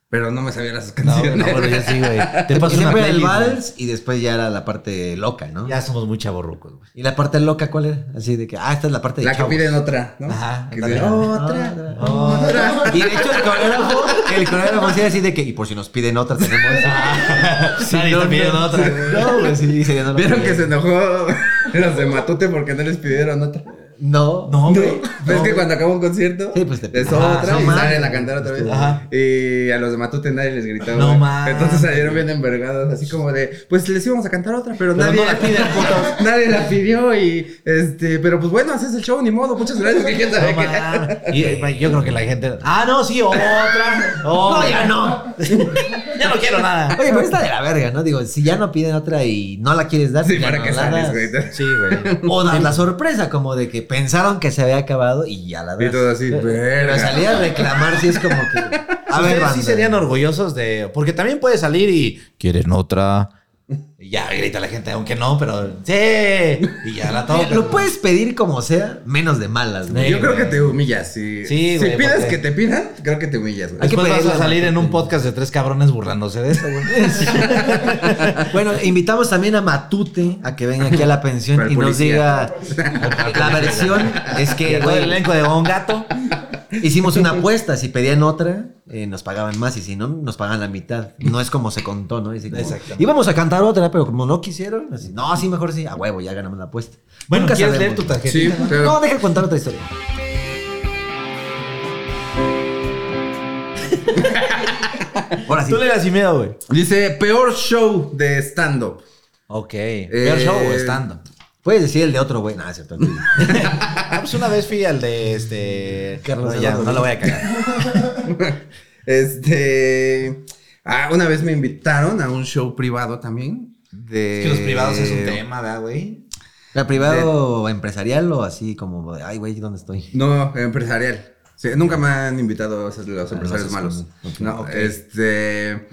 Speaker 3: Pero no me sabía las
Speaker 1: No,
Speaker 3: canciones.
Speaker 1: no, bueno, yo sí, güey. Te
Speaker 2: Y
Speaker 1: paso una
Speaker 2: siempre era el
Speaker 1: playlist, güey.
Speaker 2: vals y después ya era la parte loca, ¿no?
Speaker 1: Ya somos muy chavorrucos, güey.
Speaker 2: ¿Y la parte loca cuál era? Así de que, ah, esta es la parte de
Speaker 3: la que
Speaker 2: chavos.
Speaker 3: piden otra, ¿no?
Speaker 1: Ajá,
Speaker 3: Que "Oh,
Speaker 1: ándale.
Speaker 3: piden
Speaker 1: Ah,
Speaker 3: otra, otra.
Speaker 2: Y de hecho el coreógrafo, el coreógrafo sí así de que, y por si nos piden otra tenemos...
Speaker 1: Nadie está pidiendo Ah, otra, güey.
Speaker 2: No, güey, sí, sí, no la
Speaker 3: Vieron que
Speaker 2: pidieron.
Speaker 3: se enojó los de Matute porque no les pidieron otra.
Speaker 2: No.
Speaker 1: No,
Speaker 3: No,
Speaker 1: güey.
Speaker 3: es que cuando acaba un concierto,
Speaker 2: Sí, pues, te-
Speaker 3: les
Speaker 1: Ajá,
Speaker 3: otra
Speaker 1: sí,
Speaker 3: y
Speaker 1: mames.
Speaker 3: salen a cantar otra vez.
Speaker 1: Ajá.
Speaker 3: Y a los de Matute nadie les gritó.
Speaker 1: No
Speaker 3: güey.
Speaker 1: mames.
Speaker 3: Entonces salieron bien envergados, así como de, pues les íbamos a cantar otra, pero,
Speaker 1: Pero
Speaker 3: nadie
Speaker 1: no la piden, putos.
Speaker 3: nadie la pidió y este, pero pues bueno, haces el show ni modo, muchas gracias. que quién
Speaker 1: No,
Speaker 3: sabe qué.
Speaker 1: mames. Y, eh, yo creo que la gente. Ah, no, sí, otra.
Speaker 2: No,
Speaker 1: otra.
Speaker 2: ya no.
Speaker 1: Ya no quiero nada.
Speaker 2: Oye, pero está de la verga, ¿no? Digo, si ya no piden otra y no la quieres dar,
Speaker 3: Sí,
Speaker 2: ya
Speaker 3: para
Speaker 2: no
Speaker 3: que
Speaker 2: la
Speaker 3: sales,
Speaker 2: das.
Speaker 3: güey.
Speaker 1: Sí, güey.
Speaker 2: O das la sorpresa, como de que pensaron que se había acabado y ya la das.
Speaker 3: Y "Ah, todo así,
Speaker 2: Pero
Speaker 3: verga.
Speaker 2: salir a reclamar sí es como que... A ver,
Speaker 1: Ustedes
Speaker 2: banda.
Speaker 1: sí serían orgullosos de... Porque también puede salir y... ¿Quieren otra? Y ya grita la gente, aunque no, pero... ¡Sí! Y ya la toca.
Speaker 2: Mira, Lo puedes pedir como sea, menos de malas, güey.
Speaker 1: Sí,
Speaker 3: Yo creo
Speaker 1: güey.
Speaker 3: que te humillas, sí.
Speaker 1: Sí,
Speaker 3: si
Speaker 1: güey,
Speaker 3: pides
Speaker 1: porque-
Speaker 3: que te pidan, creo que te humillas, güey.
Speaker 2: Hay que
Speaker 1: Después vas
Speaker 2: pedirle
Speaker 1: a
Speaker 2: a
Speaker 1: salir
Speaker 2: la
Speaker 1: en un
Speaker 2: gente.
Speaker 1: podcast de tres cabrones burlándose de eso, güey.
Speaker 2: Bueno, invitamos también a Matute a que venga aquí a la pensión
Speaker 3: Al
Speaker 2: y nos
Speaker 3: policía.
Speaker 2: diga la versión. Es
Speaker 1: Que
Speaker 2: que,
Speaker 1: todo el
Speaker 2: güey,
Speaker 1: elenco de Bon Gato.
Speaker 2: hicimos una apuesta. Si pedían otra, eh, nos pagaban más. Y si no, nos pagaban la mitad. No es como se contó, ¿no? Dice como,
Speaker 1: Exactamente.
Speaker 2: íbamos a cantar otra, pero como no quisieron, así, no, sí, mejor sí. A huevo, ya ganamos la apuesta.
Speaker 1: Bueno,
Speaker 2: Nunca
Speaker 1: ¿quieres
Speaker 2: sabemos.
Speaker 1: leer tu tarjeta?
Speaker 3: Sí, claro.
Speaker 2: No, deja de contar otra historia. Ahora sí.
Speaker 1: Tú le das y miedo, güey.
Speaker 3: Dice, peor show de stand-up.
Speaker 1: Ok. ¿Peor show o stand-up?
Speaker 2: Puedes decir el de otro güey. No, es cierto. el tuyo.
Speaker 1: Ah, pues una vez fui al de este...
Speaker 2: Carlos
Speaker 1: No, ya,
Speaker 2: Eduardo.
Speaker 1: no la voy a cagar.
Speaker 3: Este. ah, una vez me invitaron a un show privado también. De...
Speaker 1: Es que los privados es
Speaker 2: Eh,
Speaker 1: un tema, ¿verdad, güey?
Speaker 2: ¿La privado empresarial o así como, ay, güey, ¿dónde estoy?
Speaker 3: No, empresarial. Sí, nunca me han invitado a esos- los empresarios
Speaker 2: esos
Speaker 3: malos.
Speaker 2: son- Ah, ok,
Speaker 3: no,
Speaker 2: ok.
Speaker 3: este.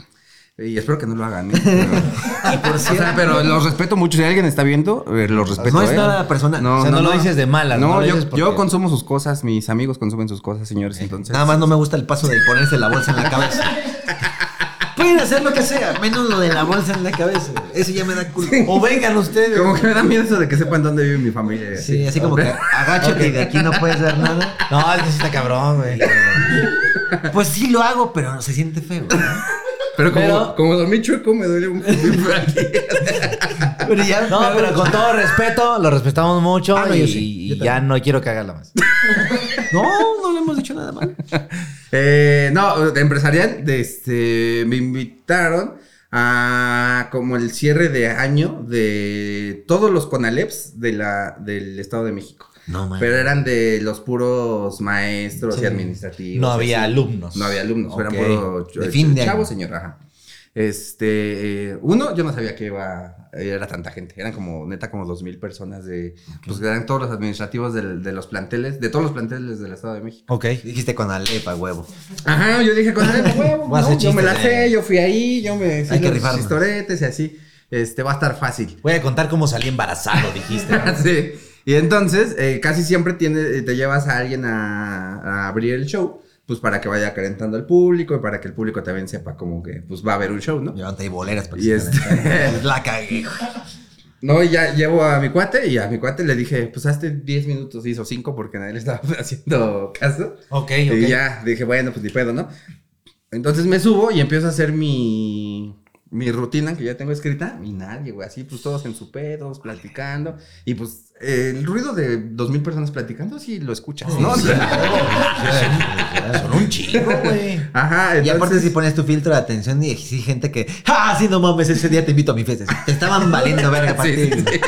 Speaker 3: Y espero que no lo hagan. ¿eh? Pero,
Speaker 2: por
Speaker 3: O sea, pero los respeto mucho. Si alguien está viendo, eh, los respeto.
Speaker 2: No es
Speaker 3: ¿eh?
Speaker 2: nada personal.
Speaker 1: O sea, no lo dices de malas,
Speaker 3: No,
Speaker 1: no lo
Speaker 3: yo,
Speaker 1: dices porque-
Speaker 3: yo consumo sus cosas. Mis amigos consumen sus cosas, señores. Entonces.
Speaker 2: Nada más no me gusta el paso de ponerse la bolsa en la cabeza. Pueden hacer lo que sea, menos lo de la bolsa en la cabeza. Eso ya me da culo.
Speaker 1: O vengan ustedes.
Speaker 3: Como que me da miedo eso de que sepan dónde vive mi familia. y así.
Speaker 2: Sí, así como que agáchate y de aquí no puedes ver nada.
Speaker 1: No, es que sí está cabrón, güey.
Speaker 2: Pues sí lo hago, pero no se siente feo. ¿no?
Speaker 3: Pero como,
Speaker 1: Pero-
Speaker 3: como dormí chueco, me duele un poco aquí.
Speaker 2: Pero ya.
Speaker 1: No, pero con todo respeto, lo respetamos mucho
Speaker 2: Ah, no,
Speaker 1: y,
Speaker 2: yo sí, yo
Speaker 1: y
Speaker 2: también.
Speaker 1: ya no quiero cagarla más.
Speaker 2: No, no le hemos dicho nada mal.
Speaker 3: Eh, no, de empresarial, de este, me invitaron a como el cierre de año de todos los Conaleps de la, del Estado de México.
Speaker 2: No, man.
Speaker 3: Pero eran de los puros maestros y administrativos.
Speaker 1: No
Speaker 3: y
Speaker 1: había
Speaker 3: así.
Speaker 1: alumnos.
Speaker 3: No había alumnos, eran
Speaker 1: Ok.
Speaker 3: puros
Speaker 2: De fin de año.
Speaker 3: chavos, señor. Ajá. Este, eh, uno, yo no sabía que iba, era tanta gente. Eran como, neta, como dos mil personas de, pues eran todos los administrativos del- de los planteles, de todos los planteles del Estado de México.
Speaker 1: Ok.
Speaker 2: Dijiste con Alepa, huevo.
Speaker 3: Ajá, yo dije, con el huevo,
Speaker 1: Voy a hacer
Speaker 3: ¿no? yo me la
Speaker 1: chistes de-
Speaker 3: sé, yo fui ahí, yo me sé
Speaker 2: eh. que
Speaker 3: los
Speaker 2: rifarnos.
Speaker 3: chistoretes y así. Este, va a estar fácil.
Speaker 1: Voy a contar cómo salí embarazado, dijiste. ¿no?
Speaker 3: sí. Y entonces, eh, casi siempre tiene, te llevas a alguien a, a abrir el show, pues para que vaya calentando al público y para que el público también sepa como que, pues va a haber un show, ¿no?
Speaker 2: Levanta ahí boleras para que
Speaker 3: Y
Speaker 2: se
Speaker 3: este-
Speaker 2: calenten. La cagué, güey.
Speaker 3: No, y ya llevo a mi cuate y a mi cuate le dije, pues hazte 10 minutos, hizo 5 porque nadie le estaba haciendo caso.
Speaker 1: Ok,
Speaker 3: Y
Speaker 1: ok.
Speaker 3: ya dije, bueno, pues ni pedo, ¿no? Entonces me subo y empiezo a hacer mi, mi rutina que ya tengo escrita. Y nadie, güey, así, pues todos en su pedos, platicando. Y pues eh, el ruido de dos mil personas platicando, sí lo escuchas, ¿no? O sea,
Speaker 1: Son un chingo, güey.
Speaker 3: Ajá,
Speaker 2: Y aparte
Speaker 3: entonces-
Speaker 2: si pones tu filtro de atención y exige gente que, ah, sí, no mames, ese día te invito a mi fiesta. Te estaban valiendo verga para
Speaker 3: Sí,
Speaker 2: ti.
Speaker 3: sí, sí.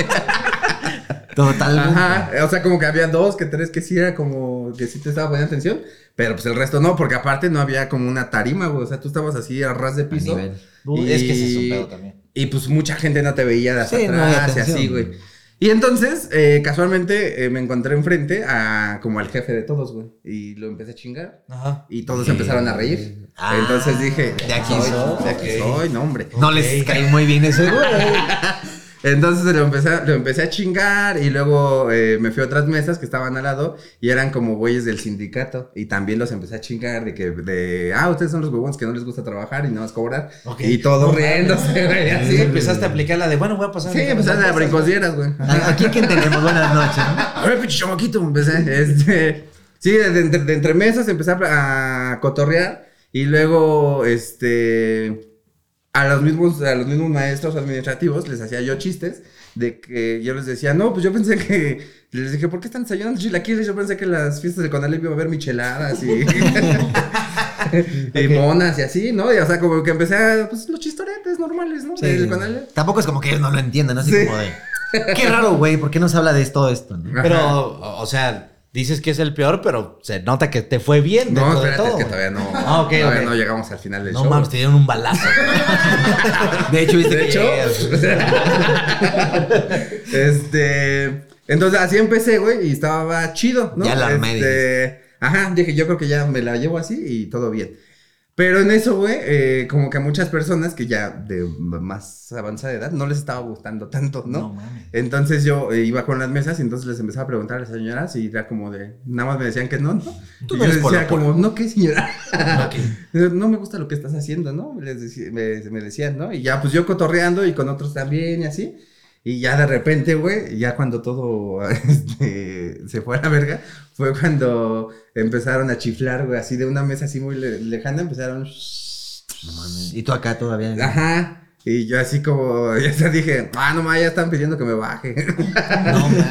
Speaker 2: Totalmente.
Speaker 3: Ajá, o sea, como que había dos, que tres, que sí era como que sí te estaba poniendo atención, pero pues el resto no, porque aparte no había como una tarima, güey, o sea, tú estabas así a ras de
Speaker 2: A
Speaker 3: piso.
Speaker 2: nivel.
Speaker 1: Uh, Es que ese es un pedo también.
Speaker 3: Y pues mucha gente no te veía de hasta
Speaker 2: Sí, no había
Speaker 3: atrás y
Speaker 2: atención.
Speaker 3: así, güey. Y entonces, eh, casualmente, eh, me encontré enfrente a como al jefe de todos, güey. Y lo empecé a chingar.
Speaker 1: Ajá.
Speaker 3: Y todos empezaron a reír.
Speaker 2: Ah,
Speaker 3: entonces dije,
Speaker 2: de aquí
Speaker 3: soy,
Speaker 2: soy,
Speaker 3: de aquí
Speaker 1: ok.
Speaker 3: soy, no, hombre.
Speaker 2: No les caí muy bien ese güey.
Speaker 3: Entonces lo empecé, lo empecé a chingar y luego eh, me fui a otras mesas que estaban al lado y eran como güeyes del sindicato y también los empecé a chingar de que, de, ah, ustedes son los huevones que no les gusta trabajar y nada más cobrar.
Speaker 1: Ok.
Speaker 3: Y todos
Speaker 1: No
Speaker 3: riéndose, güey,
Speaker 1: Así
Speaker 3: así.
Speaker 1: empezaste a aplicar la de, bueno, voy a pasar.
Speaker 3: Sí, empezaste a brincosieras, güey.
Speaker 2: ¿A- Aquí quién tenemos, buenas noches. ¿no?
Speaker 3: A ver, pinche chamaquito, empecé. Este, sí, de, entre- de entre mesas empecé a, a cotorrear y luego, este, a los mismos, a los mismos maestros administrativos les hacía yo chistes de que yo les decía, no, pues yo pensé que, les dije, ¿por qué están desayunando chilaquiles? Yo pensé que en las fiestas de Conalep iba a haber micheladas y, y monas y así, ¿no? Y, o sea, como que empecé a, pues, los chistoretes normales, ¿no? Del Conalep.
Speaker 2: Tampoco es como que ellos no lo entiendan, así
Speaker 3: Sí.
Speaker 2: como de. Qué raro, güey, ¿por qué no se habla de todo esto? no?"
Speaker 1: Pero, o o sea, dices que es el peor, pero se nota que te fue bien.
Speaker 3: No,
Speaker 1: dentro
Speaker 3: espérate,
Speaker 1: de todo,
Speaker 3: es que
Speaker 1: güey.
Speaker 3: todavía no,
Speaker 1: Ah, ok,
Speaker 3: todavía
Speaker 1: ok.
Speaker 3: no llegamos al final del
Speaker 1: No
Speaker 3: show.
Speaker 1: mames, te dieron un balazo.
Speaker 2: De hecho, viste
Speaker 3: De
Speaker 2: que-
Speaker 3: hecho, este. Entonces así empecé, güey, y estaba chido, ¿no?
Speaker 2: Ya la armé,
Speaker 3: este, Ajá, dije, yo creo que ya me la llevo así y todo bien. Pero en eso, güey, eh, como que a muchas personas que ya de más avanzada edad no les estaba gustando tanto, ¿no?
Speaker 1: mames.
Speaker 3: Entonces yo eh, iba con las mesas y entonces les empezaba a preguntar a las señoras y era como de, nada más me decían que no, ¿no?
Speaker 2: Tú
Speaker 3: y yo
Speaker 2: no eres
Speaker 3: les decía
Speaker 2: polo,
Speaker 3: como, no, ¿qué señora?
Speaker 1: No, que-
Speaker 3: No me gusta lo que estás haciendo, ¿no? Les decí- me, me decían, ¿no? Y ya, pues yo cotorreando y con otros también y así. Y ya de repente, güey, ya cuando todo este, se fue a la verga, fue cuando empezaron a chiflar, güey, así de una mesa así muy le- lejana, empezaron...
Speaker 2: No mames, Y tú acá todavía.
Speaker 3: Ajá. Y yo así como, ya se dije, ah, no, ma, ya están pidiendo que me baje.
Speaker 1: no mames.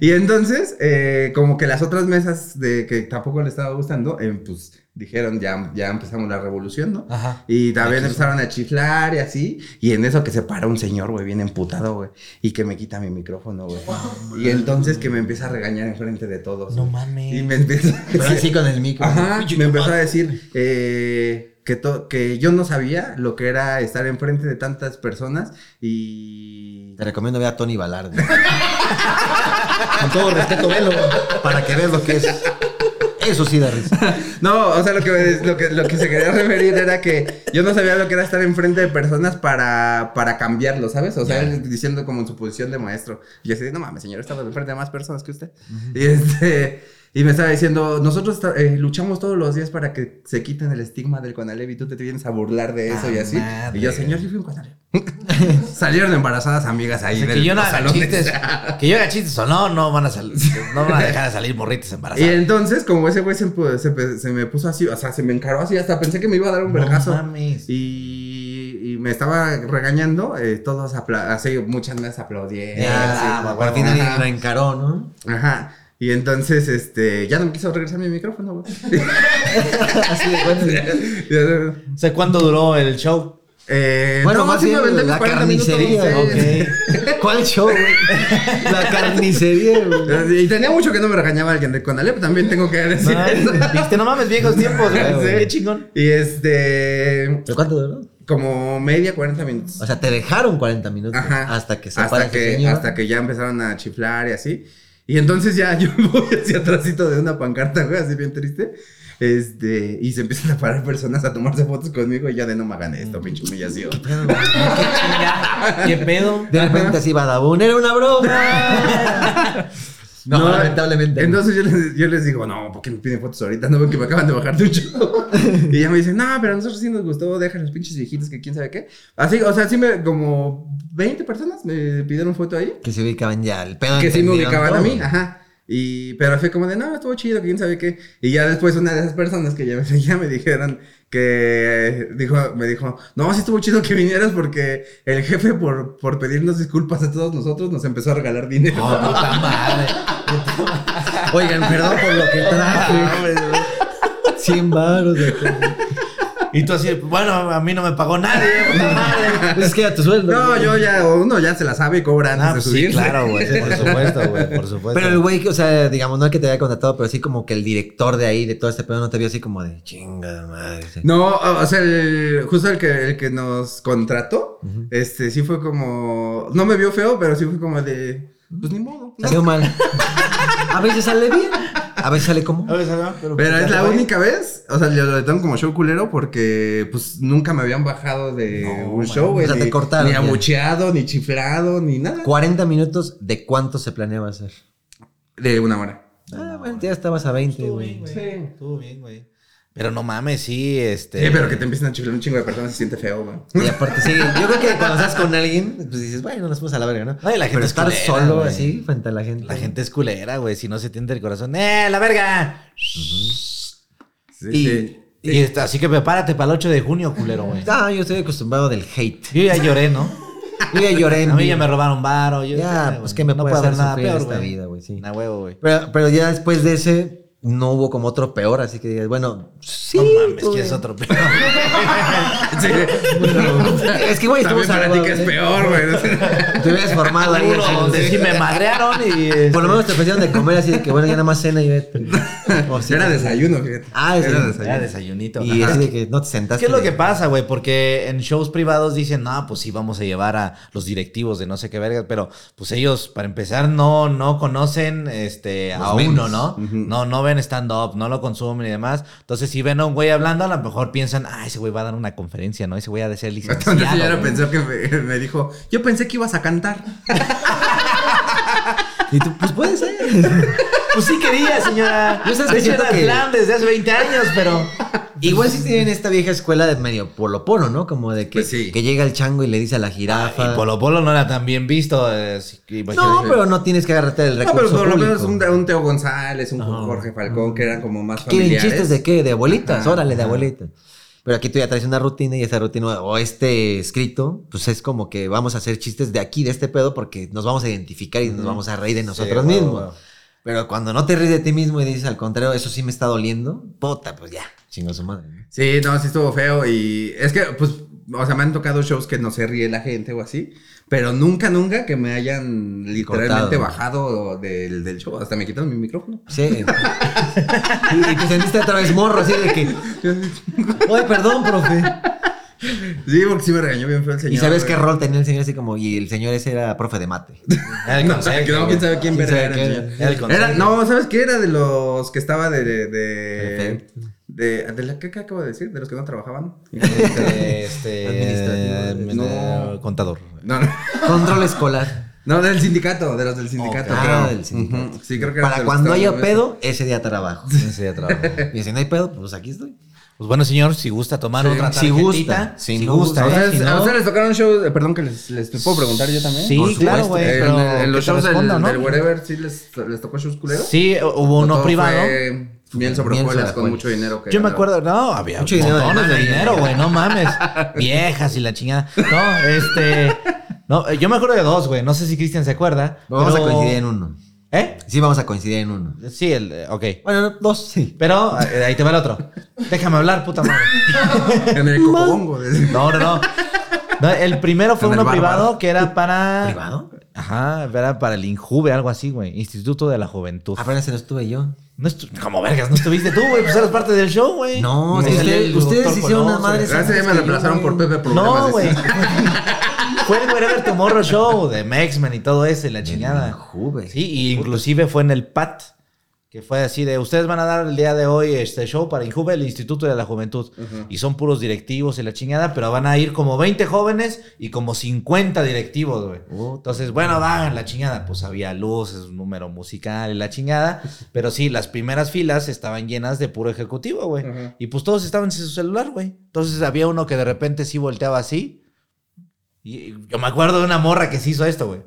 Speaker 3: Y entonces, eh, como que las otras mesas de que tampoco le estaba gustando, eh, pues dijeron, ya, ya empezamos la revolución, ¿no?
Speaker 1: Ajá.
Speaker 3: Y también empezaron a chiflar y así. Y en eso que se para un señor, güey, bien emputado, güey. Y que me quita mi micrófono, güey. Y entonces que me empieza a regañar enfrente de todos.
Speaker 1: No
Speaker 3: güey.
Speaker 1: mames.
Speaker 3: Y me empieza a
Speaker 2: Pero así con el micro.
Speaker 3: Ajá, me empezó a decir eh, que, to- que yo no sabía lo que era estar enfrente de tantas personas y...
Speaker 2: Te recomiendo ver a Tony Ballard. güey. Con todo respeto, velo. Para que veas lo que es. Eso sí da risa.
Speaker 3: No, o sea, lo que, me- lo que, lo que se quería referir era que yo no sabía lo que era estar enfrente de personas para, para cambiarlo, ¿sabes? O sea, él diciendo como en su posición de maestro. Y yo así, de, no mames, señor, estaba enfrente de más personas que usted. Y este... Y me estaba diciendo, nosotros ta- eh, luchamos todos los días para que se quiten el estigma del Conalep y tú te vienes a burlar de eso y
Speaker 1: Ah,
Speaker 3: así.
Speaker 1: madre.
Speaker 3: Y yo, señor, yo fui un Conalep. Salieron embarazadas amigas ahí.
Speaker 1: O sea,
Speaker 3: del
Speaker 1: que yo no haga
Speaker 3: salón.
Speaker 1: chistes. Que yo haga chistes o no, no van a salir. No van a dejar de salir morritas
Speaker 3: Y
Speaker 1: embarazadas.
Speaker 3: entonces, como ese güey se, empu- se pe- se me puso así, o sea, se me encaró así, hasta pensé que me iba a dar un vergazo.
Speaker 1: No mames.
Speaker 3: y, y me estaba regañando, eh, todos apla- así, muchas más
Speaker 2: Eh,
Speaker 3: aplaudieron. así,
Speaker 2: Ya, ah,
Speaker 3: como-
Speaker 2: al final
Speaker 3: ajá,
Speaker 2: lo encaró, ¿no?
Speaker 3: ajá. Y entonces, este, ya no me quiso regresar mi micrófono, güey.
Speaker 2: Así de bueno.
Speaker 3: Ya no-
Speaker 1: O sea, ¿cuánto duró el show?
Speaker 3: Eh,
Speaker 2: Bueno,
Speaker 3: no,
Speaker 2: más
Speaker 3: sí me
Speaker 2: bien
Speaker 3: aventé mis
Speaker 2: pues, la
Speaker 3: 40 minutos,
Speaker 2: carnicería.
Speaker 3: sí.
Speaker 2: ok. ¿Cuál show, güey? La carnicería, güey.
Speaker 3: Y tenía mucho que no me regañaba alguien de Conalep, también tengo que decir eso.
Speaker 1: Viste, no mames, viejos tiempos, güey.
Speaker 3: Sí.
Speaker 1: Qué chingón.
Speaker 3: Y este,
Speaker 2: ¿Pero cuánto duró?
Speaker 3: como media, 40 minutos.
Speaker 2: O sea, te dejaron 40 minutos
Speaker 3: Ajá.
Speaker 2: hasta que se
Speaker 3: hasta que, hasta que ya empezaron a chiflar y así. Y entonces ya yo voy hacia atrásito de una pancarta, güey, así bien triste. Este, y se empiezan a parar personas a tomarse fotos conmigo y ya de no me hagan esto, pinche humillación.
Speaker 1: Qué pedo.
Speaker 2: De repente así, Badabun, era una broma. No, lamentablemente.
Speaker 3: Entonces yo les, yo les digo, no, ¿por qué me piden fotos ahorita? No ven que me acaban de bajar de un show. y ya me dicen, no, pero a nosotros sí nos gustó, dejan los pinches viejitos que quién sabe qué. Así, o sea, sí me, como 20 personas me pidieron foto ahí.
Speaker 2: Que se ubicaban ya el pedo.
Speaker 3: que sí me
Speaker 2: entendieron
Speaker 3: ubicaban a
Speaker 2: todo.
Speaker 3: mí, ajá. Y, pero fue como de, no, estuvo chido, quién sabe qué. Y ya después una de esas personas que ya me seguía me dijeron que, eh, dijo, me dijo, no, sí estuvo chido que vinieras porque el jefe por, por pedirnos disculpas a todos nosotros nos empezó a regalar dinero.
Speaker 1: Oh, puta madre.
Speaker 2: Oigan, perdón por lo que
Speaker 1: Ah,
Speaker 2: traje. 100 baros. de-
Speaker 1: Y tú así, bueno, a mí no me pagó nadie, puta madre.
Speaker 2: Pues Es que a tu sueldo.
Speaker 3: No,
Speaker 2: güey.
Speaker 3: yo ya, uno ya se la sabe y cobra antes
Speaker 1: Ah,
Speaker 3: de
Speaker 1: pues sí,
Speaker 3: subirse.
Speaker 1: claro, güey. Por supuesto, güey. Por supuesto.
Speaker 2: Pero el güey, que, o sea, digamos, no que te haya contratado, pero sí como que el director de ahí, de todo este pedo, no te vio así como de chinga madre. sí.
Speaker 3: No, o sea, el- justo el que, el que nos contrató,
Speaker 2: Ujú.
Speaker 3: este, sí fue como, no me vio feo, pero sí fue como de, pues ni modo. ¿no?
Speaker 2: Salió mal. A veces sale bien, a veces sale como.
Speaker 1: A ver, salga, pero,
Speaker 3: Pero es la única vez, o sea, lo tengo como show culero porque pues nunca me habían bajado de
Speaker 1: No,
Speaker 3: un
Speaker 1: man.
Speaker 3: show, güey.
Speaker 2: O sea, te
Speaker 3: ni-
Speaker 2: cortaron,
Speaker 3: Ni
Speaker 2: ya.
Speaker 3: amucheado, ni chiflado, ni nada.
Speaker 2: 40 minutos, ¿de cuánto se planeaba hacer?
Speaker 3: De una hora.
Speaker 2: Ah, bueno, ya estabas a 20,
Speaker 1: Estuvo bien,
Speaker 2: güey.
Speaker 1: güey.
Speaker 3: Sí.
Speaker 1: Estuvo bien, güey. Pero no mames, sí,
Speaker 3: Sí,
Speaker 1: este.
Speaker 3: pero que te empiecen a chiflar un chingo de personas se siente feo, güey.
Speaker 2: Y aparte, sí, yo creo que cuando estás con alguien, pues dices, bueno, nos fuimos a la verga, ¿no?
Speaker 1: Ay, la gente
Speaker 2: Pero
Speaker 1: es
Speaker 2: estar
Speaker 1: culera,
Speaker 2: solo
Speaker 1: güey.
Speaker 2: así frente a la gente.
Speaker 1: La gente es culera, güey. Si no se tiende el corazón. ¡Eh, la verga!
Speaker 3: Sí,
Speaker 2: Y-
Speaker 3: sí.
Speaker 1: Y está- así que prepárate para el 8 de junio, culero, güey.
Speaker 2: Ah, yo estoy acostumbrado del hate.
Speaker 1: Yo ya lloré, ¿no?
Speaker 2: Yo ya lloré. en
Speaker 1: A mí
Speaker 2: vivo.
Speaker 1: ya me robaron varo. Yo,
Speaker 2: Ya,
Speaker 1: güey,
Speaker 2: pues, ¿qué me puede
Speaker 1: puedo
Speaker 2: hacer sufrir esta vida, güey, sí.
Speaker 1: Una huevo, güey.
Speaker 2: Pero, pero ya después de ese, no hubo como otro peor, así que digas, bueno, sí.
Speaker 1: No mames,
Speaker 2: tuve.
Speaker 1: quieres otro pedo.
Speaker 3: Sí.
Speaker 2: Es que, güey,
Speaker 3: También
Speaker 2: estamos
Speaker 3: para ti que es
Speaker 2: salvados, ¿eh?
Speaker 3: peor, güey.
Speaker 2: Te hubieras formado ahí.
Speaker 1: Uno
Speaker 2: así,
Speaker 1: donde
Speaker 2: sí.
Speaker 1: sí me madrearon y.
Speaker 2: Por
Speaker 1: este,
Speaker 2: lo menos te ofrecieron de comer, así de que, bueno, ya nada más cena y vete. O sea,
Speaker 3: Era desayuno, fíjate.
Speaker 2: Ah, desayuno.
Speaker 3: Era
Speaker 1: Era desayunito.
Speaker 2: Y
Speaker 1: Ajá.
Speaker 2: así de que no te sentaste.
Speaker 1: ¿Qué es lo que
Speaker 2: de-
Speaker 1: pasa, güey? Porque en shows privados dicen, no, pues sí, vamos a llevar a los directivos de no sé qué vergas, pero pues ellos, para empezar, no, no conocen este, a
Speaker 2: Los menús.
Speaker 1: uno, ¿no? No, no ven stand-up, no lo consumen y demás. Entonces, si ven a un güey hablando, a lo mejor piensan, ah, ese güey va a dar una conferencia, ¿no? Ese güey ha de ser
Speaker 3: Hasta una
Speaker 1: licenciado.
Speaker 3: señora
Speaker 1: güey".
Speaker 3: pensó que me, me dijo, yo pensé que ibas a cantar.
Speaker 2: Y tú, pues puede ser.
Speaker 1: Pues sí quería, señora.
Speaker 2: Yo sabes
Speaker 1: De
Speaker 2: que
Speaker 1: hecho,
Speaker 2: siento
Speaker 1: era
Speaker 2: que-
Speaker 1: plan desde hace 20 años, pero...
Speaker 2: Igual sí tienen esta vieja escuela de medio polo-polo, ¿no? Como de que,
Speaker 3: Pues sí. Ah,
Speaker 2: que llega el chango y le dice a la jirafa.
Speaker 1: Y Polo Polo no era tan bien visto. eh, sí,
Speaker 2: no,
Speaker 1: imagínate.
Speaker 2: pero no tienes que agarrarte del
Speaker 3: No,
Speaker 2: recurso
Speaker 3: pero por lo menos un,
Speaker 2: público.
Speaker 3: un Teo González, un
Speaker 2: Ajá.
Speaker 3: Jorge Falcón, que eran como más
Speaker 2: ¿Quieren
Speaker 3: familiares.
Speaker 2: chistes de qué? De abuelitas,
Speaker 3: Ajá,
Speaker 2: órale, de
Speaker 3: ajá.
Speaker 2: abuelitas. Pero aquí tú ya traes una rutina y esa rutina o este escrito, pues es como que vamos a hacer chistes de aquí, de este pedo, porque nos vamos a identificar y nos vamos a reír de nosotros
Speaker 1: Sí,
Speaker 2: mismos.
Speaker 1: huevo.
Speaker 2: Pero cuando no te ríes de ti mismo y dices al contrario, eso sí me está doliendo, puta, pues ya, chingo su madre. ¿no?
Speaker 3: Sí, no, sí estuvo feo y es que, pues, o sea, me han tocado shows que no se ríe la gente o así, pero nunca, nunca que me hayan literalmente
Speaker 2: Cortado.
Speaker 3: bajado del, del show. Hasta me quitaron mi micrófono.
Speaker 2: Sí. y, y te sentiste otra vez morro, así de que, oye, perdón, profe.
Speaker 3: Sí, porque sí me regañó bien feo el señor.
Speaker 2: Y sabes
Speaker 3: güey.
Speaker 2: qué rol tenía el señor así como, y el señor ese era profe de mate.
Speaker 1: Era el
Speaker 3: No, sabe que
Speaker 1: concepto,
Speaker 3: no, quién sabe quién
Speaker 2: ¿Quién
Speaker 3: verga
Speaker 2: sabe
Speaker 3: era el señor.
Speaker 2: qué
Speaker 1: güey. Era el
Speaker 3: Era-
Speaker 1: concepto.
Speaker 3: no, ¿sabes qué? Era de los que estaba de... de, de,
Speaker 2: Perfecto.
Speaker 3: de, de la, ¿Qué qué acabo de decir? De los que no trabajaban.
Speaker 1: Este, este,
Speaker 2: Administrativo,
Speaker 1: eh,
Speaker 3: no.
Speaker 1: contador.
Speaker 3: No, no.
Speaker 2: Control escolar.
Speaker 3: No, del sindicato, de los del sindicato.
Speaker 2: Ok.
Speaker 3: creo.
Speaker 2: Ah, del sindicato.
Speaker 3: Ujú, Sí, creo que
Speaker 2: Para cuando haya pedo, ese día trabajo.
Speaker 1: Ese día trabajo.
Speaker 2: Y si no hay pedo, pues aquí estoy.
Speaker 1: Pues bueno, señor, si gusta tomar
Speaker 3: Sí,
Speaker 1: otra
Speaker 2: si
Speaker 1: tarjetita.
Speaker 2: gusta, si
Speaker 3: A
Speaker 2: no gusta,
Speaker 1: ¿eh?
Speaker 3: ustedes,
Speaker 1: Si
Speaker 3: a
Speaker 1: no-
Speaker 3: ustedes les tocaron shows, eh, perdón que les, les puedo preguntar yo también.
Speaker 1: Sí,
Speaker 2: Por supuesto.
Speaker 1: claro, güey.
Speaker 3: Eh,
Speaker 1: pero
Speaker 3: en, en los
Speaker 1: que te
Speaker 3: shows del,
Speaker 1: responda, ¿no?
Speaker 3: del wherever sí les, les tocó shows culeros.
Speaker 1: Sí, hubo uno
Speaker 3: Todo
Speaker 1: privado.
Speaker 3: fue Miel sobre
Speaker 2: Miel
Speaker 3: hojuelas
Speaker 2: sobre
Speaker 3: con
Speaker 2: hojuelas.
Speaker 3: mucho dinero. que
Speaker 1: Yo me
Speaker 3: ganaron.
Speaker 1: acuerdo, no, había
Speaker 2: Mucho dinero de
Speaker 1: montones de
Speaker 2: madre.
Speaker 1: dinero, güey, no mames. Viejas y la chingada. No, este. No, eh, yo me acuerdo de dos, güey. No sé si Cristian se acuerda.
Speaker 2: Vamos
Speaker 1: pero-
Speaker 2: a coincidir en uno.
Speaker 1: ¿Eh?
Speaker 2: Sí, vamos a coincidir en uno.
Speaker 1: Sí, el. eh, Ok.
Speaker 2: Bueno, no, dos, sí.
Speaker 1: Pero eh, ahí te va el otro. Déjame hablar, puta madre.
Speaker 3: En el cocobongo. de-
Speaker 1: No, no, no. No, el primero fue
Speaker 3: En el
Speaker 1: uno
Speaker 3: bar,
Speaker 1: privado
Speaker 3: bar.
Speaker 1: que era para.
Speaker 2: ¿Privado?
Speaker 1: Ajá, era para el Injuve, algo así, güey. Instituto de la Juventud.
Speaker 2: Apenas se lo estuve yo.
Speaker 1: No estu- como vergas, no estuviste tú, güey. Pues eras parte del show, güey.
Speaker 2: No,
Speaker 1: Me
Speaker 2: sí,
Speaker 1: salió
Speaker 2: ustedes-
Speaker 1: el
Speaker 2: ustedes
Speaker 1: doctor
Speaker 2: hicieron una
Speaker 1: Conoce.
Speaker 2: madre
Speaker 3: Gracias, ya me reemplazaron por Pepe Problemas.
Speaker 1: No,
Speaker 3: de-
Speaker 1: güey. Fue el Wherever Tomorrow Show de Mexman y todo eso, y la
Speaker 2: El
Speaker 1: chingada.
Speaker 2: Juve.
Speaker 1: Pues Sí, y inclusive fue en el PAT, que fue así de, ustedes van a dar el día de hoy este show para Injuve, el Instituto de la Juventud. Y son puros directivos y la chingada, pero van a ir como 20 jóvenes y como 50 directivos, güey. Entonces, bueno, va, la chingada. Pues había luces, un número musical y la chingada. Pero sí, las primeras filas estaban llenas de puro ejecutivo, güey.
Speaker 3: Ajá.
Speaker 1: Y pues todos estaban en su celular, güey. Entonces había uno que de repente sí volteaba así. Y y yo me acuerdo de una morra que sí hizo esto, güey.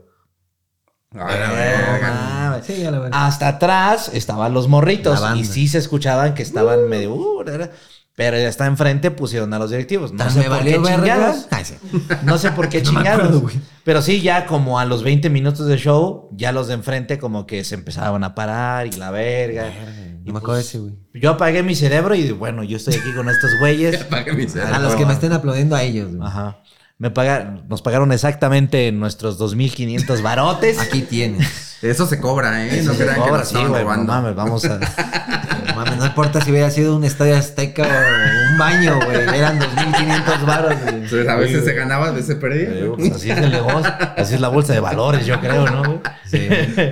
Speaker 3: A ver, a ver,
Speaker 1: No
Speaker 3: hagan-
Speaker 1: mames.
Speaker 2: Sí, ya la verdad.
Speaker 1: Hasta atrás estaban los morritos
Speaker 2: La banda.
Speaker 1: y sí se escuchaban que estaban medio. uh, ra, ra. pero ya está enfrente, pusieron a los directivos. No
Speaker 2: Tan
Speaker 1: sé
Speaker 2: me
Speaker 1: por qué
Speaker 2: valió verga.
Speaker 1: chingados.
Speaker 2: Ay, sí.
Speaker 1: No sé por qué
Speaker 2: No me
Speaker 1: chingados.
Speaker 2: acuerdo, güey.
Speaker 1: pero sí, ya como a los 20 minutos de show, ya los de enfrente como que se empezaban a parar y la verga. pues,
Speaker 2: No me acuerdo de ese, güey.
Speaker 1: Yo apagué mi cerebro y bueno, yo estoy aquí con estos güeyes.
Speaker 3: Para que me hicieran.
Speaker 2: A los que me estén aplaudiendo a ellos, güey.
Speaker 1: Ajá. Me pagaron, nos pagaron exactamente nuestros 2.500 barotes.
Speaker 2: Aquí tienes.
Speaker 3: Eso se cobra, ¿eh?
Speaker 1: Eso
Speaker 3: no
Speaker 1: se
Speaker 3: crean que
Speaker 1: cobra,
Speaker 3: nos
Speaker 1: sí,
Speaker 3: estaban
Speaker 1: güey, no
Speaker 3: robando.
Speaker 1: mames, vamos a...
Speaker 2: No mames, no importa si hubiera sido un estadio azteca o un baño, güey. Eran 2.500 baros, güey.
Speaker 3: Entonces, a veces se ganaba, a veces perdía.
Speaker 1: Pero, pues, así es el negocio, así es la bolsa de valores, yo creo, ¿no? güey?
Speaker 2: Sí.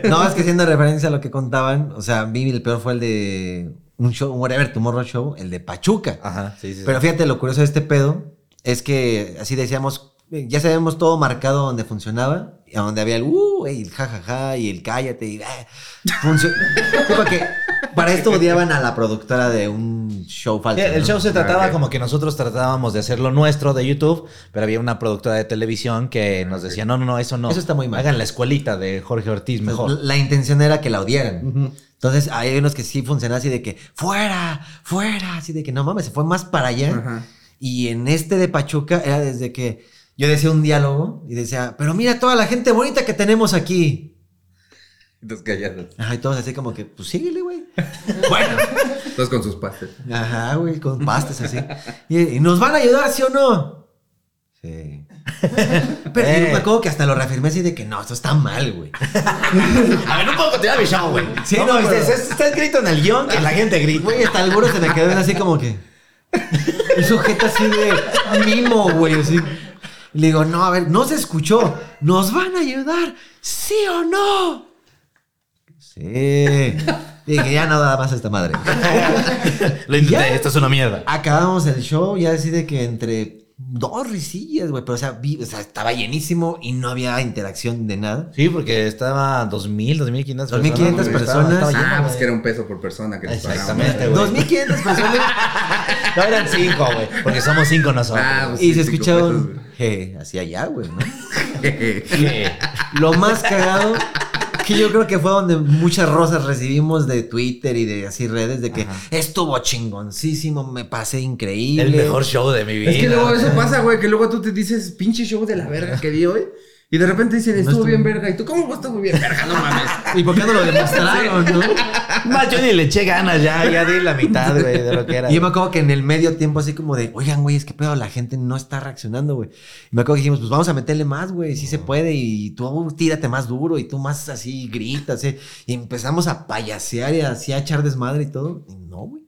Speaker 2: No, es que siendo referencia a lo que contaban, o sea, a mí el peor fue el de un show, un Whatever Tomorrow Show, el de Pachuca.
Speaker 1: Ajá, Ah, sí, sí.
Speaker 2: Pero fíjate, lo curioso de este pedo es que así decíamos, eh, ya sabemos todo marcado donde funcionaba, y a donde había el uh, y el jajaja, y el cállate, y ah, funcio- Como que para esto odiaban a la productora de un show falso.
Speaker 1: Sí, el
Speaker 2: ¿no?
Speaker 1: show se
Speaker 3: Ah,
Speaker 1: trataba
Speaker 3: ok.
Speaker 1: como que nosotros tratábamos de hacer lo nuestro de YouTube, pero había una productora de televisión que nos decía, no, no, no, eso no.
Speaker 2: Eso está muy mal.
Speaker 1: Hagan la escuelita de Jorge Ortiz mejor.
Speaker 2: La intención era que la odiaran. Entonces, hay unos que sí funcionaban así de que, fuera, fuera, así de que no mames, se fue más para allá.
Speaker 3: Ajá.
Speaker 2: Y en este de Pachuca era desde que yo decía un diálogo y decía, pero mira toda la gente bonita que tenemos aquí.
Speaker 3: Entonces callados.
Speaker 2: Ajá, y todos así como que, pues síguele, güey. bueno.
Speaker 3: Entonces con sus pases.
Speaker 2: Ajá, güey, con pastes así. Y, y nos van a ayudar, ¿sí o no? Sí. Pero yo
Speaker 1: Eh.
Speaker 2: me acuerdo que hasta lo reafirmé así de que no, esto está mal, güey.
Speaker 1: A ver, no puedo continuar mi show, güey.
Speaker 2: Sí,
Speaker 1: no,
Speaker 2: no,
Speaker 1: mames,
Speaker 2: pero-
Speaker 1: está- está escrito en el guión que la gente grita.
Speaker 2: Güey, hasta el burro se me quedó así como que. Y su jeta así de mimo, güey, así. Y le digo, no, a ver, no se escuchó. ¿Nos van a ayudar? ¿Sí o no? Sí. Y dije, ya no da más esta madre.
Speaker 1: Lo
Speaker 2: ¿Ya?
Speaker 1: intenté, esto es una mierda.
Speaker 2: Acabamos el show, ya así de que entre dos risillas, güey. Pero, o sea, vi- o sea, estaba llenísimo y no había interacción de nada.
Speaker 1: Sí, porque estaba 2000, 2500
Speaker 2: 2,500
Speaker 1: güey, estaba-
Speaker 2: personas.
Speaker 1: estaba lleno,
Speaker 3: Ah, pues
Speaker 1: güey.
Speaker 3: que era un peso por persona que les
Speaker 1: Exactamente,
Speaker 3: pagaban.
Speaker 1: güey.
Speaker 2: 2.500 personas.
Speaker 1: No eran cinco, güey, porque somos cinco nosotros.
Speaker 3: Ah, pues
Speaker 2: Y
Speaker 3: sí,
Speaker 2: se
Speaker 3: cinco
Speaker 2: escuchaba un...
Speaker 3: pesos,
Speaker 2: "Je", hacia allá, güey, ¿no?
Speaker 3: güey.
Speaker 2: Lo más cagado que yo creo que fue donde muchas rosas recibimos de Twitter y de así redes de que estuvo chingoncísimo, me pasé increíble.
Speaker 1: El mejor show de mi vida.
Speaker 3: Es que luego eso pasa, güey, que luego tú te dices, pinche show de la verga que vi hoy. Y de repente dicen, estuvo bien verga. Y tú, ¿cómo estuvo bien verga? No mames.
Speaker 2: ¿Y por qué no lo demostraron, no?
Speaker 1: Más, yo ni le eché ganas ya, ya di la mitad, güey, de lo que era.
Speaker 2: Y yo me acuerdo que en el medio tiempo así como de, oigan, güey, es que pedo, la gente no está reaccionando, güey. Y me acuerdo que dijimos, pues vamos a meterle más, güey, si se puede. Y tú tírate más duro y tú más así gritas. ¿eh? Y empezamos a payasear y así a echar desmadre y todo. Y no, güey.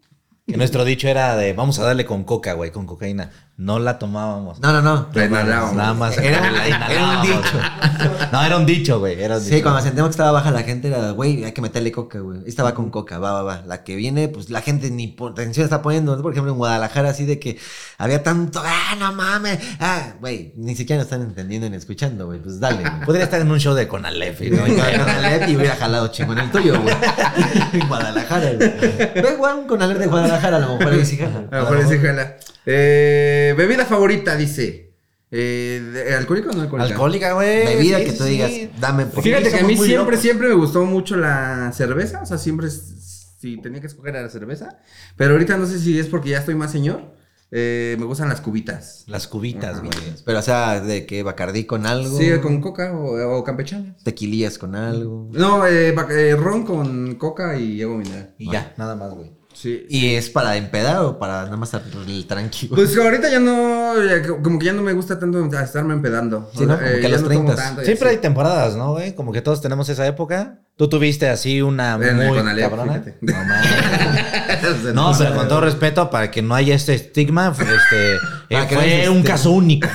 Speaker 1: Que nuestro dicho era de, vamos a darle con coca, güey, con cocaína. No la tomábamos.
Speaker 2: No, no, no.
Speaker 3: La inhalábamos.
Speaker 1: Nada más.
Speaker 2: Era-
Speaker 1: la
Speaker 2: era un
Speaker 1: inhalábamos.
Speaker 2: dicho.
Speaker 1: No, era un dicho, güey. Era un
Speaker 2: Sí,
Speaker 1: dicho.
Speaker 2: cuando sentimos que estaba baja la gente era, güey, hay que meterle coca, güey. Esta va con coca, va, va, va. La que viene, pues la gente ni po- atención está poniendo. ¿no? Por ejemplo, en Guadalajara, así de que había tanto, ah, no mames, ah, güey, ni siquiera nos están entendiendo ni escuchando, güey. Pues dale, güey.
Speaker 1: Podría estar en un show de Conalep. y no,
Speaker 2: Yo iba
Speaker 1: ya-
Speaker 2: con Alep y hubiera jalado chingón el tuyo, güey. En Guadalajara, güey. Ve, güey, con Alep de Guadalajara, a lo mejor ahí sí jala.
Speaker 3: A lo mejor les dije, "Ala". Eh, bebida favorita, dice. Eh, de- ¿Alcohólica o no alcohólica?
Speaker 1: Alcohólica, güey.
Speaker 2: Bebida
Speaker 1: sí,
Speaker 2: que tú
Speaker 1: sí.
Speaker 2: digas, dame por
Speaker 3: Fíjate
Speaker 1: Sí,
Speaker 3: que a
Speaker 1: somos
Speaker 3: mí
Speaker 1: muy
Speaker 3: siempre,
Speaker 1: locos.
Speaker 3: siempre me gustó mucho la cerveza. O sea, siempre s- si tenía que escoger era la cerveza. Pero ahorita no sé si es porque ya estoy más señor. eh, me gustan las cubitas.
Speaker 1: Las cubitas, güey.
Speaker 2: Pero, o sea, de que Bacardí con algo.
Speaker 3: Sí, con coca o, o campechanas.
Speaker 2: Tequilías con algo.
Speaker 3: No, eh, ba- eh, ron con coca y agua mineral.
Speaker 2: Eh,
Speaker 1: Y ya, nada más, güey.
Speaker 3: Sí.
Speaker 2: ¿Y es para empedar o para nada más estar tranquilo?
Speaker 3: Pues ahorita ya no, ya co- como que ya no me gusta tanto estarme empedando. eh,
Speaker 2: Sí, ¿no? Como que a
Speaker 3: ya
Speaker 2: los
Speaker 3: no tomo
Speaker 2: 30.
Speaker 3: tanto y
Speaker 1: Siempre hay
Speaker 3: así.
Speaker 1: temporadas, ¿no, güey? Como que todos tenemos esa época. Tú tuviste así una
Speaker 2: Eh,
Speaker 3: En el
Speaker 1: muy
Speaker 3: Conalep,
Speaker 1: cabrona.
Speaker 3: fíjate.
Speaker 1: No, mames. No, pero con todo respeto, para que no haya este estigma, fue, este,
Speaker 2: Para
Speaker 1: eh,
Speaker 2: que no haya este
Speaker 1: fue
Speaker 2: ese
Speaker 1: un
Speaker 2: estigma.
Speaker 1: caso único.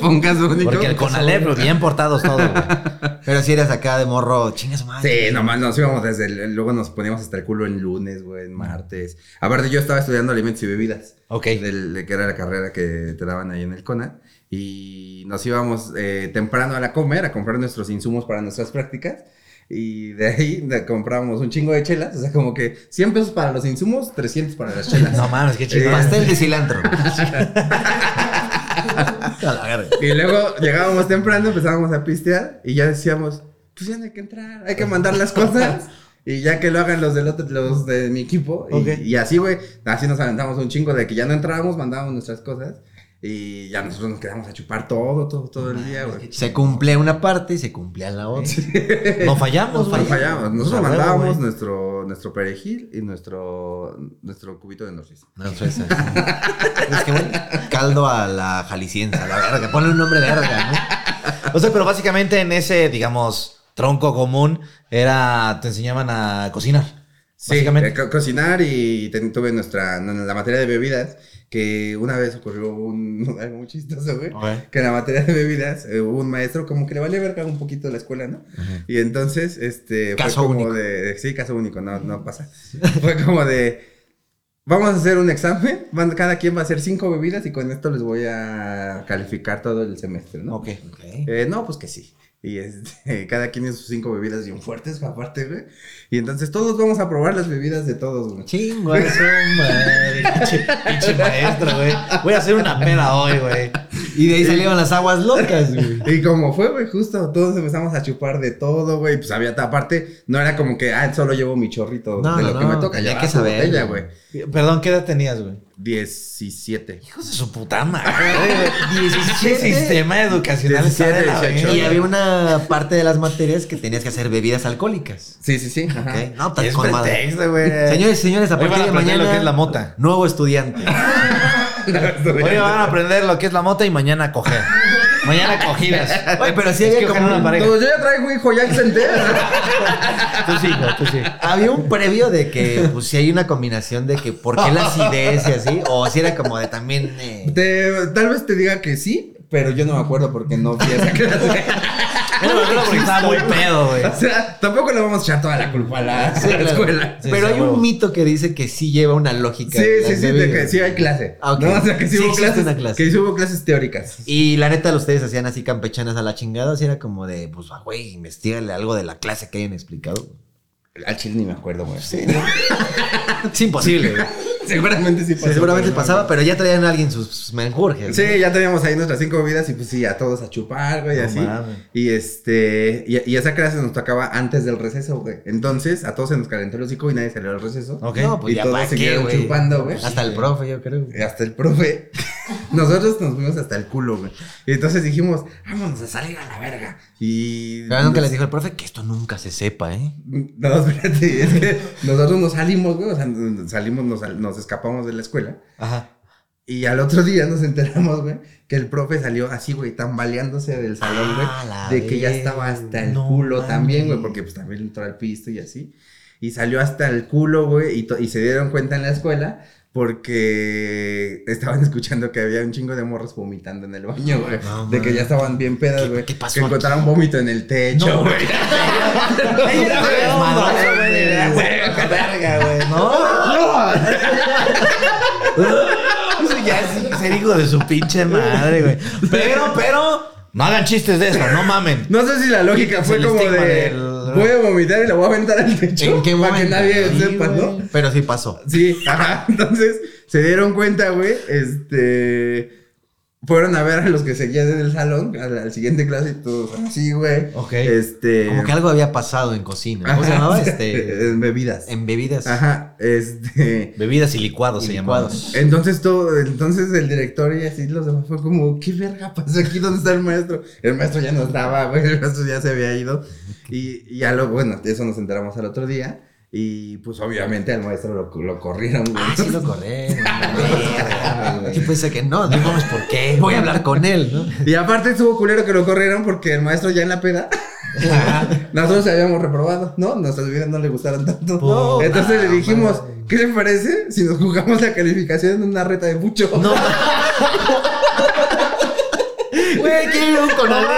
Speaker 3: Fue un caso único.
Speaker 1: Porque el Conalep, bien portados todos, güey.
Speaker 2: Pero si eras acá de morro, chingas madre.
Speaker 3: Sí, nomás nos íbamos desde el- luego nos poníamos hasta el culo en lunes, güey, en martes. Aparte yo estaba estudiando alimentos y bebidas.
Speaker 1: Ok.
Speaker 3: del- de que era la carrera que te daban ahí en el CONA. Y nos íbamos eh, temprano a la comer a comprar nuestros insumos para nuestras prácticas. Y de ahí de- comprábamos un chingo de chelas. O sea, como que 100 pesos para los insumos, 300 para las chelas.
Speaker 1: No mames, qué
Speaker 2: El
Speaker 1: chido.
Speaker 2: Pastel de cilantro. A la verga.
Speaker 3: Y luego llegábamos temprano, empezábamos a pistear. Y ya decíamos, pues ya no hay que entrar, hay que mandar las cosas. Y ya que lo hagan los del otro, los de mi equipo. Y,
Speaker 1: Ok.
Speaker 3: y así, güey, así nos aventamos un chingo de que ya no entrábamos, mandábamos nuestras cosas. Y ya nosotros nos quedamos a chupar todo, todo, todo el día, güey.
Speaker 2: Se cumplía una parte y se cumplía la otra.
Speaker 1: No fallamos,
Speaker 3: Nos
Speaker 1: güey.
Speaker 3: fallamos. Nosotros
Speaker 1: A huevo,
Speaker 3: mandábamos
Speaker 1: güey.
Speaker 3: nuestro, nuestro perejil y nuestro, nuestro cubito de norris.
Speaker 2: No, eso es. Es que bueno, caldo a la jalisciense, a la verga. Ponle un nombre verga, ¿no?
Speaker 1: O sea, pero básicamente en ese, digamos, tronco común, era, te enseñaban a cocinar.
Speaker 3: eh,
Speaker 1: básicamente.
Speaker 3: co- cocinar y ten- tuve nuestra, la materia de bebidas, que una vez ocurrió un, algo muy chistoso, güey.
Speaker 1: Ok.
Speaker 3: que en la materia de bebidas eh, hubo un maestro como que le valía verga un poquito la escuela, ¿no? Y entonces, este,
Speaker 2: Caso
Speaker 3: fue como
Speaker 2: único.
Speaker 3: de, de- sí, caso único, no, no pasa. fue como de, vamos a hacer un examen, van- cada quien va a hacer cinco bebidas y con esto les voy a calificar todo el semestre, ¿no?
Speaker 1: Ok.
Speaker 2: Ok.
Speaker 3: Eh, no, pues que sí. Y este, cada quien hizo sus cinco bebidas bien fuertes, aparte, güey. Y entonces todos vamos a probar las bebidas de todos, güey.
Speaker 2: Chingo a su madre.
Speaker 1: Pues, Pinche pinche maestro, güey. Voy a hacer una peda hoy, güey.
Speaker 2: Y de ahí salieron las aguas locas, güey.
Speaker 3: Y como fue, güey, justo, todos empezamos a chupar de todo, güey. Pues había, aparte, no era como que, ah, solo llevo mi chorrito
Speaker 2: No,
Speaker 3: de lo
Speaker 2: no,
Speaker 3: que
Speaker 2: no,
Speaker 3: me toca.
Speaker 2: tenía
Speaker 3: Ya
Speaker 2: que
Speaker 3: que
Speaker 2: saber,
Speaker 3: saber. Botella,
Speaker 2: güey.
Speaker 3: güey.
Speaker 1: Perdón, ¿qué edad tenías, güey?
Speaker 3: 17.
Speaker 1: Hijos de su puta madre. güey.
Speaker 2: 17.
Speaker 1: Ese sistema educacional está de la
Speaker 3: 17, 18.
Speaker 1: verga.
Speaker 2: Y había una parte de las materias que tenías que hacer bebidas alcohólicas.
Speaker 3: Sí, sí, sí. ajá.
Speaker 2: Ok. No, pues
Speaker 1: Es
Speaker 2: con madre.
Speaker 1: pretexto, güey.
Speaker 2: Señores, señores, a
Speaker 1: Hoy van
Speaker 2: partir
Speaker 1: a
Speaker 2: de
Speaker 1: aprender
Speaker 2: mañana.
Speaker 1: lo que es la mota.
Speaker 2: Nuevo estudiante.
Speaker 1: Hoy van a aprender lo que es la mota y mañana coger. Mañana cogidas.
Speaker 2: Oye, pero sí
Speaker 1: Es
Speaker 2: había
Speaker 1: que
Speaker 2: como
Speaker 1: ojalá una
Speaker 2: un-
Speaker 1: pareja.
Speaker 3: Entonces, Pues yo ya traigo hijo, ya senté.
Speaker 1: Tú sí, güey, tú sí.
Speaker 2: Había un previo de que, pues, si hay una combinación de que, ¿por qué la acidez y así? O si era como de también. eh,
Speaker 3: Te- tal vez te diga que sí, pero yo no me acuerdo porque no fui a esa clase.
Speaker 1: Yo no me acuerdo porque estaba muy pedo, güey.
Speaker 3: o sea, tampoco le vamos a echar toda la culpa a la,
Speaker 2: sí,
Speaker 3: a la
Speaker 2: claro.
Speaker 3: escuela.
Speaker 1: Sí,
Speaker 2: Pero
Speaker 1: sí,
Speaker 2: hay
Speaker 1: huevo.
Speaker 2: un mito que dice que sí lleva una lógica.
Speaker 3: Sí,
Speaker 2: las
Speaker 3: sí, sí, de
Speaker 2: bebidas.
Speaker 3: que sí hay clase.
Speaker 2: Ah, ok.
Speaker 3: No, o sea, que sí,
Speaker 2: Sí
Speaker 3: hubo
Speaker 2: existe
Speaker 3: clases,
Speaker 2: una clase.
Speaker 3: que sí hubo clases teóricas.
Speaker 2: Y la neta, ustedes hacían así campechanas a la chingada, así era como de, pues, ah, güey, investigale algo de la clase que hayan explicado.
Speaker 3: Al chile ni me acuerdo, güey.
Speaker 2: Es imposible. güey.
Speaker 3: Seguramente sí pasó.
Speaker 2: Pues, Seguramente
Speaker 3: pero no,
Speaker 2: pasaba, pero ya traían a alguien sus, sus menjurjes. ¿no?
Speaker 3: Sí, ya teníamos ahí nuestras cinco bebidas y pues sí, a todos a chupar, güey,
Speaker 1: No
Speaker 3: así.
Speaker 1: mames.
Speaker 3: Y este, y, y esa clase nos tocaba antes del receso, güey. Entonces, a todos se nos calentó el hocico y nadie salió al receso.
Speaker 1: Ok.
Speaker 2: No, pues
Speaker 3: Y
Speaker 2: ya
Speaker 3: todos
Speaker 2: pa' qué,
Speaker 3: siguieron
Speaker 2: güey. Eh,
Speaker 3: chupando, güey.
Speaker 2: Hasta el profe, yo creo.
Speaker 3: Y Hasta el profe. Nosotros nos fuimos hasta el culo, güey. Y entonces dijimos, vámonos a salir a la verga. Y.
Speaker 2: Pero nunca les dijo el profe que esto nunca se sepa, ¿eh?
Speaker 3: No, espérate, es que nosotros nos salimos, güey. O sea, nos salimos, nos, sal- nos escapamos de la escuela.
Speaker 1: Ajá.
Speaker 3: Y al otro día nos enteramos, güey, que el profe salió así, güey, tambaleándose del salón, güey.
Speaker 2: Ah, la
Speaker 3: de que ya
Speaker 2: verga.
Speaker 3: estaba hasta el
Speaker 1: No
Speaker 3: culo también, güey,
Speaker 1: mames.
Speaker 3: porque pues también entró al pisto y así. Y salió hasta el culo, güey, y, to- y se dieron cuenta en la escuela porque estaban escuchando que había un chingo de morros vomitando en el baño, güey.
Speaker 2: No
Speaker 3: de que ya
Speaker 2: mames.
Speaker 3: estaban bien pedas,
Speaker 2: ¿Qué-
Speaker 3: güey.
Speaker 2: qué pasó
Speaker 3: Que
Speaker 2: aquí?
Speaker 3: encontraron vómito en el techo, güey.
Speaker 1: Ey, era
Speaker 3: güey,
Speaker 1: desmadroso,
Speaker 3: no,
Speaker 1: güey, era,
Speaker 3: güey.
Speaker 1: güey, la verga, güey, ¿no? Eso ya es ser hijo de su pinche madre, güey. Pero, pero, no hagan chistes de eso, no mamen.
Speaker 3: No sé si la lógica fue
Speaker 1: el
Speaker 3: como de
Speaker 1: estigma del-
Speaker 3: voy a vomitar y la voy a aventar al techo
Speaker 2: ¿En qué
Speaker 3: para que
Speaker 2: momento?
Speaker 3: nadie
Speaker 2: Sí,
Speaker 3: sepa,
Speaker 2: güey.
Speaker 3: ¿no?
Speaker 2: Pero sí pasó.
Speaker 3: Sí, ajá. Entonces se dieron cuenta, güey. Este. Fueron a ver a los que seguían en el salón, a la, a la siguiente clase y todo. Así, güey.
Speaker 1: Ok.
Speaker 3: Este.
Speaker 2: Como que algo había pasado en cocina. ¿Cómo se
Speaker 3: ajá,
Speaker 2: llamaba? Este,
Speaker 3: En bebidas.
Speaker 2: en bebidas.
Speaker 3: Ajá. Este.
Speaker 1: Bebidas y licuados
Speaker 2: y
Speaker 1: se llamaban.
Speaker 2: licuados.
Speaker 3: Entonces todo, entonces el director y así los demás fue como, ¿qué verga pasó aquí? ¿Dónde está el maestro? El maestro ya no estaba, güey, el maestro ya se había ido. Y y ya lo, bueno, de eso nos enteramos al otro día. Y pues obviamente al maestro lo, lo corrieron, güey.
Speaker 2: Ah, sí lo corré. Yo pensé que no, no mames, ¿por qué? Voy a hablar con él, ¿no?
Speaker 3: Y aparte estuvo culero que lo corrieron porque el maestro ya en la peda. Nosotros habíamos reprobado, ¿no? Nuestras vidas no le gustaron tanto.
Speaker 2: No,
Speaker 3: Entonces
Speaker 2: no,
Speaker 3: le dijimos,
Speaker 2: madre.
Speaker 3: ¿qué le parece si nos jugamos la calificación en una reta de mucho?
Speaker 2: No. Güey, quiero ir a un Conalep.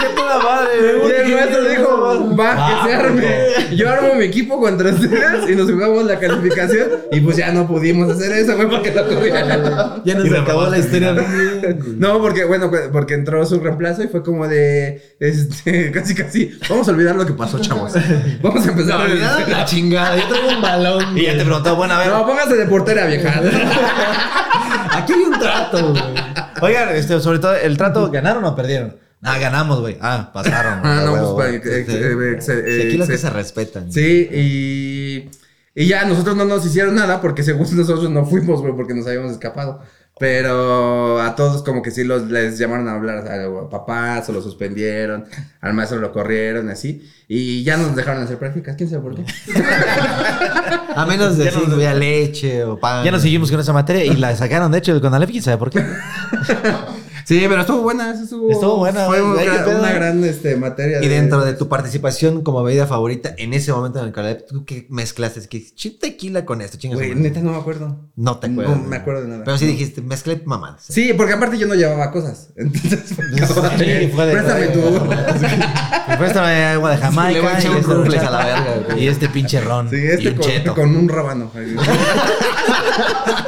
Speaker 2: Qué toda madre,
Speaker 3: Y el maestro dijo,
Speaker 2: Ah,
Speaker 3: va, que se arme. Yo armo mi equipo contra ustedes y nos jugamos la calificación. Y pues ya no pudimos hacer eso, güey, porque lo corrieron.
Speaker 2: Ya
Speaker 1: Y
Speaker 2: nos acabó
Speaker 1: reprobaste
Speaker 2: la historia.
Speaker 3: No, porque, bueno, cu- porque entró su reemplazo y fue como de, este, casi, casi, vamos a olvidar lo que pasó, chavos. Vamos a empezar a olvidar.
Speaker 2: La chingada, yo traigo un balón.
Speaker 1: Y ya te preguntó, bueno, a ver,
Speaker 3: No, póngase de portera, vieja.
Speaker 2: Aquí hay un trato, güey.
Speaker 1: Oigan, este, sobre todo, ¿el trato ganaron o perdieron? Ah, ganamos, güey. Ah, pasaron. güey,
Speaker 3: Ah,
Speaker 1: a
Speaker 3: no,
Speaker 1: huevo, güey.
Speaker 3: pues, para- eh,
Speaker 2: Sí.
Speaker 3: eh, eh, eh,
Speaker 2: Sí, aquí los
Speaker 3: eh,
Speaker 2: que se respetan.
Speaker 3: Sí, y, y ya nosotros no nos hicieron nada porque según nosotros no fuimos, güey, porque nos habíamos escapado. Pero a todos como que sí los, les llamaron a hablar a, a papás o lo suspendieron, al maestro lo corrieron, así. Y ya nos dejaron hacer prácticas, quién sabe por qué.
Speaker 2: A menos de
Speaker 1: Ya
Speaker 2: decir,
Speaker 1: nos-
Speaker 2: voy a leche o pan.
Speaker 1: Ya nos seguimos con esa materia y la sacaron, de hecho, del Conalep, ¿quién sabe por qué?
Speaker 3: Sí, pero estuvo buena, eso estuvo,
Speaker 1: Estuvo buena,
Speaker 3: Fue
Speaker 1: güey.
Speaker 3: un
Speaker 1: Ay, qué
Speaker 3: gran-
Speaker 1: pedo.
Speaker 3: una gran este, materia.
Speaker 2: Y dentro de tu participación como bebida favorita en ese momento en el Conalep, ¿tú qué mezclaste? ¿Qué chi- tequila con esto? Chingas.
Speaker 3: Güey,
Speaker 2: madre.
Speaker 3: neta no me acuerdo.
Speaker 2: No te acuerdas.
Speaker 3: No me acuerdo de nada.
Speaker 2: Pero sí dijiste, mezclé mamadas.
Speaker 3: Sí, porque aparte yo no llevaba cosas. Entonces, fue como de,
Speaker 1: Sí, fue de-
Speaker 3: préstame tu.
Speaker 1: Préstame eh, agua de Jamaica.
Speaker 2: Le voy a echar
Speaker 1: y
Speaker 2: un
Speaker 1: este-
Speaker 2: rufles a la verga, güey.
Speaker 1: Y este pinche ron.
Speaker 3: Sí, este
Speaker 1: y un
Speaker 3: con,
Speaker 1: cheto.
Speaker 3: con un rábano.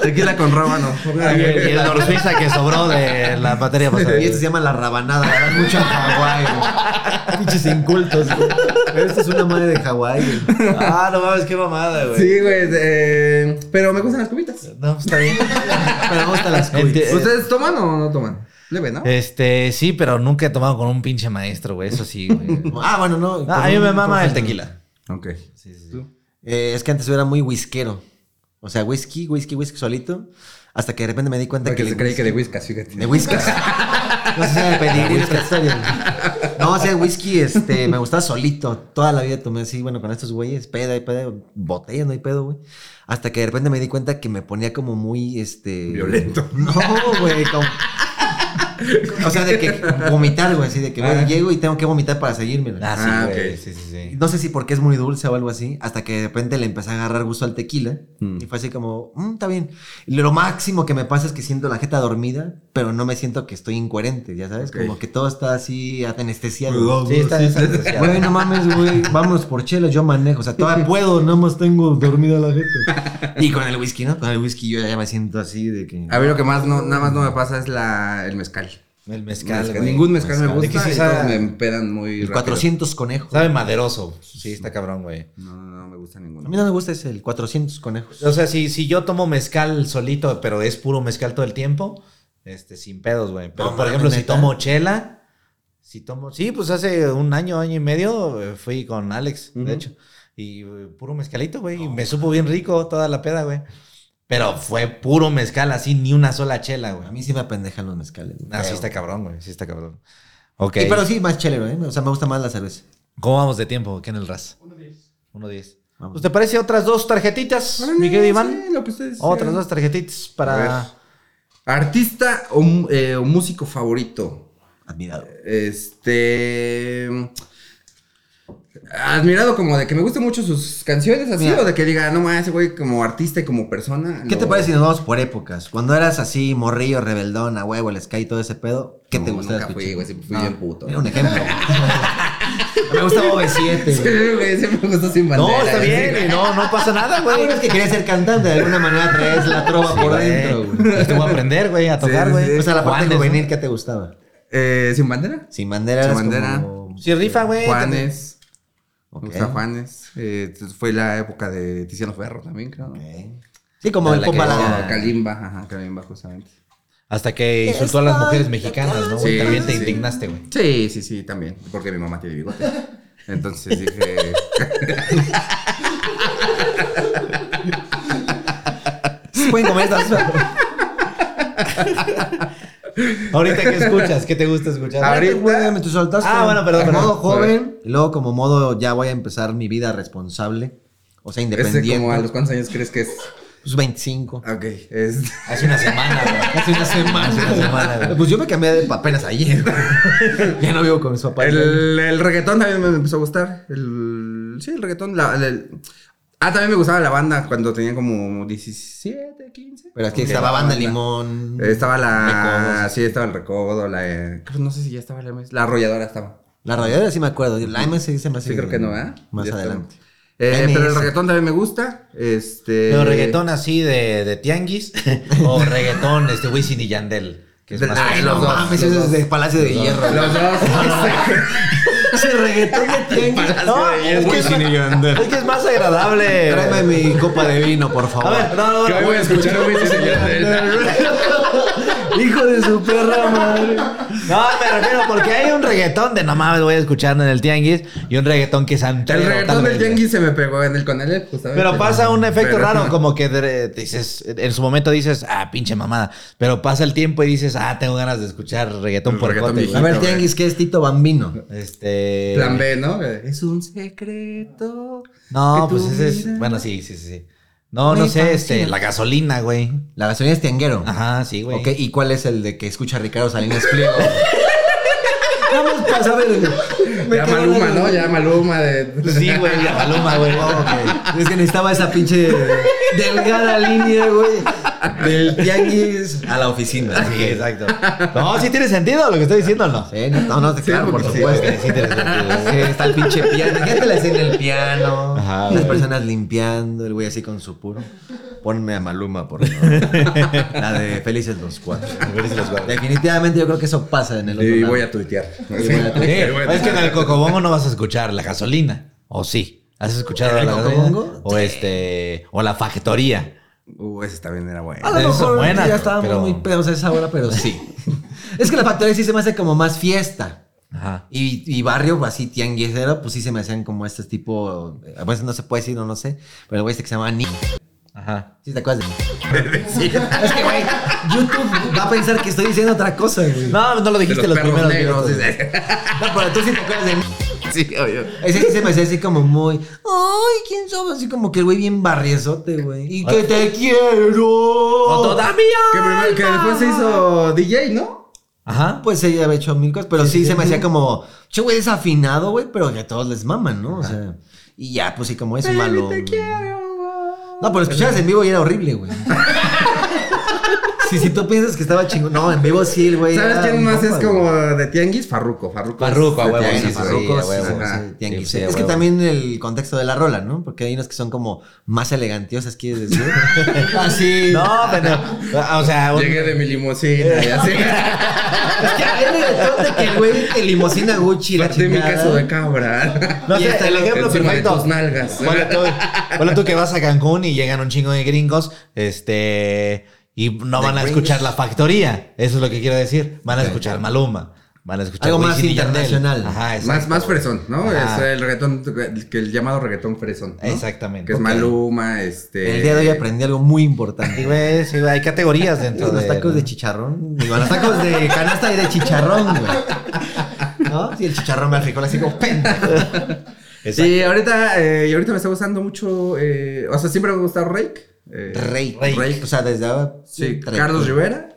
Speaker 3: Tequila con rábano.
Speaker 1: Y el, y el Norsuiza que sobró de la materia pasada.
Speaker 2: Y esto se llama la rabanada. ¿verdad? Mucho en Hawái, güey. Pinches incultos, güey. Pero esto es una madre de Hawái, güey.
Speaker 1: Ah, no mames, qué mamada, güey.
Speaker 3: Sí, güey. eh, pero me gustan las cubitas.
Speaker 1: No, pues, está bien.
Speaker 2: Pero me gustan las cuis.
Speaker 1: Enti- Eh,
Speaker 3: ¿Ustedes toman o no toman? Leve, ¿no?
Speaker 1: Este, sí, pero nunca he tomado con un pinche maestro, güey. Eso sí, güey.
Speaker 2: Ah, bueno, no.
Speaker 1: Ah, a mí me mama el tequila.
Speaker 3: Ok.
Speaker 2: Eh, es que antes yo era muy whiskero. O sea, whisky, whisky, whisky solito. Hasta que de repente me di cuenta
Speaker 3: Porque
Speaker 2: que
Speaker 3: se
Speaker 2: el
Speaker 3: creí que de
Speaker 2: whisky-
Speaker 3: whiskas, fíjate.
Speaker 2: De whiskas. No sé si era de pedigrí de otra historia. No, o sea, whisky, este, me gustaba solito. Toda la vida tomé así, bueno, con estos güeyes, peda y peda, botella, no hay pedo, güey. Hasta que de repente me di cuenta que me ponía como muy, este...
Speaker 3: Violento.
Speaker 2: No, güey, como... O sea, de que vomitar, güey, así de que, güey,
Speaker 3: Ah.
Speaker 2: llego y tengo que vomitar para seguírmela.
Speaker 1: Ah, sí,
Speaker 3: Ah,
Speaker 1: güey.
Speaker 3: ok.
Speaker 1: Sí, sí, sí.
Speaker 2: No sé si porque es muy dulce o algo así, hasta que de repente le empecé a agarrar gusto al tequila.
Speaker 3: Mm.
Speaker 2: Y fue así como, "Mm, está bien. Y Lo máximo que me pasa es que siento la jeta dormida, pero no me siento que estoy incoherente, ya sabes,
Speaker 3: Ok.
Speaker 2: como que todo está así anestesiado.
Speaker 1: Sí, está desapreciado.
Speaker 2: Güey, no mames, güey, vamos por chela, yo manejo, o sea, todavía puedo, nada más tengo dormida la jeta. Y con el whisky, ¿no? Con el whisky yo ya me siento así de que...
Speaker 3: A mí lo que más no, nada más no me pasa es la, el mezcal.
Speaker 1: El mezcal,
Speaker 3: Mezcal.
Speaker 1: güey.
Speaker 3: Ningún mezcal, me
Speaker 1: Es que
Speaker 3: gusta
Speaker 1: sí
Speaker 3: y
Speaker 1: sabe-
Speaker 3: todos me empedan muy
Speaker 2: El
Speaker 3: rápido.
Speaker 2: 400 conejos.
Speaker 1: Sabe maderoso. Sí, está cabrón, güey.
Speaker 3: No, no, no me gusta
Speaker 2: A mí
Speaker 3: ninguno.
Speaker 2: no me gusta ese, el 400 conejos.
Speaker 1: O sea, si, si yo tomo mezcal solito, pero es puro mezcal todo el tiempo, este, sin pedos, güey. Pero,
Speaker 2: No
Speaker 1: por
Speaker 2: mames,
Speaker 1: ejemplo, si
Speaker 2: ¿neta?
Speaker 1: tomo chela, si tomo... Sí, pues hace un año, año y medio eh, fui con Alex,
Speaker 3: Ujú.
Speaker 1: de hecho. Y eh, puro mezcalito, güey. y me supo bien rico toda la peda, güey. Pero fue puro mezcal, así, ni una sola chela, güey.
Speaker 2: A mí sí me apendejan los mezcales. güey.
Speaker 1: Ah, sí
Speaker 2: Pero-
Speaker 1: está cabrón, güey. Sí está cabrón. Ok.
Speaker 2: Sí, pero sí, más chelero, ¿eh? O sea, me gusta más la cerveza.
Speaker 1: ¿Cómo vamos de tiempo? ¿Qué en el RAS?
Speaker 4: Uno diez.
Speaker 1: 1-10.
Speaker 2: Vamos.
Speaker 1: Pues, ¿Te parece otras dos tarjetitas, mi querido Iván? Otras dos tarjetitas
Speaker 3: A
Speaker 1: para...
Speaker 3: ver. Artista o, mu- eh, o músico favorito.
Speaker 2: Admirado.
Speaker 3: Este. Admirado como de que me gustan mucho sus canciones, así,
Speaker 2: Mira.
Speaker 3: o de que diga, no mames, ese güey como artista y como persona.
Speaker 2: ¿Qué
Speaker 3: lo-
Speaker 2: te parece si nos vamos por épocas? Cuando eras así, morrillo, rebeldón, a huevo, el sky, todo ese pedo, ¿qué te
Speaker 3: No,
Speaker 2: gustaba
Speaker 3: nunca fui,
Speaker 2: escuchar?
Speaker 3: güey, siempre fui bien puto.
Speaker 2: Era un ejemplo. me gustaba
Speaker 3: Sí,
Speaker 2: OV7, güey.
Speaker 3: güey, siempre me gustó sin bandera.
Speaker 1: No, está
Speaker 3: güey.
Speaker 1: bien, y no, no pasa nada,
Speaker 2: Ah, bueno,
Speaker 1: güey.
Speaker 2: es que querías ser cantante, de alguna manera traes la trova por dentro, güey.
Speaker 1: Te voy a aprender, güey, a tocar,
Speaker 3: sí,
Speaker 1: güey.
Speaker 3: sí.
Speaker 2: O sea, la parte
Speaker 1: Juanes,
Speaker 2: juvenil, ¿qué te gustaba?
Speaker 3: Eh, ¿Sin bandera?
Speaker 2: Sin bandera,
Speaker 3: Sin
Speaker 2: eras
Speaker 3: bandera.
Speaker 2: como...
Speaker 1: ¿no? Sí, rifa, güey.
Speaker 3: Juanes.
Speaker 2: Ok.
Speaker 3: Me gusta Juanes. Eh, entonces fue la época de Tiziano Ferro también, creo. ¿no?
Speaker 2: Ok. Sí, como
Speaker 1: La-
Speaker 2: el
Speaker 1: la
Speaker 2: pop
Speaker 1: que-
Speaker 2: balada.
Speaker 3: Ah, Kalimba, ajá, Kalimba, justamente.
Speaker 1: Hasta que insultó a las mujeres mexicanas, ¿no, güey?
Speaker 3: Sí,
Speaker 1: También te
Speaker 3: sí.
Speaker 1: indignaste, güey.
Speaker 3: Sí, sí, sí, también. Porque mi mamá tiene bigote. Entonces dije. este,
Speaker 2: Sí, Pueden comer estas...
Speaker 1: Ahorita, ¿qué escuchas? ¿Qué te gusta escuchar?
Speaker 3: A ver,
Speaker 2: Ahorita,
Speaker 3: Ahorita-
Speaker 2: güey, me te soltaste.
Speaker 1: Ah, bueno, perdón,
Speaker 2: En
Speaker 1: perdón.
Speaker 2: modo joven, y luego como modo ya voy a empezar mi vida responsable. O
Speaker 3: Ese
Speaker 2: sea, independiente.
Speaker 3: como a los cuántos años crees que es.
Speaker 2: Pues 25.
Speaker 3: Ok, es.
Speaker 1: Hace una semana, güey.
Speaker 5: Hace una semana.
Speaker 2: Pues yo me cambié de apenas ayer. güey. ya no vivo con mis papás.
Speaker 3: Pues, El, el reggaetón también me empezó a gustar. El- sí, el reggaetón. la- el- ah, también me gustaba la banda cuando tenía como 17, 15.
Speaker 2: Pero aquí
Speaker 3: Ok,
Speaker 2: estaba
Speaker 3: la
Speaker 2: Banda Limón.
Speaker 3: Estaba la.
Speaker 2: Recodos.
Speaker 3: Sí, estaba el recodo, la. eh, creo- no sé si ya estaba la MS. La arrolladora estaba.
Speaker 2: La radiadora sí me acuerdo. La MS sí se me hace.
Speaker 3: Sí, creo que no, ¿eh?
Speaker 2: Más
Speaker 3: Ya
Speaker 2: adelante.
Speaker 3: estaba. Eh, pero el
Speaker 2: MS.
Speaker 3: reggaetón también me gusta. Este.
Speaker 1: Pero reggaetón así de, de tianguis o reggaetón este Wisin y Yandel. Que es
Speaker 3: De-
Speaker 1: más
Speaker 3: ay,
Speaker 1: pesado.
Speaker 2: No
Speaker 3: Los dos,
Speaker 2: mames,
Speaker 3: los
Speaker 2: eso es
Speaker 3: dos.
Speaker 2: de Palacio de Hierro.
Speaker 3: Los dos.
Speaker 2: Ese reggaetón de tianguis. No, es que es-
Speaker 1: Es que es más agradable.
Speaker 2: Tráeme mi copa de vino, por favor.
Speaker 1: A ver, no, no,
Speaker 3: Yo
Speaker 1: no.
Speaker 3: voy a escuchar un Wisin y Yandel.
Speaker 2: Hijo de su perra madre.
Speaker 1: No, me refiero porque hay un reggaetón de no mames, voy a escuchar en el tianguis y un reggaetón que es antero.
Speaker 3: El
Speaker 1: tal
Speaker 3: reggaetón del
Speaker 1: vez.
Speaker 3: Tianguis se me pegó en el Conalep, justamente.
Speaker 1: Pero pasa un efecto
Speaker 3: Pero-
Speaker 1: raro, como que de- dices, en su momento dices, ah, pinche mamada. Pero pasa el tiempo y dices, ah, tengo ganas de escuchar reggaetón
Speaker 3: El
Speaker 1: por
Speaker 3: reggaetón
Speaker 1: cote.
Speaker 2: A
Speaker 1: güey.
Speaker 2: ver, tianguis, ¿qué es Tito Bambino?
Speaker 1: Este.
Speaker 3: Plan B, ¿no? Eh, Es un secreto.
Speaker 1: No,
Speaker 3: que
Speaker 1: pues
Speaker 3: tu
Speaker 1: ese es.
Speaker 3: vida-
Speaker 1: Bueno, sí, sí, sí, sí. No,
Speaker 2: Me
Speaker 1: no sé, este,
Speaker 2: fascina.
Speaker 1: la gasolina, güey.
Speaker 2: La gasolina es tianguero.
Speaker 1: Ajá, sí, güey.
Speaker 2: Ok, ¿y cuál es el de que escucha Ricardo Salinas Pliego? Vamos para saber. Me
Speaker 3: Ya
Speaker 2: quedo
Speaker 3: Maluma,
Speaker 2: la-
Speaker 3: ¿no? Ya Maluma de.
Speaker 1: Sí, güey, la paloma, güey.
Speaker 2: Ah, Es que necesitaba esa pinche delgada línea, güey, del tianguis a la oficina.
Speaker 1: Sí, exacto. No, sí tiene sentido lo que estoy diciendo, ¿no?
Speaker 2: Sí, no, no, claro, por
Speaker 3: porque sí,
Speaker 2: supuesto.
Speaker 1: sí, sí, tiene sentido.
Speaker 2: Sí, está el pinche piano. Imagínate la escena del piano.
Speaker 1: Ajá,
Speaker 2: las
Speaker 1: güey.
Speaker 2: personas limpiando, el güey así con su puro. Ponme a Maluma, por favor. La de Felices los Cuatro. Definitivamente yo creo que eso pasa en el otro
Speaker 3: Y
Speaker 2: lado.
Speaker 3: voy a tuitear.
Speaker 2: voy a
Speaker 1: Sí,
Speaker 3: Sí, voy a
Speaker 1: es que en el
Speaker 3: tuitear.
Speaker 1: Cocobongo no vas a escuchar la gasolina. ¿O sí? ¿Has escuchado
Speaker 2: ¿En el
Speaker 1: la gasolina?
Speaker 2: Cocobongo?
Speaker 1: O este. O la factoría.
Speaker 3: Uh, ese también era bueno.
Speaker 2: A lo
Speaker 1: Esas
Speaker 2: mejor
Speaker 1: son buenas,
Speaker 2: ya estábamos
Speaker 1: pero-
Speaker 2: muy pedos a esa hora, pero sí. es que la factoría sí se me hace como más fiesta.
Speaker 1: Ajá.
Speaker 2: Y, y barrio así tianguisero, pues sí se me hacían como este tipo. A veces no se puede decir, no, no sé. Pero el güey este que se llama Ni.
Speaker 1: Ajá.
Speaker 2: ¿Sí te acuerdas de Es que, güey, YouTube va a pensar que estoy diciendo otra cosa, güey. No,
Speaker 1: No, no lo dijiste
Speaker 3: De los
Speaker 1: los,
Speaker 3: perros
Speaker 1: primeros
Speaker 3: negros.
Speaker 1: minutos.
Speaker 3: dice.
Speaker 2: pero tú sí te acuerdas de Ni.
Speaker 3: Sí, obvio.
Speaker 2: Ese sí se me hacía así como muy. Ay, ¿quién sabe? Así como que el güey bien barriezote, güey. Y que te
Speaker 1: ¡O
Speaker 2: quiero.
Speaker 1: todavía!
Speaker 3: Que, primero- que después se hizo DJ, ¿no?
Speaker 1: Ajá.
Speaker 2: Pues ella había hecho mil cosas, pero sí, se me hacía como, che, güey, desafinado, güey, pero que a todos les maman, ¿no? O sea, y ya, pues sí, como es malo. güey. No, pero escuchabas en vivo y era horrible, güey. sí, si tú piensas que estaba chingón. No, en vivo sí, el güey.
Speaker 3: ¿Sabes
Speaker 2: era
Speaker 3: quién
Speaker 2: un
Speaker 3: más es
Speaker 2: compa, güey.
Speaker 3: como de Tianguis? Farruco. Farruco.
Speaker 1: Farruko, a
Speaker 3: es
Speaker 1: huevo,
Speaker 3: de tianguis,
Speaker 1: sí, sí,
Speaker 3: Farruko.
Speaker 1: sí, a
Speaker 2: sí,
Speaker 1: huevo,
Speaker 2: sí,
Speaker 3: ajá.
Speaker 2: sí, tianguis.
Speaker 1: Sí, sí, a
Speaker 2: es que
Speaker 1: huevo.
Speaker 2: también el contexto de la rola, ¿no? Porque hay unos que son como más elegantiosas, quieres decir.
Speaker 1: Ah,
Speaker 2: Así.
Speaker 1: No, pero. O sea, un-
Speaker 3: Ah, Llegué de mi limusina y así.
Speaker 2: Es que había reggaetón de que el güey te limosina Gucci, la
Speaker 3: Partí mi
Speaker 2: chingada.
Speaker 3: caso de cabra.
Speaker 1: No
Speaker 2: Y
Speaker 1: sé,
Speaker 2: está
Speaker 1: el ejemplo
Speaker 3: encima de
Speaker 1: perfecto.
Speaker 3: tus nalgas.
Speaker 1: Ponle tú, ponle tú que vas a Cancún y llegan un chingo de gringos, este, y no
Speaker 2: De
Speaker 1: van a
Speaker 2: gringos.
Speaker 1: escuchar la factoría. Eso es lo que quiero decir. Van a escuchar Maluma. Van a escuchar
Speaker 2: Algo más
Speaker 1: Wisin y Yandel.
Speaker 2: internacional.
Speaker 1: Ajá, exacto,
Speaker 3: Más, más
Speaker 1: güey.
Speaker 3: fresón, ¿no?
Speaker 1: Ajá.
Speaker 3: Es el reggaetón, que el llamado reggaetón fresón. ¿no?
Speaker 1: Exactamente.
Speaker 3: Que es
Speaker 1: Ok.
Speaker 3: Maluma, este...
Speaker 2: El día de hoy aprendí algo muy
Speaker 1: Sí,
Speaker 2: importante.
Speaker 1: güey, sí, güey, hay categorías dentro de.
Speaker 2: Los tacos de chicharrón. Digo, los tacos de canasta y de chicharrón, güey. ¿No? Sí, el chicharrón me frijol así como pendejo.
Speaker 1: Exacto.
Speaker 3: Y ahorita, eh, y ahorita me está gustando mucho... eh, o sea, siempre me ha gustado Rake. eh,
Speaker 2: Rey.
Speaker 1: Rey.
Speaker 2: O sea, desde ahora.
Speaker 3: Sí,
Speaker 2: Rey.
Speaker 3: Carlos Rivera.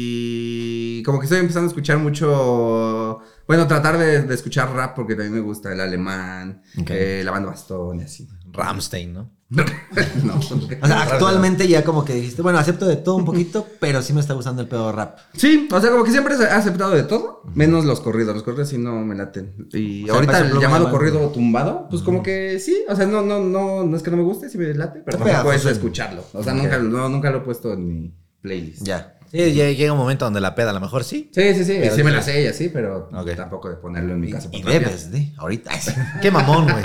Speaker 3: Y como que estoy empezando a escuchar mucho... Bueno, tratar de, de escuchar rap porque también me gusta el alemán,
Speaker 2: Ok.
Speaker 3: eh, la banda bastón y así.
Speaker 1: Ramstein, ¿no?
Speaker 3: no.
Speaker 2: O sea, actualmente ya como que dijiste, bueno, acepto de todo un poquito, pero sí me está gustando el pedo rap.
Speaker 3: Sí, o sea, como que siempre he aceptado de todo, menos los corridos. Los corridos sí no me laten. Y
Speaker 2: O sea,
Speaker 3: ahorita
Speaker 2: peso
Speaker 3: el
Speaker 2: pluma
Speaker 3: llamado
Speaker 2: de banda.
Speaker 3: corrido tumbado, pues como que sí, o sea, no, no, no, no es que no me guste, sí me late, pero
Speaker 2: Está
Speaker 3: tampoco es
Speaker 2: pegajoso.
Speaker 3: escucharlo. O sea,
Speaker 2: Ok.
Speaker 3: nunca, no, nunca lo he puesto en mi playlist.
Speaker 2: Ya.
Speaker 1: Sí, ya llega un momento donde la peda, a lo mejor sí.
Speaker 3: Sí, sí, sí, y sí
Speaker 1: sí.
Speaker 3: me la sé y así, pero
Speaker 1: Ok.
Speaker 3: tampoco de ponerlo en mi casa.
Speaker 2: Y
Speaker 3: para trapear.
Speaker 2: debes, de Ahorita. Ay, sí.
Speaker 1: Qué mamón, güey.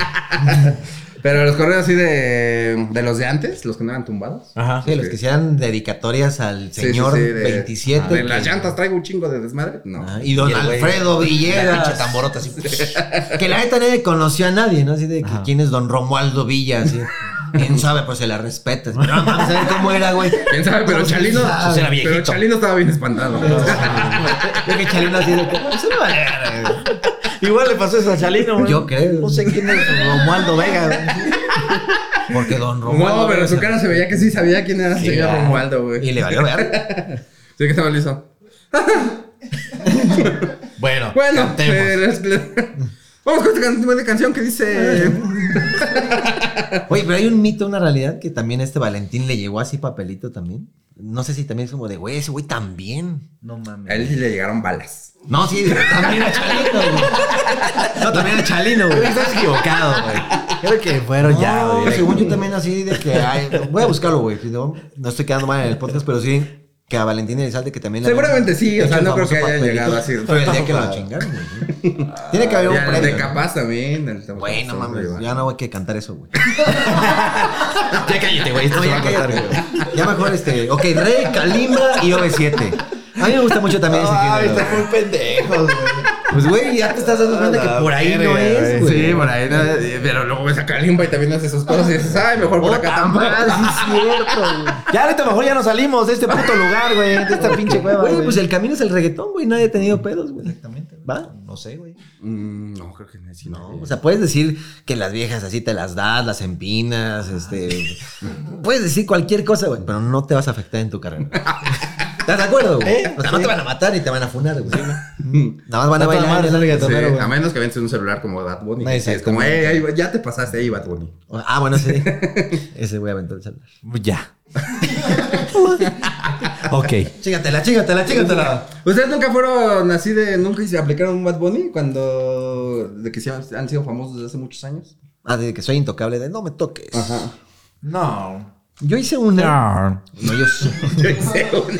Speaker 3: Pero los corridos así de, de los de antes, los que no eran tumbados.
Speaker 1: Ajá.
Speaker 2: Sí, los que hicieran dedicatorias al
Speaker 3: Sí, sí,
Speaker 2: Ah, señor
Speaker 3: sí, de- Ah,
Speaker 2: 27.
Speaker 3: De las
Speaker 2: que-
Speaker 3: llantas traigo un chingo de desmadre. No.
Speaker 2: Ah, y don
Speaker 1: Y el güey-
Speaker 2: Alfredo
Speaker 1: La pinche
Speaker 2: Villegas.
Speaker 1: tamborota así.
Speaker 2: Que la neta nadie conoció a nadie, ¿no? Así de que
Speaker 1: Ajá.
Speaker 2: quién es don Romualdo Villa, así. Quién sabe, pues se la respetas. Pero no mames, a ver cómo era, güey.
Speaker 3: ¿Quién sabe? Pero
Speaker 2: ¿Cómo se
Speaker 3: Chalino,
Speaker 2: sabe?
Speaker 1: Pues era viejito.
Speaker 3: pero Chalino estaba bien espantado.
Speaker 2: Yo que Chalino así de que. "Eso no vale verga,
Speaker 1: Igual le pasó eso a Chalino,
Speaker 2: güey".
Speaker 1: güey.
Speaker 2: Yo creo.
Speaker 1: No sé quién es Romualdo Vega. güey.
Speaker 2: Porque don Romualdo.
Speaker 3: No, pero su cara se veía que sí sabía quién era el
Speaker 2: Sí,
Speaker 3: señor
Speaker 2: ah,
Speaker 3: Romualdo, güey.
Speaker 2: Y le valió ver.
Speaker 3: Sí, que se lo hizo.
Speaker 1: Bueno,
Speaker 3: Bueno,
Speaker 1: cantemos.
Speaker 3: eh, les- les- vamos con esta can- de canción que dice.
Speaker 2: Oye, pero hay un mito, una realidad que también este Valentín le llegó así papelito también. No sé si también es como de, güey, ese güey también.
Speaker 1: No
Speaker 3: A
Speaker 1: mames.
Speaker 3: él sí le llegaron balas.
Speaker 2: No, sí, también a Chalino, güey. No, también a Chalino, güey.
Speaker 1: Estás equivocado, güey. Creo que fueron
Speaker 2: No,
Speaker 1: ya, güey.
Speaker 2: según yo también así de que ay, voy a buscarlo, güey. No, no estoy quedando mal en el podcast, pero sí que a Valentín Elizalde que también le habían
Speaker 3: Seguramente sí, o
Speaker 2: hecho
Speaker 3: sea,
Speaker 2: el
Speaker 3: no creo
Speaker 2: famoso
Speaker 3: que haya
Speaker 2: papelito.
Speaker 3: llegado así.
Speaker 2: Pero el día que lo chingaron, güey. Tiene que haber un
Speaker 3: Ya, el
Speaker 2: premio.
Speaker 3: de
Speaker 2: ¿no?
Speaker 3: capaz también. el de-
Speaker 2: Bueno, mames,
Speaker 3: Ahí va.
Speaker 2: ya no hay que cantar eso, güey.
Speaker 1: Ya cállate, güey. Esto
Speaker 2: No,
Speaker 1: se va
Speaker 2: ya,
Speaker 1: a cortar,
Speaker 2: cállate,
Speaker 1: güey.
Speaker 2: güey. Ya mejor este. Ok, Rey, Kalimba y OV7. A mí me gusta mucho también ese
Speaker 1: Ay,
Speaker 2: género.
Speaker 1: están
Speaker 2: güey.
Speaker 1: muy pendejos, güey.
Speaker 2: Pues, güey, ya te estás dando cuenta
Speaker 1: A la
Speaker 2: que por ahí no
Speaker 1: verga,
Speaker 2: es, güey.
Speaker 3: Sí, por ahí. ¿no? Pero luego ves a Kalimba y también hace sus cosas y dices, ay, mejor por acá
Speaker 2: Puta
Speaker 3: tampoco.
Speaker 2: madre, Ah, sí es cierto, güey.
Speaker 1: Ya ahorita mejor ya nos salimos de este puto lugar, güey. De esta pinche cueva,
Speaker 2: Güey,
Speaker 1: güey.
Speaker 2: pues el camino es el reggaetón, güey. Nadie ha tenido pedos, güey.
Speaker 1: Exactamente. güey.
Speaker 2: ¿Va?
Speaker 1: No sé, güey.
Speaker 3: Mm, No, creo que no es
Speaker 2: No, o sea, puedes decir que las viejas así te las das, las empinas, este. puedes decir cualquier cosa, güey, pero no te vas a afectar en tu carrera. ¿Estás de acuerdo, güey?
Speaker 1: ¿Eh?
Speaker 2: O sea, no te van a matar ni te van a funar, güey. Nada más van
Speaker 1: Está
Speaker 2: a
Speaker 1: toda
Speaker 2: bailar.
Speaker 1: madre,
Speaker 2: ¿no?
Speaker 1: es reggaetón.
Speaker 3: Sí,
Speaker 1: Pero, güey.
Speaker 3: a menos que vences un celular como Bad Bunny.
Speaker 1: No,
Speaker 3: que sí, es como,
Speaker 1: exactamente.
Speaker 3: "Ey, ahí- ya te pasaste ahí, Bad Bunny.
Speaker 2: Ah, bueno, sí. Ese güey aventó el celular.
Speaker 1: Ya. ok.
Speaker 2: Chígatela, chígatela, chígatela.
Speaker 3: ¿Ustedes nunca fueron así de. Nunca se aplicaron un Bad Bunny cuando. de que se han, han sido famosos desde hace muchos años?
Speaker 2: Ah, de que soy intocable, de no me toques.
Speaker 1: No.
Speaker 2: Yo hice una.
Speaker 1: No.
Speaker 2: No, yo.
Speaker 3: Yo hice uno.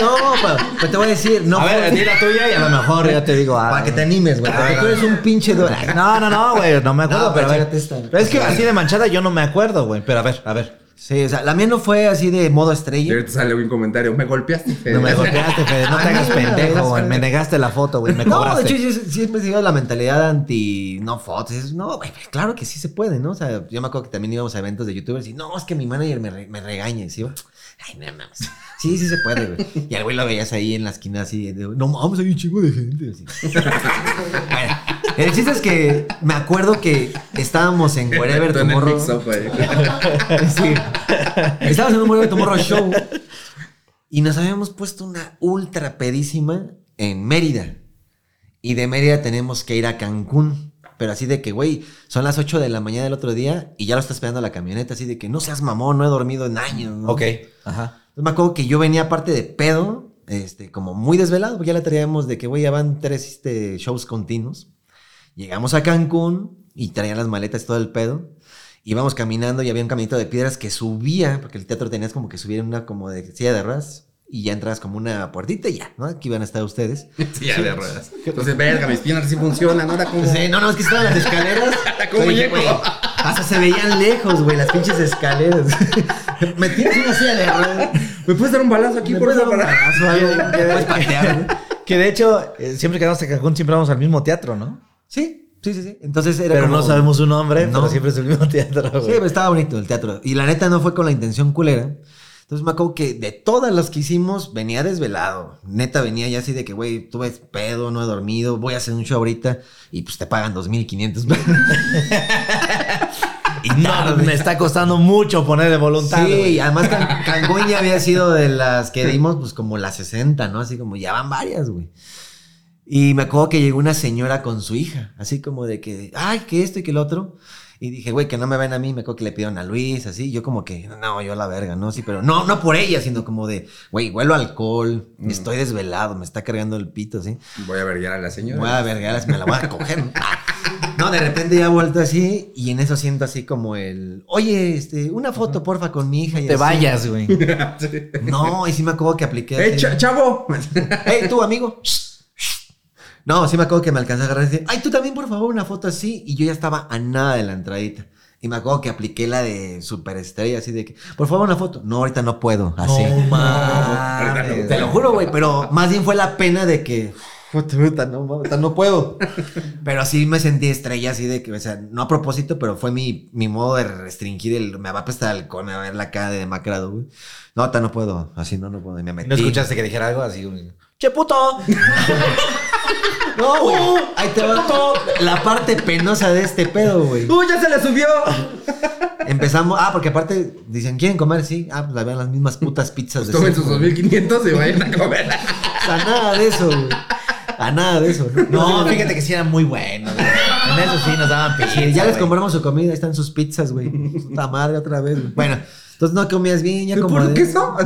Speaker 2: No, pa- pues te voy a decir, no.
Speaker 1: a ver, di la tuya y a lo mejor ya te digo. ah,
Speaker 2: para que te animes, güey.
Speaker 1: A
Speaker 2: Porque
Speaker 1: ver,
Speaker 2: tú
Speaker 1: a ver.
Speaker 2: eres un pinche dólar.
Speaker 1: No, no, no, güey. No me acuerdo,
Speaker 2: No,
Speaker 1: pero a ver.
Speaker 2: pero chécate esta.
Speaker 1: Pero es que así de manchada yo no me acuerdo, güey. Pero a ver, a ver.
Speaker 2: Sí, o sea, la mía no fue así de modo
Speaker 3: Y
Speaker 2: estrella.
Speaker 3: ahorita sale un comentario. Me golpeaste. Fede".
Speaker 1: No me golpeaste, Fede. No te hagas pendejo, güey. Me negaste la foto, güey. Me
Speaker 2: No, de
Speaker 1: cobraste.
Speaker 2: hecho, yo siempre he sido la mentalidad anti no fotos. Es, No, güey, pues, claro que sí se puede, ¿no? O sea, yo me acuerdo que también íbamos a eventos de youtubers y no, es que mi manager me, re- me regaña. Y sí, güey, ay, no mames. Sí, sí se puede, güey. Y al güey lo veías ahí en la esquina así, de, no mames, hay un chingo de gente. así. Bueno, el chiste es que me acuerdo que estábamos en Wherever
Speaker 3: Tú en el
Speaker 2: Tomorrow.
Speaker 3: mix-up ahí.
Speaker 2: Sí. Estábamos en un Wherever Tomorrow show y nos habíamos puesto una ultra pedísima en Mérida. Y de Mérida tenemos que ir a Cancún. Pero así de que, güey, son las 8 de la mañana del otro día y ya lo está esperando la camioneta. Así de que no seas mamón, no he dormido en años. ¿no?
Speaker 1: Ok. Ajá.
Speaker 2: Entonces, me acuerdo que yo venía aparte de pedo, este, como muy desvelado, porque ya la traíamos de que, güey, ya van tres este, shows continuos. Llegamos a Cancún y traían las maletas y todo el pedo. Íbamos caminando y había un caminito de piedras que subía, porque el teatro tenías como que subir en una como de silla de ruedas y ya entrabas como una puertita y ya, ¿no? Aquí van a estar ustedes.
Speaker 3: Silla de ruedas. Entonces, verga, mis piernas sí funcionan. Ahora como.
Speaker 2: Pues, eh, no, no, es que estaban las escaleras.
Speaker 3: ¿Cómo
Speaker 2: Yo dije,
Speaker 3: llego?
Speaker 2: güey, Hasta se veían lejos, güey, las pinches escaleras. Me tiras una silla de ruedas.
Speaker 3: ¿Me puedes dar un balazo aquí,
Speaker 2: Me
Speaker 3: por
Speaker 2: puedes dar un
Speaker 3: favor?
Speaker 2: balazo, Pues, algo, me puedes patear, güey.
Speaker 1: Que de hecho, eh, siempre que vamos a Cancún siempre vamos al mismo teatro, ¿no?
Speaker 2: Sí, sí, sí, sí. Entonces era
Speaker 1: Pero
Speaker 2: como-
Speaker 1: no sabemos su nombre,
Speaker 2: No.
Speaker 1: pero siempre es el mismo teatro,
Speaker 2: Sí,
Speaker 1: güey.
Speaker 2: pero estaba bonito el teatro. Y la neta no fue con la intención culera. Entonces me acuerdo que de todas las que hicimos venía desvelado. Neta venía ya así de que, güey, tuve pedo, no he dormido, voy a hacer un show ahorita y pues te pagan 2.500 pesos.
Speaker 1: Y no, me está costando mucho ponerle voluntad.
Speaker 2: Sí,
Speaker 1: güey.
Speaker 2: y además Can- Cancún ya había sido de las que dimos, pues como las 60, ¿no? Así como ya van varias, güey. Y me acuerdo que llegó una señora con su hija, así como de que, ay, que esto y que el otro. Y dije, güey, que no me ven a mí, me acuerdo que le pidieron a Luis, así. Yo como que, no, yo la verga, ¿no? Sí, pero no, no por ella, sino como de, güey, huelo a alcohol,
Speaker 1: Mm.
Speaker 2: estoy desvelado, me está cargando el pito, ¿sí?
Speaker 3: Voy a verguiar a la señora.
Speaker 2: Voy a vergueras, me la voy a coger. No, de repente ya vuelto así y en eso siento así como el, oye, este, una foto porfa con mi hija. y
Speaker 1: Te
Speaker 2: así.
Speaker 1: vayas, güey.
Speaker 3: Sí.
Speaker 2: No, y sí me acuerdo que apliqué.
Speaker 3: ¡Ey,
Speaker 2: así.
Speaker 3: "Eh, cha- chavo!
Speaker 2: ¡Ey, tú, amigo! No, sí me acuerdo que me alcanzó a agarrar y decir, ay, tú también, por favor, una foto así. Y yo ya estaba a nada de la entradita. Y me acuerdo que apliqué la de superestrella, así de que, por favor, una foto. No, ahorita no puedo, así.
Speaker 1: mames.
Speaker 2: Te lo juro, güey, pero más bien fue la pena de que. Puta, puta, no, puta, no puedo. Pero sí me sentí estrella, así de que, o sea, no a propósito, pero fue mi, mi modo de restringir el. Me va a prestar alcohol, me va a ver la cara de demacrado, güey. No, ta, no puedo, así no, no puedo. Y me metí.
Speaker 1: ¿No escuchaste que dijera algo así? un, ¡Che puto!
Speaker 2: No, güey. Ahí te va todo la parte penosa de este pedo, güey.
Speaker 3: ¡Uh, ya se le subió!
Speaker 2: Empezamos. Ah, porque aparte dicen, ¿quieren comer? Sí. Ah, pues la vean las mismas putas pizzas de
Speaker 3: Pues Tomen sus
Speaker 2: siempre.
Speaker 3: 2500 y vayan a comer.
Speaker 2: A nada de eso, güey. A nada de eso.
Speaker 1: No, fíjate que sí eran muy buenos. güey. En eso sí nos daban pizza.
Speaker 2: Sí, ya les
Speaker 1: güey.
Speaker 2: compramos su comida, ahí están sus pizzas, güey. Puta madre otra vez, güey. Bueno, entonces no comías bien, ya
Speaker 3: ¿Y
Speaker 2: como.
Speaker 3: por
Speaker 2: de-
Speaker 3: qué eso?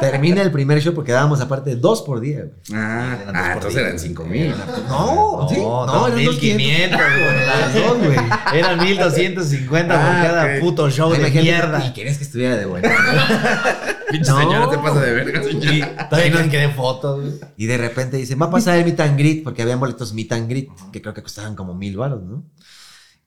Speaker 2: Termina el primer show porque dábamos aparte dos por día, güey.
Speaker 3: Ah,
Speaker 1: Eran dos
Speaker 3: ah
Speaker 1: por
Speaker 3: entonces
Speaker 1: día.
Speaker 3: eran 5000.
Speaker 2: No, sí,
Speaker 1: No,
Speaker 2: no, eran
Speaker 1: 2500,
Speaker 2: 2500,
Speaker 1: güey.
Speaker 2: güey. Las dos, güey.
Speaker 1: Eran 1250
Speaker 3: Ah,
Speaker 1: por cada
Speaker 3: ok.
Speaker 1: puto show de
Speaker 2: Imagínate,
Speaker 1: mierda.
Speaker 2: Y querías que estuviera de buena.
Speaker 3: Pinche
Speaker 2: No.
Speaker 3: señora, te pasa de verga,
Speaker 1: Y
Speaker 3: señora.
Speaker 1: todavía no quedé fotos. güey.
Speaker 2: Y de repente dicen, va a pasar el meet and greet, porque habían boletos meet and greet, que creo que costaban como mil baros, ¿no?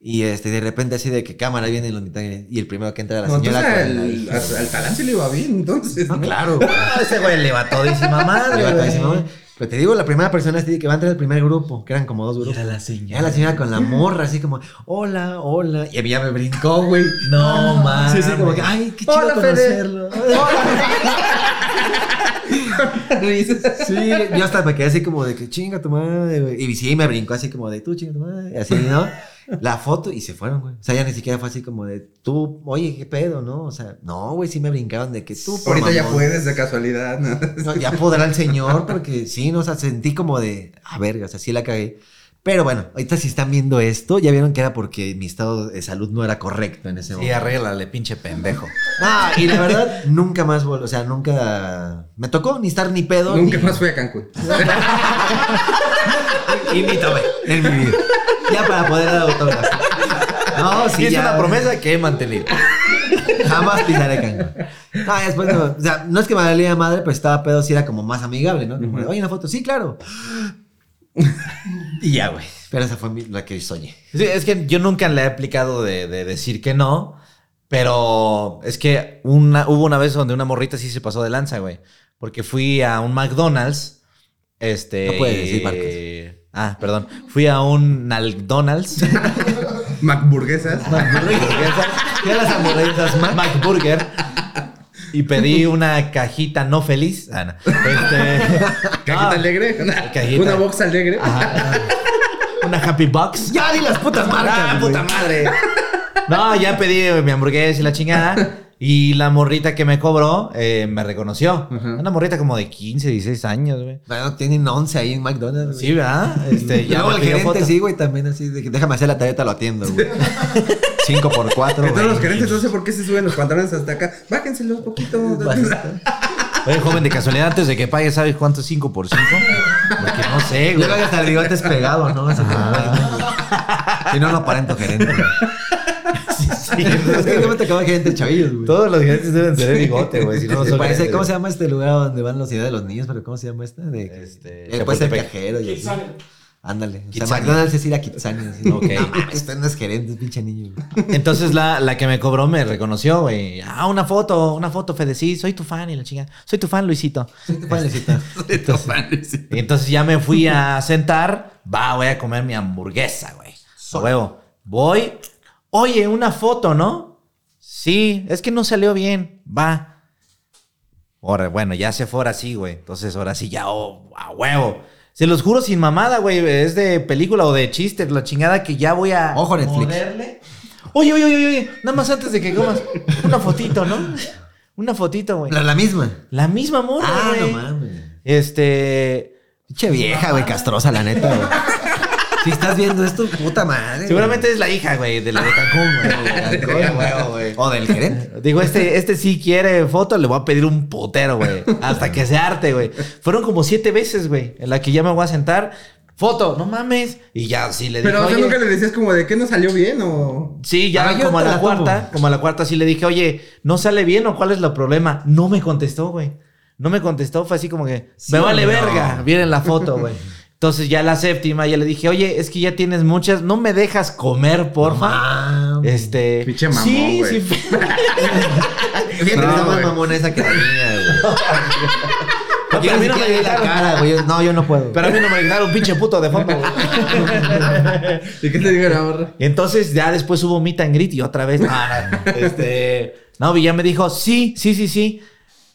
Speaker 2: Y este, de repente así de que cámara viene los meet and greet, y el primero que entra la
Speaker 3: No, entonces
Speaker 2: señora... con
Speaker 3: al,
Speaker 2: la-
Speaker 3: al, al talán se le iba bien, entonces.
Speaker 2: No,
Speaker 3: ¿no?
Speaker 2: claro, güey.
Speaker 1: Ah, Ese güey le va todísima madre.
Speaker 2: Le va a decir,
Speaker 1: güey.
Speaker 2: "No, Pero te digo, la primera persona así de que va a entrar el primer grupo, que eran como dos grupos.
Speaker 1: Era la
Speaker 2: Ya la
Speaker 1: señal.
Speaker 2: señora con la morra, así como, hola, hola. Y a mí ya me brincó, güey.
Speaker 1: No mames.
Speaker 2: Ah, Sí, sí, como que, ay, qué chido
Speaker 3: Hola, Fede.
Speaker 2: conocerlo. Sí, yo hasta me quedé así como de que chinga tu madre, güey. Y sí, me brincó así como de tú, chinga tu madre. Así, ¿no? La foto y se fueron, güey. O sea, ya ni siquiera fue así como de tú, oye, qué pedo, ¿no? O sea, no, güey, sí me brincaron de que tú, por
Speaker 3: Ahorita ya
Speaker 2: mamón.
Speaker 3: puedes, de casualidad. ¿no?
Speaker 2: No, ya podrá el señor, porque sí, no, o sea, sentí como de, a verga, o sea, sí la cagué. Pero bueno, ahorita si están viendo esto, ya vieron que era porque mi estado de salud no era correcto en ese
Speaker 1: Sí,
Speaker 2: momento.
Speaker 1: arréglale, pinche pendejo.
Speaker 2: Ah, y la verdad, nunca más, vol- o sea, nunca me tocó ni estar ni pedo.
Speaker 3: Nunca
Speaker 2: ni-
Speaker 3: más fui a Cancún.
Speaker 2: Invítame en mi vida. Ya para poder dar autógrafos. No, sí,
Speaker 1: Sí, es
Speaker 2: ya.
Speaker 1: una promesa que he mantenido.
Speaker 2: Jamás pisaré Cancún. Ah, después no. O sea, no es que me valía madre, pero estaba pedo, sí era como más amigable, ¿no? Como, Oye, una foto. Sí, claro. y ya, güey. Pero esa fue mi- la que soñé.
Speaker 1: Sí, es que yo nunca le he aplicado de, de decir que no, pero es que una, hubo una vez donde una morrita sí se pasó de lanza, güey. Porque fui a un McDonald's. Este.
Speaker 2: No puedes decir
Speaker 1: y-
Speaker 2: marcas.
Speaker 1: Ah, perdón. Fui a un McDonald's.
Speaker 3: Macburguesas.
Speaker 1: Ah. Ya las hamburguesas Mac. McBurger. Y pedí una cajita no feliz. Ah, no. Este,
Speaker 3: Cajita
Speaker 1: ah,
Speaker 3: alegre. Una,
Speaker 1: Cajita.
Speaker 3: una box alegre.
Speaker 1: ajá. una happy box.
Speaker 2: Ya di las putas marcas.
Speaker 1: Ah,
Speaker 2: güey.
Speaker 1: puta madre. No, ya pedí eh, mi hamburguesa y la chingada. Y la morrita que me cobró eh, me reconoció.
Speaker 3: Ajá.
Speaker 1: Una morrita como de 15, 16 años, güey.
Speaker 2: Bueno, tienen 11 ahí en McDonald's.
Speaker 1: Sí, ¿verdad? Este, ya
Speaker 2: Ya Luego
Speaker 1: me
Speaker 2: el
Speaker 1: pidió
Speaker 2: gerente,
Speaker 1: foto.
Speaker 2: sí, güey, también así. de que déjame hacer la tarea, te lo atiendo, güey. 5 por 4
Speaker 3: Entonces los gerentes no sé por qué se suben los pantalones hasta acá. Bájenselos poquito.
Speaker 1: Oye, joven, de casualidad, antes de que pague, ¿sabes cuánto es 5 por 5? Porque no sé, güey.
Speaker 2: Yo creo que hasta el bigote es pegado, ¿no? Esa mamada. Si no, no aparento gerente. güey.
Speaker 1: Sí,
Speaker 2: es que yo me tocaba gerente chavillos, güey.
Speaker 1: Todos los gerentes deben tener bigote, güey. Si no, no
Speaker 2: Se
Speaker 1: son
Speaker 2: parece,
Speaker 1: gerentes,
Speaker 2: ¿Cómo
Speaker 1: güey.
Speaker 2: se llama este lugar donde van los ideas de los niños? ¿Pero cómo se llama esta? De, que-
Speaker 1: Este,
Speaker 2: eh, puede ser
Speaker 1: Chapultepec.
Speaker 2: cajero y así.
Speaker 4: Kitsania.
Speaker 2: Ándale. O sea,
Speaker 1: Kitsania.
Speaker 2: McDonald's es ir a Kitsania. Así,
Speaker 1: Ok.
Speaker 2: No, mames, este no es gerente, es pinche niño. güey.
Speaker 1: Entonces la, la que me cobró me reconoció, güey. Ah, una foto, una foto, Fede. Sí, soy tu fan y la chingada. Soy tu fan, Luisito. Este,
Speaker 2: Pobrecita.
Speaker 1: Y Entonces ya me fui a sentar. Va, voy a comer mi hamburguesa, güey. A huevo. Voy. Oye, una foto, ¿no? Sí, es que no salió bien. Va. Ahora, bueno, ya se fue ahora sí, güey. Entonces ahora sí ya, oh, a huevo. Se los juro sin mamada, güey. Es de película o de chiste, la chingada que ya voy a.
Speaker 2: Ojo, Netflix.
Speaker 1: morderle. Oye, oye, oye, oye. Nada más antes de que comas. Una fotito, ¿no? Una fotito, güey.
Speaker 2: La, la misma.
Speaker 1: La misma morra,
Speaker 2: Ah, no
Speaker 1: güey.
Speaker 2: mames.
Speaker 1: Este.
Speaker 2: Pinche vieja, güey, castrosa, la neta, güey. Si estás viendo esto, puta madre.
Speaker 1: Seguramente es la hija, güey, de la de Cancún, Ah, güey.
Speaker 2: güey. O del gerente.
Speaker 1: Digo, este, este sí quiere foto, le voy a pedir un putero, güey. Hasta que se arte, güey. Fueron como siete veces, güey, en la que ya me voy a sentar. Foto, no mames. Y ya sí le dije.
Speaker 3: Pero o sea,
Speaker 1: "Oye".
Speaker 3: nunca le decías como de qué no salió bien o.
Speaker 1: Sí, ya
Speaker 2: Ah, yo
Speaker 1: como a
Speaker 2: te
Speaker 1: la,
Speaker 2: la tomo.
Speaker 1: cuarta, como a la cuarta sí le dije, oye, ¿no sale bien o cuál es el problema? No me contestó, güey. No me contestó, fue así como que,
Speaker 2: ¿Sí
Speaker 1: me
Speaker 2: o
Speaker 1: vale
Speaker 2: no?
Speaker 1: verga, miren la foto, güey. Entonces ya la séptima, ya le dije, oye, es que ya tienes muchas, no me dejas comer, porfa.
Speaker 2: Mames.
Speaker 1: este.
Speaker 3: Pinche mamón,
Speaker 1: sí,
Speaker 3: güey.
Speaker 1: sí.
Speaker 2: Fíjate
Speaker 3: No,
Speaker 2: que está más
Speaker 3: güey.
Speaker 2: mamona esa que la mía, güey.
Speaker 1: No,
Speaker 2: Yo
Speaker 1: pero a
Speaker 2: ni
Speaker 1: mí no me
Speaker 2: siquiera vi la
Speaker 1: gritaron.
Speaker 2: cara, güey. No, yo no puedo.
Speaker 1: Pero a mí no me gritaron pinche puto de fondo, güey.
Speaker 3: ¿Y qué te digo la barra?
Speaker 1: Entonces ya después hubo meet and greet y otra vez. No, no, este, no, y ya me dijo, sí, sí, sí, sí.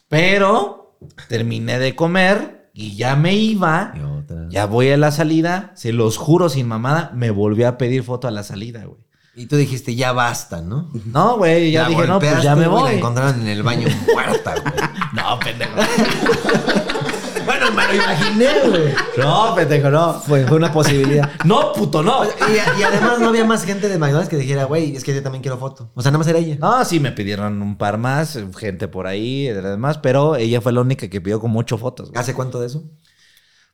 Speaker 1: Pero terminé de comer y ya me iba.
Speaker 2: Y otra sea.
Speaker 1: Ya voy a la salida, se los juro sin mamada, me volvió a pedir foto a la salida, güey.
Speaker 2: Y tú dijiste, ya basta, ¿no?
Speaker 1: No, güey, ya
Speaker 2: La
Speaker 1: dije, no, pues
Speaker 2: golpeaste,
Speaker 1: ya me
Speaker 2: güey, La
Speaker 1: voy.
Speaker 2: encontraron en el baño muerta, güey.
Speaker 1: No, pendejo.
Speaker 2: bueno, me lo imaginé, güey.
Speaker 1: No, pendejo, no.
Speaker 2: Fue, fue una posibilidad.
Speaker 1: No, puto, no.
Speaker 2: Y, a- y además no había más gente de McDonald's que dijera, güey, es que yo también quiero foto. O sea, nada más era ella.
Speaker 1: No, sí, me pidieron un par más, gente por ahí, además, pero ella fue la única que pidió como ocho fotos. güey.
Speaker 2: ¿Hace cuánto de eso?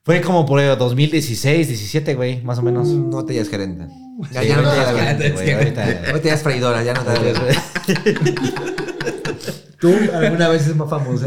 Speaker 1: Fue como por el 2016, 17, güey, más o menos.
Speaker 2: Mm, No te llevas gerente. Ya,
Speaker 1: Sí,
Speaker 2: ya
Speaker 1: ahorita
Speaker 2: no te llevas
Speaker 1: ya es
Speaker 2: gerente.
Speaker 1: grande, güey, ahorita-
Speaker 2: Hoy te das freidora, ya no te das ¿Tú alguna vez es más famoso?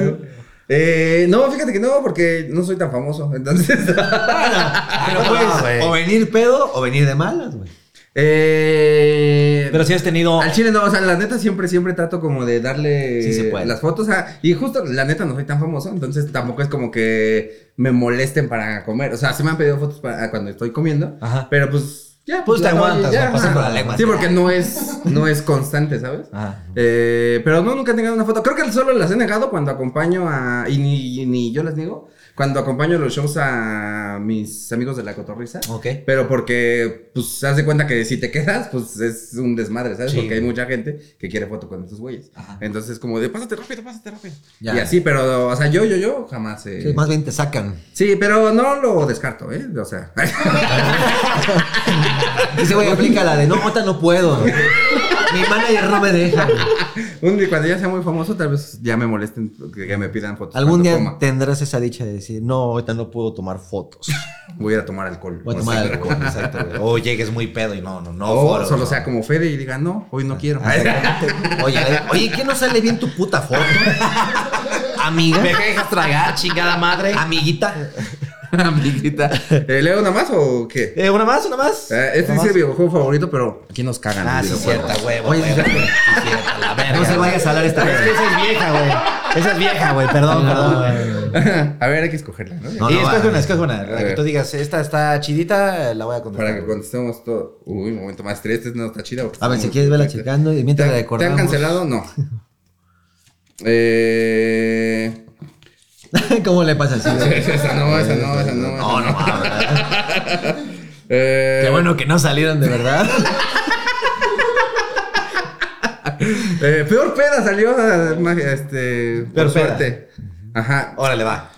Speaker 3: Eh, no, fíjate que no, porque no soy tan famoso. Entonces,
Speaker 1: Ah, no, güey.
Speaker 2: o venir pedo o venir de malas, güey.
Speaker 3: eh,
Speaker 1: Pero sí has tenido.
Speaker 3: Al chile no, o sea, la neta siempre, siempre trato como de darle
Speaker 2: Sí se puede.
Speaker 3: las fotos a- Y justo, la neta no soy tan famoso, entonces tampoco es como que me molesten para comer. O sea, sí me han pedido fotos para cuando estoy comiendo,
Speaker 2: Ah.
Speaker 1: Ajá.
Speaker 3: pero pues ya.
Speaker 1: Pues te
Speaker 3: la doy,
Speaker 1: aguantas,
Speaker 3: ya,
Speaker 1: no pasa
Speaker 3: ajá.
Speaker 2: por la lengua. Ah.
Speaker 3: Sí, porque no es, no es constante, ¿sabes?
Speaker 1: Ajá.
Speaker 3: Eh, pero no, nunca he negado una foto. Creo que solo las he negado cuando acompaño a. Y ni, y ni yo las niego. Cuando acompaño los shows a mis amigos de la cotorriza.
Speaker 1: Ok.
Speaker 3: Pero porque, pues, se hace cuenta que si te quedas, pues es un desmadre, ¿sabes?
Speaker 1: Sí,
Speaker 3: porque hay
Speaker 1: güey.
Speaker 3: mucha gente que quiere foto con esos güeyes. Entonces, como de, pásate rápido, pásate rápido.
Speaker 2: Ya.
Speaker 3: Y así, pero, o sea, yo, yo, yo, jamás. eh.
Speaker 2: Sí, más bien te sacan.
Speaker 3: Sí, pero no lo descarto, ¿eh? O sea,
Speaker 2: Dice, güey, aplica la de no, ahorita no puedo. Mi manager no me deja. güey.
Speaker 3: un día, cuando ya sea muy famoso, tal vez ya me molesten que, que me pidan fotos.
Speaker 2: Algún
Speaker 3: cuando
Speaker 2: día
Speaker 3: coma.
Speaker 2: tendrás esa dicha de decir, no, ahorita no puedo tomar fotos.
Speaker 3: Voy a ir a tomar alcohol.
Speaker 2: Voy a
Speaker 3: O
Speaker 2: tomar
Speaker 3: sea,
Speaker 2: algo. Exacto, güey.
Speaker 1: O llegues muy pedo y no, no, no.
Speaker 3: O
Speaker 2: Oh,
Speaker 1: foro,
Speaker 3: solo
Speaker 1: no.
Speaker 3: sea como Fede y diga, no, hoy
Speaker 2: Ah,
Speaker 3: no quiero.
Speaker 2: Oye, oye, ¿qué no sale bien tu puta foto? Amiga.
Speaker 1: Me dejas tragar, chingada madre.
Speaker 2: Amiguita.
Speaker 3: Amiguita. Eh, ¿Leo una más o qué?
Speaker 1: Eh, una más, una más.
Speaker 3: Eh, este
Speaker 1: Una
Speaker 3: dice
Speaker 1: más.
Speaker 3: videojuego favorito, pero aquí nos cagan.
Speaker 1: Ah,
Speaker 3: los
Speaker 1: sí,
Speaker 3: videojuegos.
Speaker 1: cierta, huevo,
Speaker 2: Oye,
Speaker 1: huevo.
Speaker 2: sí,
Speaker 1: Sí, cierta, la verga.
Speaker 2: No se
Speaker 1: güey.
Speaker 2: vayas a hablar esta
Speaker 1: Es que
Speaker 2: vez.
Speaker 1: esa es vieja, güey. Esa es vieja, güey. Perdón, perdón, güey.
Speaker 3: a ver, hay que escogerla, ¿no?
Speaker 2: No,
Speaker 1: sí,
Speaker 2: no,
Speaker 1: escoge
Speaker 2: va.
Speaker 1: una, escoge una. La que
Speaker 3: ver.
Speaker 1: tú digas, esta está chidita, la voy a
Speaker 3: Para que
Speaker 1: contestar.
Speaker 3: contestemos todo. Uy, un momento más triste, no está chida. porque
Speaker 2: A ver,
Speaker 3: está
Speaker 2: si
Speaker 3: muy-
Speaker 2: quieres verla
Speaker 3: ¿Te-
Speaker 2: checando y mientras la
Speaker 3: ¿Te, han- te han
Speaker 2: recordamos.
Speaker 3: cancelado? No. Eh.
Speaker 2: ¿Cómo le pasa así? güey?
Speaker 3: Esa no, esa no, esa no.
Speaker 2: No, no mames.
Speaker 3: Eh,
Speaker 2: Qué bueno que no salieron de verdad.
Speaker 3: eh, peor peda salió. eh, ma- Este,
Speaker 1: Peor
Speaker 3: por
Speaker 1: peda.
Speaker 3: suerte. Ajá.
Speaker 1: Órale, va.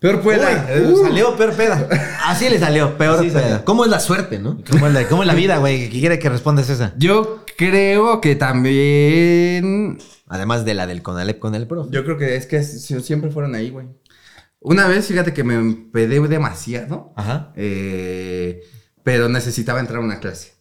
Speaker 3: Peor peda.
Speaker 1: Uy, eh,
Speaker 3: Uh.
Speaker 1: Salió peor peda.
Speaker 2: Así le salió, peor
Speaker 1: Así
Speaker 2: peda.
Speaker 1: salió.
Speaker 2: ¿Cómo es la suerte, no?
Speaker 1: ¿Cómo es la, cómo es la vida, güey? ¿Qué quiere que respondas esa?
Speaker 3: Yo creo que también.
Speaker 2: Además de la del Conalep con el profe.
Speaker 3: Yo creo que es que si- siempre fueron ahí, güey. Una vez, fíjate que me empedé demasiado.
Speaker 1: Ajá.
Speaker 3: eh, pero necesitaba entrar a una clase.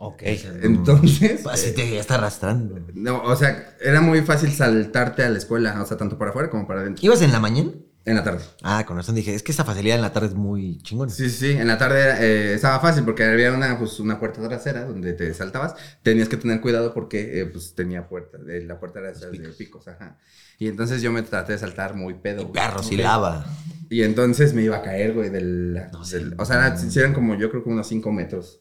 Speaker 1: Ok.
Speaker 3: Entonces.
Speaker 2: Así te ya está arrastrando.
Speaker 3: No, o sea, era muy fácil saltarte a la escuela, o sea, tanto para afuera como para adentro.
Speaker 2: ¿Ibas en la mañana?
Speaker 3: En la tarde.
Speaker 2: Ah, con razón dije, es que esta facilidad en la tarde es muy chingona.
Speaker 3: Sí, sí, sí, en la tarde era, eh, estaba fácil porque había una, pues, una puerta trasera donde te saltabas. Tenías que tener cuidado porque eh, pues, tenía puerta, eh, la puerta era esas de picos. ajá. Y entonces yo me traté de saltar muy pedo. güey.
Speaker 2: Perros y
Speaker 3: Ok.
Speaker 2: lava.
Speaker 3: Y entonces me iba a caer, güey, del... del- o sea, era- sí eran como yo creo que unos 5 metros.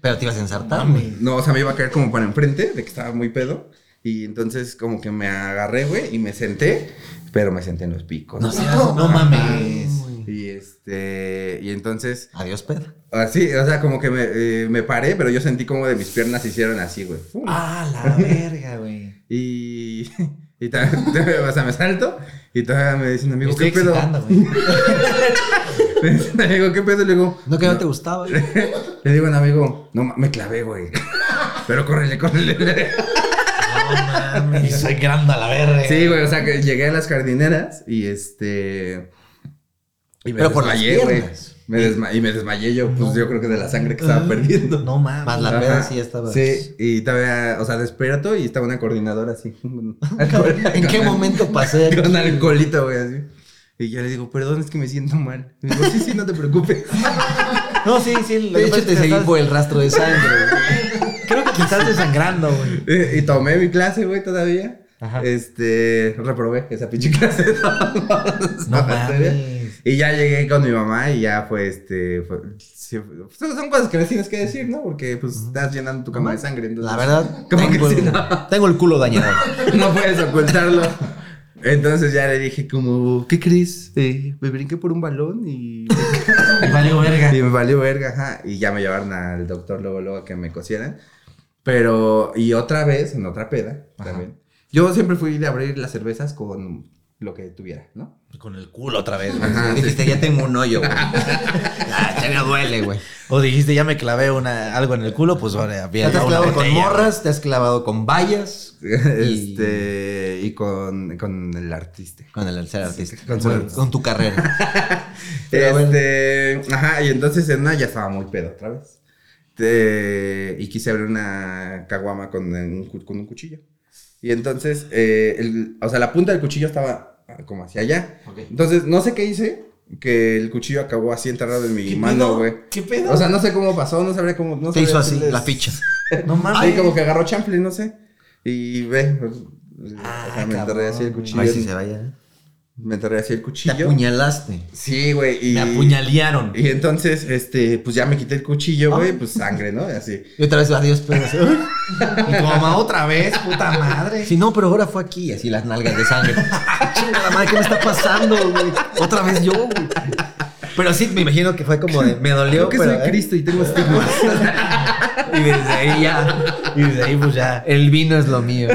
Speaker 2: Pero te ibas a ensartar.
Speaker 3: No, o sea, me iba a caer como para enfrente, de que estaba muy pedo. Y entonces como que me agarré, güey, y me senté, pero me senté en los picos.
Speaker 2: No
Speaker 3: Ajá.
Speaker 2: seas- no mames.
Speaker 3: Y este, y entonces,
Speaker 2: Adiós, pedo.
Speaker 3: así, o sea, como que me, eh, me paré, pero yo sentí como de mis piernas se hicieron así, güey. Fum.
Speaker 1: Ah, la verga, güey.
Speaker 3: Y, y ta- o sea, me salto y todavía me dicen,
Speaker 1: Me
Speaker 3: amigo,
Speaker 1: estoy
Speaker 3: ¿qué pedo?
Speaker 1: excitando, güey.
Speaker 3: Me dicen, amigo, ¿qué pedo? Le digo,
Speaker 2: No que no te gustaba.
Speaker 3: Le digo a un amigo, no ma- me clavé, güey. Pero córrele, córrele.
Speaker 1: Y soy grande a la verga.
Speaker 3: Sí, güey, o sea que llegué a las jardineras y este. y me
Speaker 2: Pero por las
Speaker 3: desmayé, güey.
Speaker 2: piernas.
Speaker 3: Me desma- y me desmayé yo, pues yo creo que de la sangre que estaba perdiendo.
Speaker 1: No mames.
Speaker 2: Más Ah, la
Speaker 3: Ajá.
Speaker 2: peda sí ya estaba.
Speaker 3: Sí, y todavía, o sea, despierto y estaba una coordinadora así.
Speaker 2: ¿En qué momento pasé? aquí?
Speaker 3: Con alcoholito, güey, así. Y yo le digo, perdón, es que me siento mal. Y me digo, sí, sí, no te preocupes.
Speaker 1: No, sí, sí. lo
Speaker 2: De
Speaker 1: que
Speaker 2: hecho,
Speaker 1: pasa es
Speaker 2: te
Speaker 1: que
Speaker 2: seguí
Speaker 1: estás-
Speaker 2: por el rastro de sangre.
Speaker 1: Creo que te estás desangrando, güey.
Speaker 3: Eh, y tomé mi clase, güey, todavía.
Speaker 1: Ajá.
Speaker 3: Este, reprobé esa pinche clase.
Speaker 1: No
Speaker 3: No materia.
Speaker 1: mames.
Speaker 3: Y ya llegué con mi mamá y ya fue este. fue- sí, fue- son cosas que les tienes que decir, ¿no? Porque pues estás llenando tu cama de sangre. Entonces,
Speaker 2: La verdad,
Speaker 3: ¿Cómo que
Speaker 2: tengo,
Speaker 3: sí,
Speaker 2: el,
Speaker 3: no?
Speaker 2: tengo el culo dañado.
Speaker 3: no puedes ocultarlo. Entonces ya le dije como, ¿qué crees? Eh, me brinqué por un balón y...
Speaker 1: Y valió verga.
Speaker 3: Y me valió verga, ajá. Y ya me llevaron al doctor luego, luego a que me cosieran. Pero, y otra vez, en otra peda, también. Yo siempre fui de abrir las cervezas con lo que tuviera, ¿no?
Speaker 1: Con el culo otra vez, güey.
Speaker 3: Ajá, sí.
Speaker 2: Dijiste, ya tengo un hoyo, güey. Ah, ya me duele, güey.
Speaker 1: O dijiste, ya me clavé una, algo en el culo, pues ahora
Speaker 2: Ya
Speaker 1: bien.
Speaker 2: te has clavado con morras, te has clavado con vallas.
Speaker 3: Este, y con, con el artista.
Speaker 2: Con el ser artista.
Speaker 3: con
Speaker 2: Con,
Speaker 3: su-
Speaker 2: con tu carrera. Pero bueno.
Speaker 3: Este, ajá, y entonces en una ya estaba muy pedo otra vez. Te- y quise abrir una caguama con un, cu- con un cuchillo. Y entonces, eh, el- o sea, la punta del cuchillo estaba ah, como hacia allá. Entonces, no sé qué hice, que el cuchillo acabó así enterrado en mi mano, güey.
Speaker 1: ¿Qué pedo?
Speaker 3: O sea, no sé cómo pasó, no sabría cómo. No
Speaker 2: Te hizo
Speaker 3: sabría
Speaker 2: así,
Speaker 3: decirles-
Speaker 2: la ficha.
Speaker 1: no mames.
Speaker 3: Ahí como que agarró chample, no sé. Y ve.
Speaker 1: Ah,
Speaker 3: o sea, me enterré así el
Speaker 1: cabrón,
Speaker 3: cuchillo.
Speaker 2: Ay, si se vaya.
Speaker 3: Me enterré así el
Speaker 2: Te
Speaker 3: cuchillo.
Speaker 2: apuñalaste.
Speaker 3: Sí, güey. Y...
Speaker 1: Me apuñalearon.
Speaker 3: Y entonces, este, pues ya me quité el cuchillo,
Speaker 2: Ah.
Speaker 3: güey, pues sangre, ¿no? Así.
Speaker 2: Y otra vez, adiós, pedos.
Speaker 1: Y tu mamá otra vez, puta madre.
Speaker 2: Si no, pero ahora fue aquí, así las nalgas de sangre. Chinga la madre, ¿qué me está pasando, güey? Otra vez yo, güey. Pero sí, me imagino que fue como de, me
Speaker 3: Creo
Speaker 2: dolió,
Speaker 3: que
Speaker 2: pero,
Speaker 3: soy
Speaker 2: ¿eh?
Speaker 3: Cristo y tengo estigmas.
Speaker 2: Y desde ahí ya,
Speaker 1: Y desde ahí, pues ya.
Speaker 2: el vino es lo mío.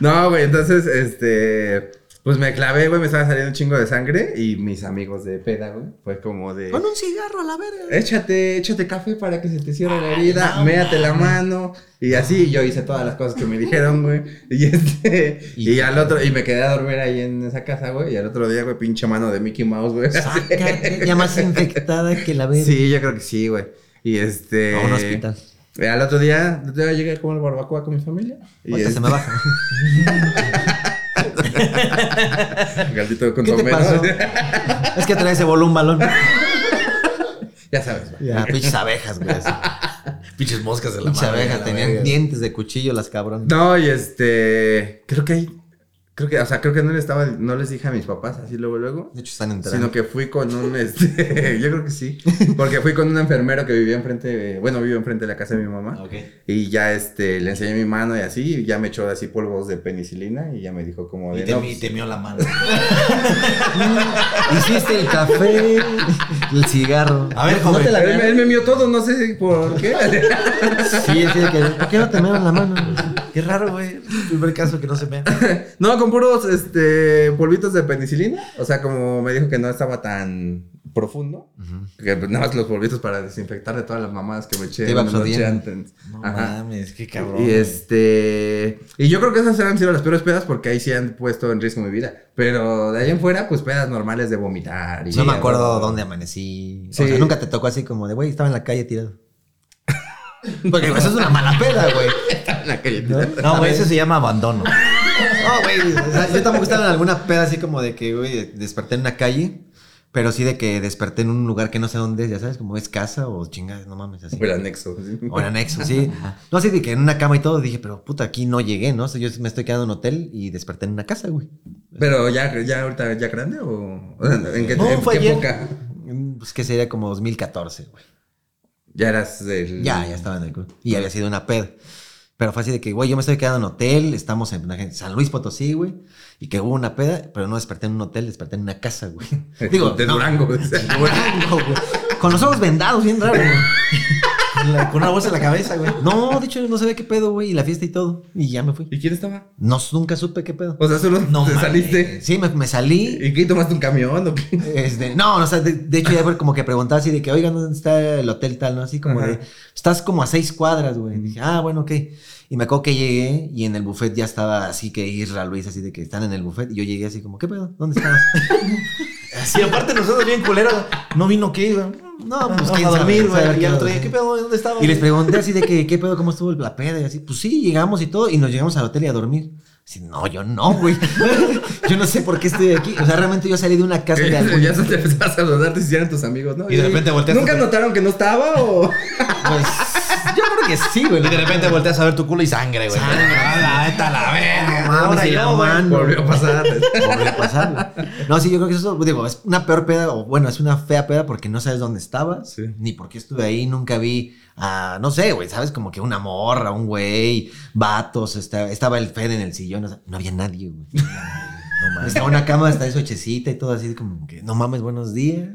Speaker 3: no, güey, entonces, este, pues me clavé, güey, me estaba saliendo un chingo de sangre y mis amigos de peda, güey, fue como de...
Speaker 2: Con un cigarro a la verga.
Speaker 3: Échate, échate café para que se te cierre la herida, méate la mano. Y así yo hice todas las cosas que me dijeron, güey. Y este, y,
Speaker 2: Híjole.
Speaker 3: al otro, y me quedé a dormir ahí en esa casa, güey. Y al otro día, güey, pinche mano de Mickey Mouse, güey.
Speaker 1: Ah,
Speaker 2: Sácate, ya más infectada que la verga.
Speaker 3: Sí, yo creo que sí, güey. Y este.
Speaker 2: A un hospital.
Speaker 3: Eh, Al otro día, al otro día llegué a comer barbacoa con mi familia. Y
Speaker 2: Ahorita
Speaker 3: este,
Speaker 2: se me baja.
Speaker 3: caldito con
Speaker 2: ¿Qué te
Speaker 3: tomero.
Speaker 2: pasó? es que trae se voló un balón.
Speaker 3: ya sabes, güey.
Speaker 2: Ah, pinches abejas, güey. así.
Speaker 1: Pinches moscas de la
Speaker 2: Pinches
Speaker 1: madre.
Speaker 2: abejas,
Speaker 1: la
Speaker 2: tenían
Speaker 1: verga.
Speaker 2: dientes de cuchillo las cabrones.
Speaker 3: No, y este. Creo que ahí. Creo que, o sea, creo que no les estaba, no les dije a mis papás así luego, luego.
Speaker 2: De hecho, están
Speaker 3: Sino
Speaker 2: entrando.
Speaker 3: que fui con un, este, yo creo que sí, porque fui con un enfermero que vivía enfrente, bueno, vivo enfrente de la casa de mi mamá,
Speaker 2: Ah,
Speaker 1: Ok.
Speaker 3: y ya, este, le enseñé mi mano y así, y ya me echó así polvos de penicilina, y ya me dijo como de,
Speaker 1: Y te,
Speaker 3: "No,
Speaker 1: mi-
Speaker 3: pues,
Speaker 1: te mió la mano.
Speaker 2: Hiciste el café, el cigarro.
Speaker 1: A ver,
Speaker 2: No
Speaker 1: joven.
Speaker 2: te la
Speaker 3: pues, Él,
Speaker 2: veas.
Speaker 3: me- él me mió todo, no sé por qué.
Speaker 2: Sí, así de que, ¿por qué no te mearon la mano?
Speaker 1: Qué raro, güey. Primer caso que no se me.
Speaker 3: no, con puros este, polvitos de penicilina. O sea, como me dijo que no estaba tan profundo. Que pues, nada más los polvitos para desinfectar de todas las mamadas que me eché
Speaker 2: Te iba
Speaker 3: la noche
Speaker 2: absorbiendo.
Speaker 3: antes.
Speaker 1: No
Speaker 3: Ajá.
Speaker 1: mames, qué cabrón.
Speaker 3: Y
Speaker 1: güey.
Speaker 3: este. Y yo creo que esas han sido las peores pedas porque ahí sí han puesto en riesgo mi vida. Pero de ahí en fuera, pues pedas normales de vomitar. Y
Speaker 2: No me acuerdo dónde amanecí. O
Speaker 3: Sí.
Speaker 2: sea, nunca te tocó así como de, güey, estaba en la calle tirado. Porque pues, eso es una mala peda, güey.
Speaker 3: La calle.
Speaker 1: No, güey, eso se llama abandono.
Speaker 2: No, güey. o sea, yo tampoco estaba en alguna peda así como de que, güey, desperté en una calle. Pero sí de que desperté en un lugar que no sé dónde es, ya sabes, como es casa o chingas, no mames, así.
Speaker 3: O el anexo. sí.
Speaker 2: O en anexo, sí. No, así de que en una cama y todo, dije, pero puta, aquí no llegué, ¿no? O sea, yo me estoy quedando en un hotel y desperté en una casa, güey.
Speaker 3: Pero ya, ya ahorita, ya grande o. o sea, ¿En qué,
Speaker 1: No,
Speaker 3: en
Speaker 1: fue
Speaker 3: qué
Speaker 1: ayer.
Speaker 3: época?
Speaker 2: Mm, Pues que sería como 2014, güey.
Speaker 3: Ya eras del.
Speaker 2: Ya, ya estaba en el club. Y había sido una peda. Pero fue así de que, güey, yo me estoy quedando en hotel, estamos en en San Luis Potosí, güey. Y que hubo una peda, pero no desperté en un hotel, desperté en una casa, güey. Digo,
Speaker 3: de
Speaker 2: no,
Speaker 3: Durango. o sea.
Speaker 2: de Durango, güey. Con los ojos vendados, bien raro, güey.
Speaker 1: La- con una bolsa en la cabeza, güey.
Speaker 2: No, de hecho, no sabía qué pedo, güey, y la fiesta y todo. Y ya me fui.
Speaker 3: ¿Y quién estaba?
Speaker 2: No, nunca supe qué pedo.
Speaker 3: O sea, solo
Speaker 1: No
Speaker 3: te
Speaker 1: mames.
Speaker 3: saliste.
Speaker 2: Sí, me, me salí.
Speaker 3: ¿Y qué? ¿Tomaste un camión o qué?
Speaker 2: Este, no, o sea, de, de hecho ya fue como que preguntaba así de que, oigan, ¿dónde está el hotel tal? ¿No? Así como
Speaker 3: Ajá.
Speaker 2: de, estás como a seis cuadras, güey. Dije, ah, bueno, ok. Y me acuerdo que llegué y en el buffet ya estaba así que Isra Luis, así de que están en el buffet. Y yo llegué así como, ¿qué pedo? ¿Dónde estabas?
Speaker 1: Así, aparte nosotros bien culeros. No vino qué, güey.
Speaker 2: no, pues
Speaker 1: Vamos
Speaker 2: quién
Speaker 1: a
Speaker 2: sabe,
Speaker 1: dormir,
Speaker 2: quién sabe
Speaker 1: güey. Y
Speaker 2: qué
Speaker 1: al otro
Speaker 2: pedo.
Speaker 1: día, ¿qué pedo? ¿Dónde estaba?
Speaker 2: Y les pregunté así de que, ¿qué pedo? ¿Cómo estuvo la peda? Y así, pues sí, llegamos y todo, y nos llegamos al hotel y a dormir. Así, no, yo no, güey. yo no sé por qué estoy aquí. O sea, realmente yo salí de una casa de algún...
Speaker 3: Ya se te empezaba a saludar, te hicieron tus amigos, ¿no?
Speaker 1: Y de repente volteaste
Speaker 3: ¿Nunca
Speaker 1: a-
Speaker 3: notaron que no estaba o...?
Speaker 2: Pues, yo creo que sí, güey.
Speaker 1: Y de repente volteas a ver tu culo y sangre, güey. Ah, está la verga.
Speaker 2: No mames,
Speaker 1: Ahora
Speaker 2: y la
Speaker 1: yo, güey.
Speaker 2: mano.
Speaker 3: Volvió a pasar.
Speaker 2: Volvió a pasar, güey. No, sí, yo creo que eso, digo, es una peor peda, o bueno, es una fea peda porque no sabes dónde estabas,
Speaker 3: Sí.
Speaker 2: ni por qué estuve ahí, nunca vi a, no sé, güey, ¿sabes? Como que una morra, un güey, vatos, esta- estaba el Fede en el sillón, o sea, no había nadie, güey. No mames. Estaba una cama hasta eso hechecita y todo así, como que, no mames, buenos días.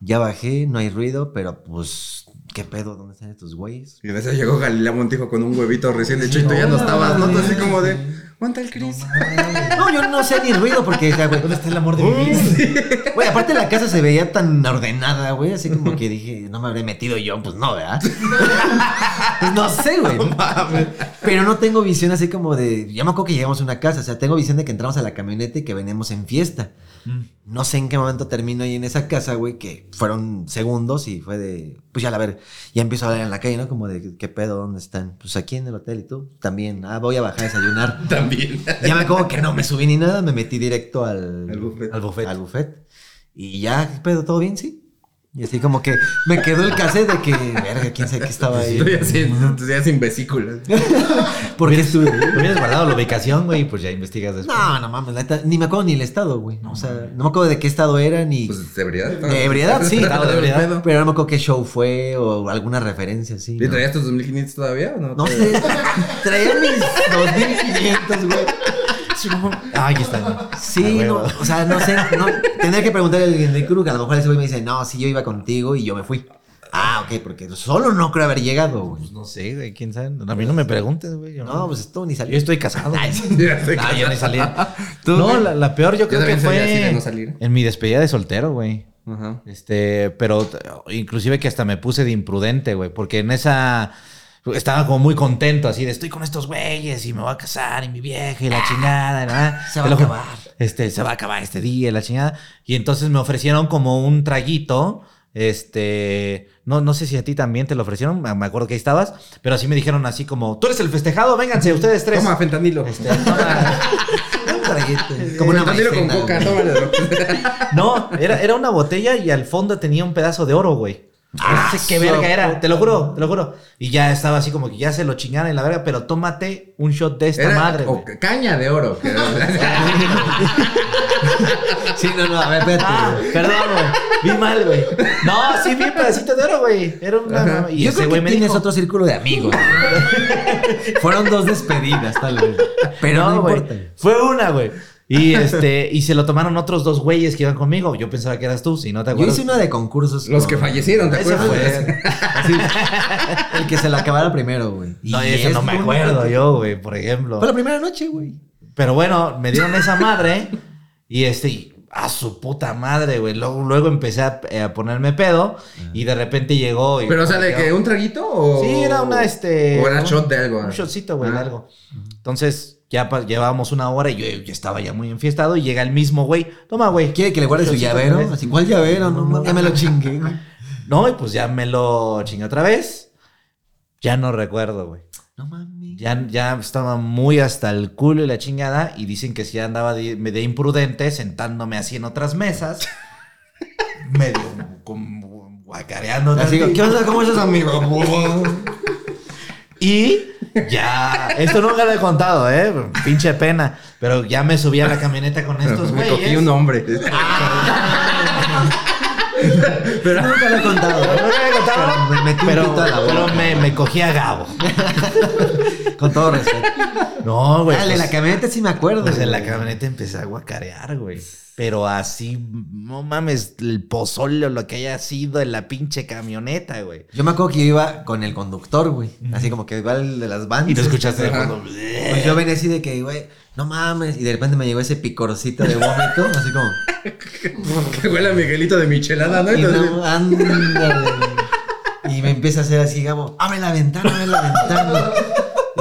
Speaker 2: Ya bajé, no hay ruido, pero pues, ¿qué pedo? ¿Dónde están estos güeyes?
Speaker 3: Y de veces llegó Galilea Montijo con un huevito recién hecho y tú ya no estabas, ¿no? Tú así como de, ¿cuánta el Cris?
Speaker 2: No, yo no sé ni ruido porque, o sea, güey, ¿dónde está el amor de mi vida? Güey, aparte la casa se veía tan ordenada, güey, así como que dije, no me habré metido yo, pues no, ¿verdad? Pues no sé, güey. Pero no tengo visión así como de, ya me acuerdo que llegamos a una casa, o sea, tengo visión de que entramos a la camioneta y que veníamos en fiesta. No sé en qué momento termino ahí en esa casa, güey, que fueron segundos y fue de, pues ya la ver, ya empiezo a hablar en la calle, ¿no? Como de, ¿qué pedo? ¿Dónde están? Pues aquí en el hotel y tú también, ah, voy a bajar a desayunar.
Speaker 3: También.
Speaker 2: Ya me acuerdo que no me subí ni nada, me metí directo al,
Speaker 3: Al buffet.
Speaker 1: Al buffet.
Speaker 2: Al buffet. Y ya, ¿qué pedo? ¿Todo bien? Sí. Y así como que me quedó el cassette de que, verga, quién sabe qué estaba ahí.
Speaker 3: Estoy así, entonces ya sin vesículas.
Speaker 2: Porque estuve.
Speaker 1: Hubieras guardado la ubicación, güey, pues ya investigas después.
Speaker 2: No, no mames, la neta, ni me acuerdo ni el estado, güey. o sea, no me acuerdo de qué estado era ni.
Speaker 3: Pues de ebriedad. ¿no?
Speaker 2: de ebriedad, sí.
Speaker 1: Estado de ebriedad.
Speaker 2: Pero no me acuerdo qué show fue o alguna referencia, sí.
Speaker 3: ¿Y
Speaker 2: ¿no?
Speaker 3: traías tus 2500 todavía o no?
Speaker 2: No sé, traía mis 2500, güey.
Speaker 1: Ah, aquí está. Ah,
Speaker 2: Sí,
Speaker 1: güey,
Speaker 2: no,
Speaker 1: güey.
Speaker 2: o sea, no sé, no, tendría que preguntarle a alguien de crew, que a lo mejor ese güey me dice, no, sí, yo iba contigo y yo me fui. Ah, ok, porque solo no creo haber llegado, güey.
Speaker 1: Pues no sé, güey, quién sabe. A mí Pues no me preguntes, güey. yo
Speaker 2: No, pues esto ni
Speaker 1: Yo
Speaker 2: salió.
Speaker 1: estoy casado. güey.
Speaker 3: Ya sé
Speaker 1: Ah,
Speaker 3: que-
Speaker 1: yo ni salía.
Speaker 3: Tú,
Speaker 1: no,
Speaker 3: güey.
Speaker 1: la, la peor yo creo que
Speaker 3: también
Speaker 1: fue
Speaker 3: sería así de no salir.
Speaker 1: en mi despedida de soltero, güey.
Speaker 3: Ajá.
Speaker 1: Este, pero t- inclusive que hasta me puse de imprudente, güey, porque en esa estaba como muy contento, así de estoy con estos güeyes y me voy a casar y mi vieja y la chingada, ¿verdad?
Speaker 2: Se va
Speaker 1: Te lo
Speaker 2: a
Speaker 1: ju-
Speaker 2: acabar.
Speaker 1: Este, se va a acabar este día y la chingada. Y entonces me ofrecieron como un traguito. Este, no, no sé si a ti también te lo ofrecieron, me me acuerdo que ahí estabas, pero así me dijeron así como, tú eres el festejado, vénganse, ustedes tres.
Speaker 3: Toma, fentanilo.
Speaker 1: Este, toma.
Speaker 2: Un traguito, Como una
Speaker 3: fentanilo con
Speaker 2: maicena,
Speaker 3: coca,
Speaker 2: güey.
Speaker 3: tómalo.
Speaker 1: No, era, era una botella y al fondo tenía un pedazo de oro, güey. No sé qué
Speaker 3: Ah,
Speaker 1: verga era, te lo juro, te lo juro. Y ya estaba así como que ya se lo chingaron en la verga, pero tómate un shot de esta
Speaker 3: Era
Speaker 1: madre,
Speaker 3: o
Speaker 1: güey.
Speaker 3: ca- caña de oro. que era-
Speaker 2: Sí, no, no, a ver, espérate.
Speaker 1: Ah,
Speaker 2: güey.
Speaker 1: perdón, güey. Vi mal, güey. No, sí vi un pedacito de oro, güey. Era una
Speaker 3: Ajá.
Speaker 1: mamá. Y
Speaker 2: yo
Speaker 1: ese
Speaker 2: creo
Speaker 1: güey
Speaker 2: que
Speaker 1: me
Speaker 2: tienes
Speaker 1: dijo,
Speaker 2: otro círculo de amigos. güey. Fueron dos despedidas, tal vez. Pero no,
Speaker 1: no, güey.
Speaker 2: importa.
Speaker 1: Fue una, güey. Y este, y se lo tomaron otros dos güeyes que iban conmigo. Yo pensaba que eras tú, si no te
Speaker 2: Yo
Speaker 1: acuerdas.
Speaker 2: hice una de concursos.
Speaker 3: Los
Speaker 2: con-
Speaker 3: que fallecieron, ¿te
Speaker 1: Ese
Speaker 3: acuerdas?
Speaker 1: fue.
Speaker 2: Así, el que se la acabara primero, güey.
Speaker 1: No,
Speaker 2: Y
Speaker 1: eso
Speaker 2: es
Speaker 1: no me
Speaker 2: un-
Speaker 1: acuerdo yo, güey, por ejemplo.
Speaker 2: Fue la primera noche, güey.
Speaker 1: Pero bueno, me dieron esa madre y este, y a su puta madre, güey. Luego, luego empecé a, eh, a ponerme pedo
Speaker 2: Ah.
Speaker 1: y de repente llegó. Y,
Speaker 3: Pero, o sea, ¿de que un traguito o...?
Speaker 1: Sí, era una, este.
Speaker 3: O era
Speaker 1: un-
Speaker 3: shot de algo.
Speaker 1: Un
Speaker 3: ah.
Speaker 1: shotcito, güey, de
Speaker 3: Ah.
Speaker 1: algo. Entonces, ya pa- llevábamos una hora y yo, yo estaba ya muy enfiestado y llega el mismo güey. Toma, güey.
Speaker 2: ¿Quiere que le guarde su
Speaker 1: Shotcito otra
Speaker 2: llavero?
Speaker 1: vez.
Speaker 2: Así, ¿cuál llavero? No, mames, ya me lo chingué, güey.
Speaker 1: No, y pues ya me lo chingué otra vez. Ya no recuerdo, güey.
Speaker 2: No mames.
Speaker 1: Ya, ya estaba muy hasta el culo y la chingada. Y dicen que si andaba de, de imprudente sentándome así en otras mesas. medio como guacareando.
Speaker 3: Ah.
Speaker 2: Así,
Speaker 1: tantito.
Speaker 2: ¿qué onda? ¿Cómo estás, amigo?
Speaker 1: Y ya, esto nunca lo he contado, ¿eh? Pinche pena. Pero ya me subí a la camioneta con estos
Speaker 3: me
Speaker 1: güeyes.
Speaker 3: cogí un hombre.
Speaker 2: Pero nunca lo he contado.
Speaker 1: Pero nunca lo he contado.
Speaker 2: Pero me metí un
Speaker 1: Pero,
Speaker 2: pito a la boca.
Speaker 1: pero me, me cogí a Gabo.
Speaker 2: Con todo respeto.
Speaker 1: No, güey.
Speaker 2: Dale,
Speaker 1: pues-
Speaker 2: la camioneta sí me acuerdo.
Speaker 1: Pues en la
Speaker 2: güey.
Speaker 1: camioneta empecé a guacarear, güey. Pero así, no mames, el pozole o lo que haya sido en la pinche camioneta, güey.
Speaker 2: Yo me acuerdo que yo iba con el conductor, güey. Así como que iba el de las bandas.
Speaker 1: Y te escuchaste de fondo.
Speaker 2: Pues yo venía así de que, güey, no mames. Y de repente me llegó ese picorcito de vómito. Así como.
Speaker 3: Que huele a Miguelito de Michelada, ¿no?
Speaker 2: Y,
Speaker 3: Entonces,
Speaker 2: no, ándale. y me empieza a hacer así, digamos, abre la ventana, abre la ventana.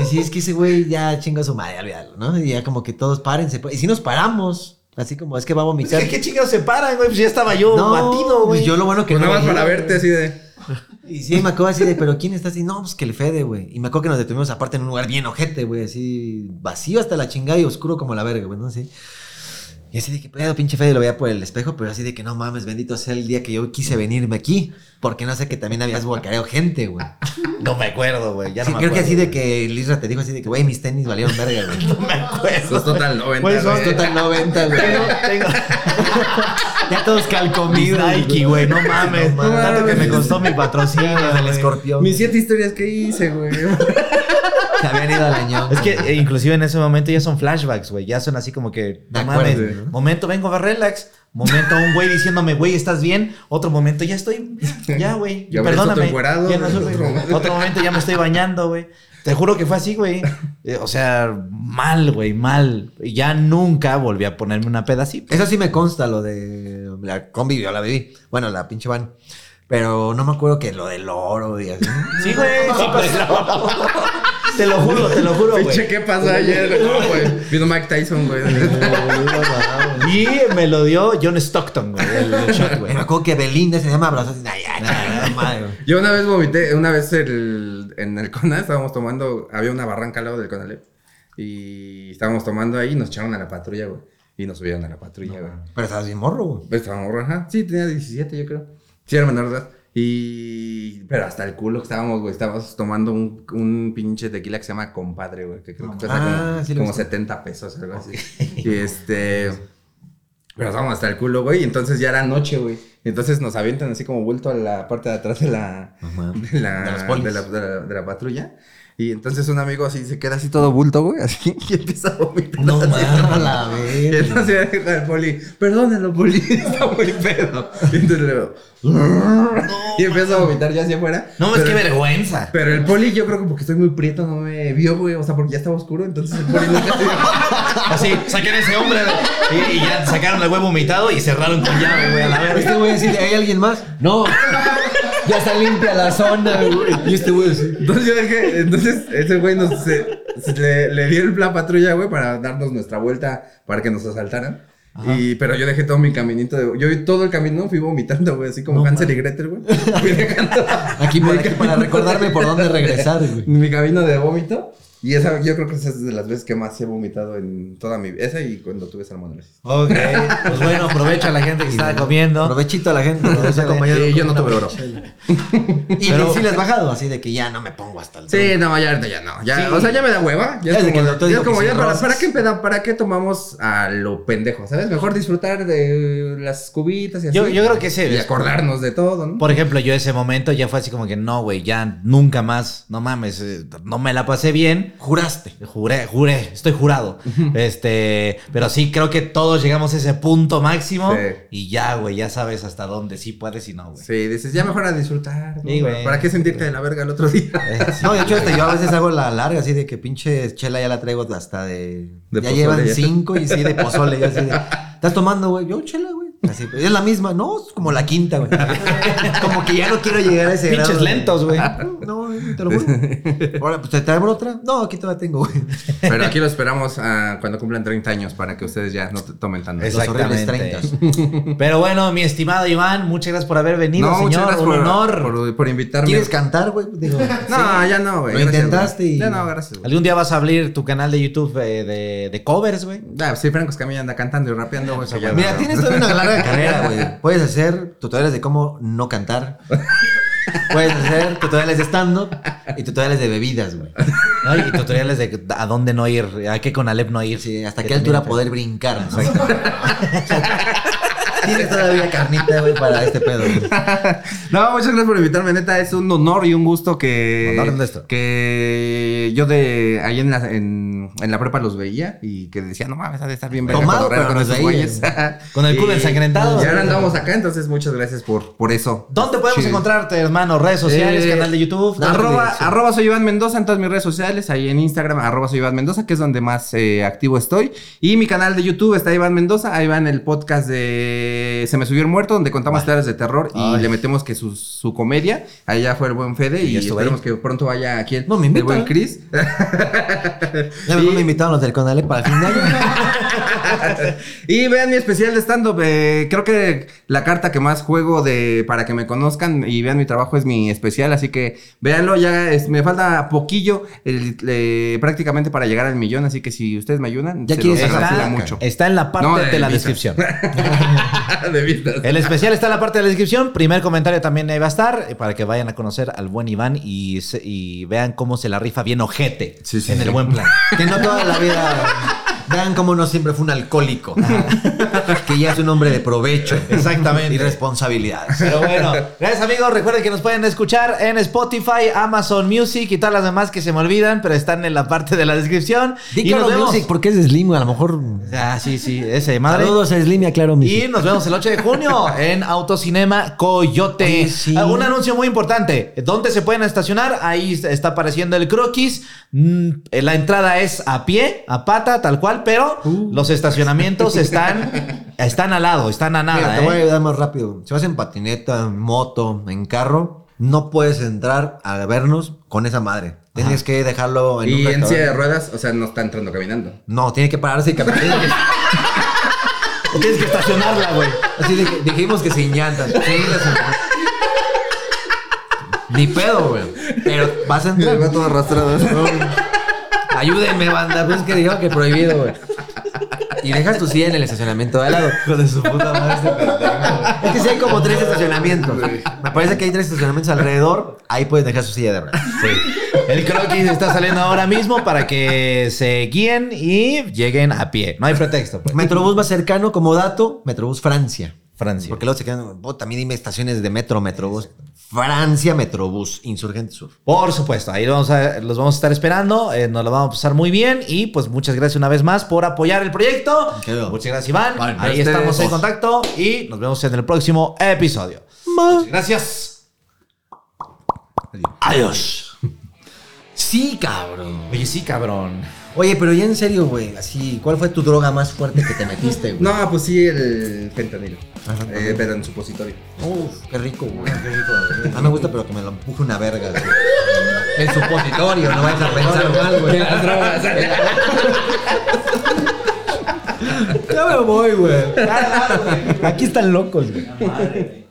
Speaker 2: Y si es que ese güey ya chinga a su madre, olvídalo, ¿no? Y ya como que todos párense. pues. Y si nos paramos, así como es que va a vomitar.
Speaker 1: ¿Qué, ¿Qué chingados se paran, güey? Pues ya estaba yo
Speaker 2: no,
Speaker 1: batido, güey.
Speaker 2: pues yo lo bueno que
Speaker 3: pues nada más
Speaker 2: veía.
Speaker 3: para verte así de...
Speaker 2: Y sí, me acuerdo así de, pero ¿quién está así? No, pues que el Fede, güey. Y me acuerdo que nos detuvimos aparte en un lugar bien ojete, güey, así vacío hasta la chingada y oscuro como la verga, güey, ¿no? Así. Y así de que pedo, pinche Fede, lo veía por el espejo, pero así de que no mames, bendito sea el día que yo quise venirme aquí, porque no sé que también habías guacareo gente, güey.
Speaker 1: No me acuerdo, güey. Ya
Speaker 2: Sí,
Speaker 1: no me
Speaker 2: creo que
Speaker 1: acuerdo.
Speaker 2: así de que Lizra te dijo así de que, güey, mis tenis valieron verga, güey.
Speaker 3: Pues
Speaker 1: No me acuerdo.
Speaker 3: Eso es total 90,
Speaker 1: Pues,
Speaker 3: güey.
Speaker 2: Total 90, güey.
Speaker 1: Tengo, tengo-
Speaker 2: Ya todos calcomidos.
Speaker 1: Nike, güey, no mames.
Speaker 2: No mames.
Speaker 1: Tanto que me costó mi patrocinio
Speaker 2: del
Speaker 1: del escorpión.
Speaker 2: escorpión.
Speaker 3: Mis siete historias que hice, güey.
Speaker 2: Se habían ido al añón.
Speaker 1: Es que eh, inclusive en ese momento ya son flashbacks, güey. Ya son así como que, no
Speaker 2: De
Speaker 1: mames,
Speaker 2: acuerdo,
Speaker 3: ¿no?
Speaker 1: momento vengo a relax. Momento un güey diciéndome, güey, ¿estás bien? Otro momento, ya estoy, ya, güey.
Speaker 3: Ya me estoy
Speaker 1: Perdóname.
Speaker 3: encuerado,
Speaker 1: Ya no soy-
Speaker 3: otro momento.
Speaker 1: otro momento ya me estoy bañando, güey. Te juro que fue así, güey. Eh, O sea, mal, güey, mal. Ya nunca volví a ponerme una peda así.
Speaker 2: Eso sí me consta, lo de la combi, yo la viví. Bueno, la pinche van. Pero no me acuerdo que lo del oro y así.
Speaker 1: Sí, güey. sí pasó. Te lo juro, te lo juro,
Speaker 3: Pinche,
Speaker 1: güey.
Speaker 3: ¿qué pasó ayer? No, güey. Vino Mike Tyson, güey.
Speaker 1: Y me lo dio John Stockton, güey. El, el shot, güey. Ah,
Speaker 2: Me acuerdo que Belinda se llama abrazos. Ay, ay, ay, madre, güey.
Speaker 3: Yo una vez vomité, una vez el- en el CONA estábamos tomando, había una barranca al lado del CONALEP y estábamos tomando ahí y nos echaron a la patrulla, güey. Y nos subieron a la patrulla, güey.
Speaker 2: Pero estabas bien morro, güey.
Speaker 3: Pues estaba morro, ajá. Sí, tenía 17, yo creo. Sí, era menor de edad. Y. Pero hasta el culo que estábamos, güey. Estábamos tomando un, un pinche tequila que se llama Compadre, güey. Que creo que cuesta
Speaker 2: Ah,
Speaker 3: como,
Speaker 2: sí lo
Speaker 3: como
Speaker 2: busqué.
Speaker 3: 70 pesos, algo así. Y este. Pero estábamos hasta el culo, güey. Y entonces ya era noche, güey. Y Entonces nos avientan así como vuelto a la parte de atrás de la. De la,
Speaker 2: De los polis.
Speaker 3: de la- de la- de la patrulla. Y entonces un amigo así se queda así todo bulto, güey. Así. Y empieza a vomitar.
Speaker 2: No
Speaker 3: así.
Speaker 2: mames, la
Speaker 3: Y
Speaker 2: verga.
Speaker 3: entonces el poli, perdónenlo, poli, está muy pedo. Y entonces le digo, y empiezo a vomitar ya hacia afuera.
Speaker 1: No, es
Speaker 3: pero,
Speaker 1: que vergüenza.
Speaker 3: Pero el poli, yo creo que porque estoy muy prieto, no me vio, güey. O sea, porque ya estaba oscuro, entonces el poli nunca se dio cuenta.
Speaker 1: Así, saquen a ese hombre. güey. Y, y ya sacaron el huevo vomitado y cerraron con llave, güey, a la verga.
Speaker 2: Este güey así, ¿hay alguien más? No. Ya está limpia la zona, güey. Y este güey así.
Speaker 3: Entonces yo dejé, entonces ese güey nos, se- se- le, le dio el- la patrulla, güey, para darnos nuestra vuelta, para que nos asaltaran. Y, pero yo dejé todo mi caminito de, yo todo el camino fui vomitando, güey, así como Hansel y Gretel, güey. Fui dejando-
Speaker 2: Aquí para, aquí para recordarme por dónde regresar, güey.
Speaker 3: mi camino de vómito. Y esa, yo creo que esa es de las veces que más he vomitado en toda mi vida. Esa y cuando tuve salmonelosis.
Speaker 1: Ok, pues bueno, aprovecha a la gente que está comiendo.
Speaker 2: Provechito a la gente. los vas a acompañar
Speaker 3: Sí, yo
Speaker 2: con
Speaker 3: no
Speaker 2: una
Speaker 3: tuve oro.
Speaker 2: chela. Y
Speaker 1: Pero-
Speaker 2: sí le has bajado, así de que ya no me pongo hasta el...
Speaker 3: Sí, no, ya ahorita ya no. Ya,
Speaker 2: Sí.
Speaker 3: O sea, ya me da hueva. Ya,
Speaker 2: Ya
Speaker 3: es
Speaker 2: desde que
Speaker 3: como,
Speaker 2: el doctor
Speaker 3: ya
Speaker 2: dijo
Speaker 3: como
Speaker 2: que
Speaker 3: ya
Speaker 2: sí,
Speaker 3: para,
Speaker 2: rosas.
Speaker 3: ¿para qué peda- ¿para qué tomamos a lo pendejo? ¿Sabes? Mejor disfrutar de las cubitas y así.
Speaker 1: Yo- yo creo que sí,
Speaker 3: Y
Speaker 1: es-
Speaker 3: acordarnos de todo, ¿no?
Speaker 1: Por ejemplo, yo ese momento ya fue así como que no, güey, ya nunca más, no mames, eh, no me la pasé bien.
Speaker 2: Juraste.
Speaker 1: Juré, juré, estoy jurado. Este, pero sí creo que todos llegamos a ese punto máximo
Speaker 3: Sí.
Speaker 1: y ya, güey, ya sabes hasta dónde sí puedes y no, güey.
Speaker 3: Sí, dices, ya mejor a disfrutar. ¿no?
Speaker 1: Sí, güey.
Speaker 3: ¿Para qué sentirte de la verga el otro día?
Speaker 1: Eh,
Speaker 2: No, de hecho, hasta yo a veces hago la larga, así de que pinche chela ya la traigo hasta de.
Speaker 3: De
Speaker 2: ya
Speaker 3: pozole,
Speaker 2: llevan
Speaker 3: ya.
Speaker 2: cinco y sí, de pozole. Yo así de. ¿Estás tomando, güey? Yo, chela, güey. Así, pues, es la misma, no, es como la quinta, güey. Como que ya no quiero llegar a ese grado.
Speaker 1: Pinches
Speaker 2: de- Ah,
Speaker 1: lentos, güey.
Speaker 2: No, güey, te lo juro. Ahora, pues te traigo otra. No, aquí todavía tengo, güey.
Speaker 3: Pero aquí lo esperamos ah, cuando cumplan 30 años para que ustedes ya no te tomen tanto.
Speaker 2: Los horribles
Speaker 1: Exactamente. Pero bueno, mi estimado Iván, muchas gracias por haber venido,
Speaker 3: No, muchas
Speaker 1: señor.
Speaker 3: gracias
Speaker 1: Un
Speaker 3: por,
Speaker 1: honor.
Speaker 3: por, por invitarme.
Speaker 2: ¿Quieres cantar, güey? Digo,
Speaker 3: No, ya no, güey.
Speaker 2: Lo
Speaker 3: Gracias,
Speaker 2: intentaste
Speaker 3: güey.
Speaker 2: y-
Speaker 3: Ya no, gracias, güey.
Speaker 1: Algún día vas a abrir tu canal de YouTube eh, de, de covers, güey.
Speaker 3: Ah, sí, Franco Escamilla anda cantando y rapeando, güey. que ya
Speaker 2: Mira,
Speaker 3: no.
Speaker 2: tienes todavía una larga carrera, güey. Puedes hacer tutoriales de cómo no cantar. Puedes hacer tutoriales de stand-up y tutoriales de bebidas, güey.
Speaker 1: ¿no? Y tutoriales de a dónde no ir, a qué con Alep no ir.
Speaker 2: Sí, hasta
Speaker 1: Que
Speaker 2: qué altura
Speaker 1: también
Speaker 2: poder brincar. Tienes todavía carnita, güey, para este pedo. güey.
Speaker 3: No, muchas gracias por invitarme, neta. Es un honor y un gusto que.
Speaker 1: Honor, Ernesto.
Speaker 3: Que yo de ahí en la, en, en la prepa los veía y que decía, no mames, ha de estar bien verga
Speaker 2: Tomado,
Speaker 3: cotorrear
Speaker 2: pero los
Speaker 3: esos
Speaker 2: veías.
Speaker 3: güeyes".
Speaker 1: Con el culo
Speaker 3: Y-
Speaker 1: ensangrentado.
Speaker 3: Y ahora andamos acá, entonces muchas gracias por, por eso.
Speaker 1: ¿Dónde podemos
Speaker 3: Chido.
Speaker 1: encontrarte, hermano? Redes sociales,
Speaker 3: Eh,
Speaker 1: canal de YouTube. ¿dónde
Speaker 3: Arroba,
Speaker 1: te- sí?
Speaker 3: arroba soy Iván Mendoza en todas mis redes sociales, ahí en Instagram, arroba soy Iván Mendoza, que es donde más eh, activo estoy. Y mi canal de YouTube está Iván Mendoza, ahí va en el podcast de Se me subió el muerto, donde contamos historias de terror y le metemos que su, su comedia. Allá fue el buen Fede
Speaker 1: Sí,
Speaker 3: y
Speaker 1: ya estuve
Speaker 3: esperemos que pronto vaya aquí el,
Speaker 2: No,
Speaker 3: el
Speaker 2: me invitan.
Speaker 3: buen Chris.
Speaker 2: Ya me invitaron los del Conale para el final.
Speaker 3: y vean mi especial de stand-up. eh, creo que la carta que más juego de para que me conozcan y vean mi trabajo es mi especial. Así que véanlo, ya es- me falta poquillo el- eh, prácticamente para llegar al millón. Así que si ustedes me ayudan,
Speaker 2: Ya
Speaker 3: se
Speaker 2: quieres
Speaker 3: los
Speaker 2: estar
Speaker 3: agradecerá
Speaker 1: Está,
Speaker 3: mucho.
Speaker 1: está en la parte
Speaker 3: No,
Speaker 1: de,
Speaker 3: de
Speaker 1: la
Speaker 3: visas.
Speaker 1: descripción.
Speaker 2: Eh,
Speaker 3: de vistas.
Speaker 1: El especial está en la parte de la descripción. Primer comentario también ahí va a estar eh, para que vayan a conocer al buen Iván y, se- y vean cómo se la rifa bien ojete
Speaker 3: Sí, sí,
Speaker 1: en el
Speaker 3: sí.
Speaker 1: buen plan.
Speaker 2: Que no toda la vida. Vean cómo no siempre fue un alcohólico. que ya es un hombre de provecho.
Speaker 1: Exactamente.
Speaker 2: Y responsabilidades.
Speaker 1: Pero bueno, gracias amigos. Recuerden que nos pueden escuchar en Spotify, Amazon Music y todas las demás que se me olvidan, pero están en la parte de la descripción. y nos vemos.
Speaker 2: porque es Slim, a lo mejor.
Speaker 1: Ah, sí, sí, ese de madre.
Speaker 2: Saludos a Slim y a Claro
Speaker 1: Y nos vemos el 8 de junio en Autocinema Coyote.
Speaker 2: Oye, sí.
Speaker 1: Ah, Un anuncio muy importante. ¿Dónde se pueden estacionar? Ahí está apareciendo el croquis. Mm, eh, La entrada es a pie, a pata, tal cual, pero
Speaker 2: Uh.
Speaker 1: los estacionamientos están, están al lado, están a nada.
Speaker 2: Mira, te
Speaker 1: ¿eh?
Speaker 2: voy a ayudar más rápido. Si vas en patineta, en moto, en carro, no puedes entrar a vernos con esa madre. Tienes que dejarlo en
Speaker 3: Y
Speaker 2: un
Speaker 3: en silla de
Speaker 2: restaurante.
Speaker 3: ruedas, o sea, no está entrando caminando.
Speaker 2: No, tiene que pararse y caminar. Tienes que- Tienes que estacionarla, güey. Así de que- dijimos que sin llantas. sin llantas. Ni pedo, güey. Pero vas a entrar.
Speaker 3: va todo arrastrado.
Speaker 2: Ayúdenme, banda. Pues es que dijo que prohibido, güey. Y dejas tu silla en el estacionamiento de al lado.
Speaker 1: de su puta este
Speaker 2: Es que sí hay como tres estacionamientos. Me parece que hay tres estacionamientos alrededor. Ahí puedes dejar su silla de ruedas.
Speaker 1: El croquis está saliendo ahora mismo para que se guíen y lleguen a pie. No hay pretexto, pues.
Speaker 2: Metrobús más cercano, como dato, Metrobús Francia.
Speaker 1: Francia.
Speaker 2: Porque luego se quedan, oh, también dime estaciones de metro, Metrobús. Francia, Metrobús, Insurgente Sur.
Speaker 1: Por supuesto, ahí vamos a- los vamos a estar esperando, eh, nos lo vamos a pasar muy bien y pues muchas gracias una vez más por apoyar el proyecto.
Speaker 2: Quedó.
Speaker 1: Muchas gracias Iván,
Speaker 2: Vale,
Speaker 1: ahí
Speaker 2: ustedes.
Speaker 1: estamos en contacto y nos vemos en el próximo episodio. Muchas gracias.
Speaker 2: Adiós. Sí, cabrón.
Speaker 1: Oye, sí, cabrón.
Speaker 2: Oye, pero ya en serio, güey, así, ¿cuál fue tu droga más fuerte que te metiste, güey?
Speaker 3: No, pues sí, el fentanilo.
Speaker 2: Ajá.
Speaker 3: Eh, pero en supositorio.
Speaker 2: Uf, qué rico, güey. Qué rico, güey. No me gusta, pero que me lo empuje una verga, güey. El supositorio, no vayas a pensar mal, güey.
Speaker 3: las drogas.
Speaker 2: Ya me voy, güey. Aquí están locos, güey.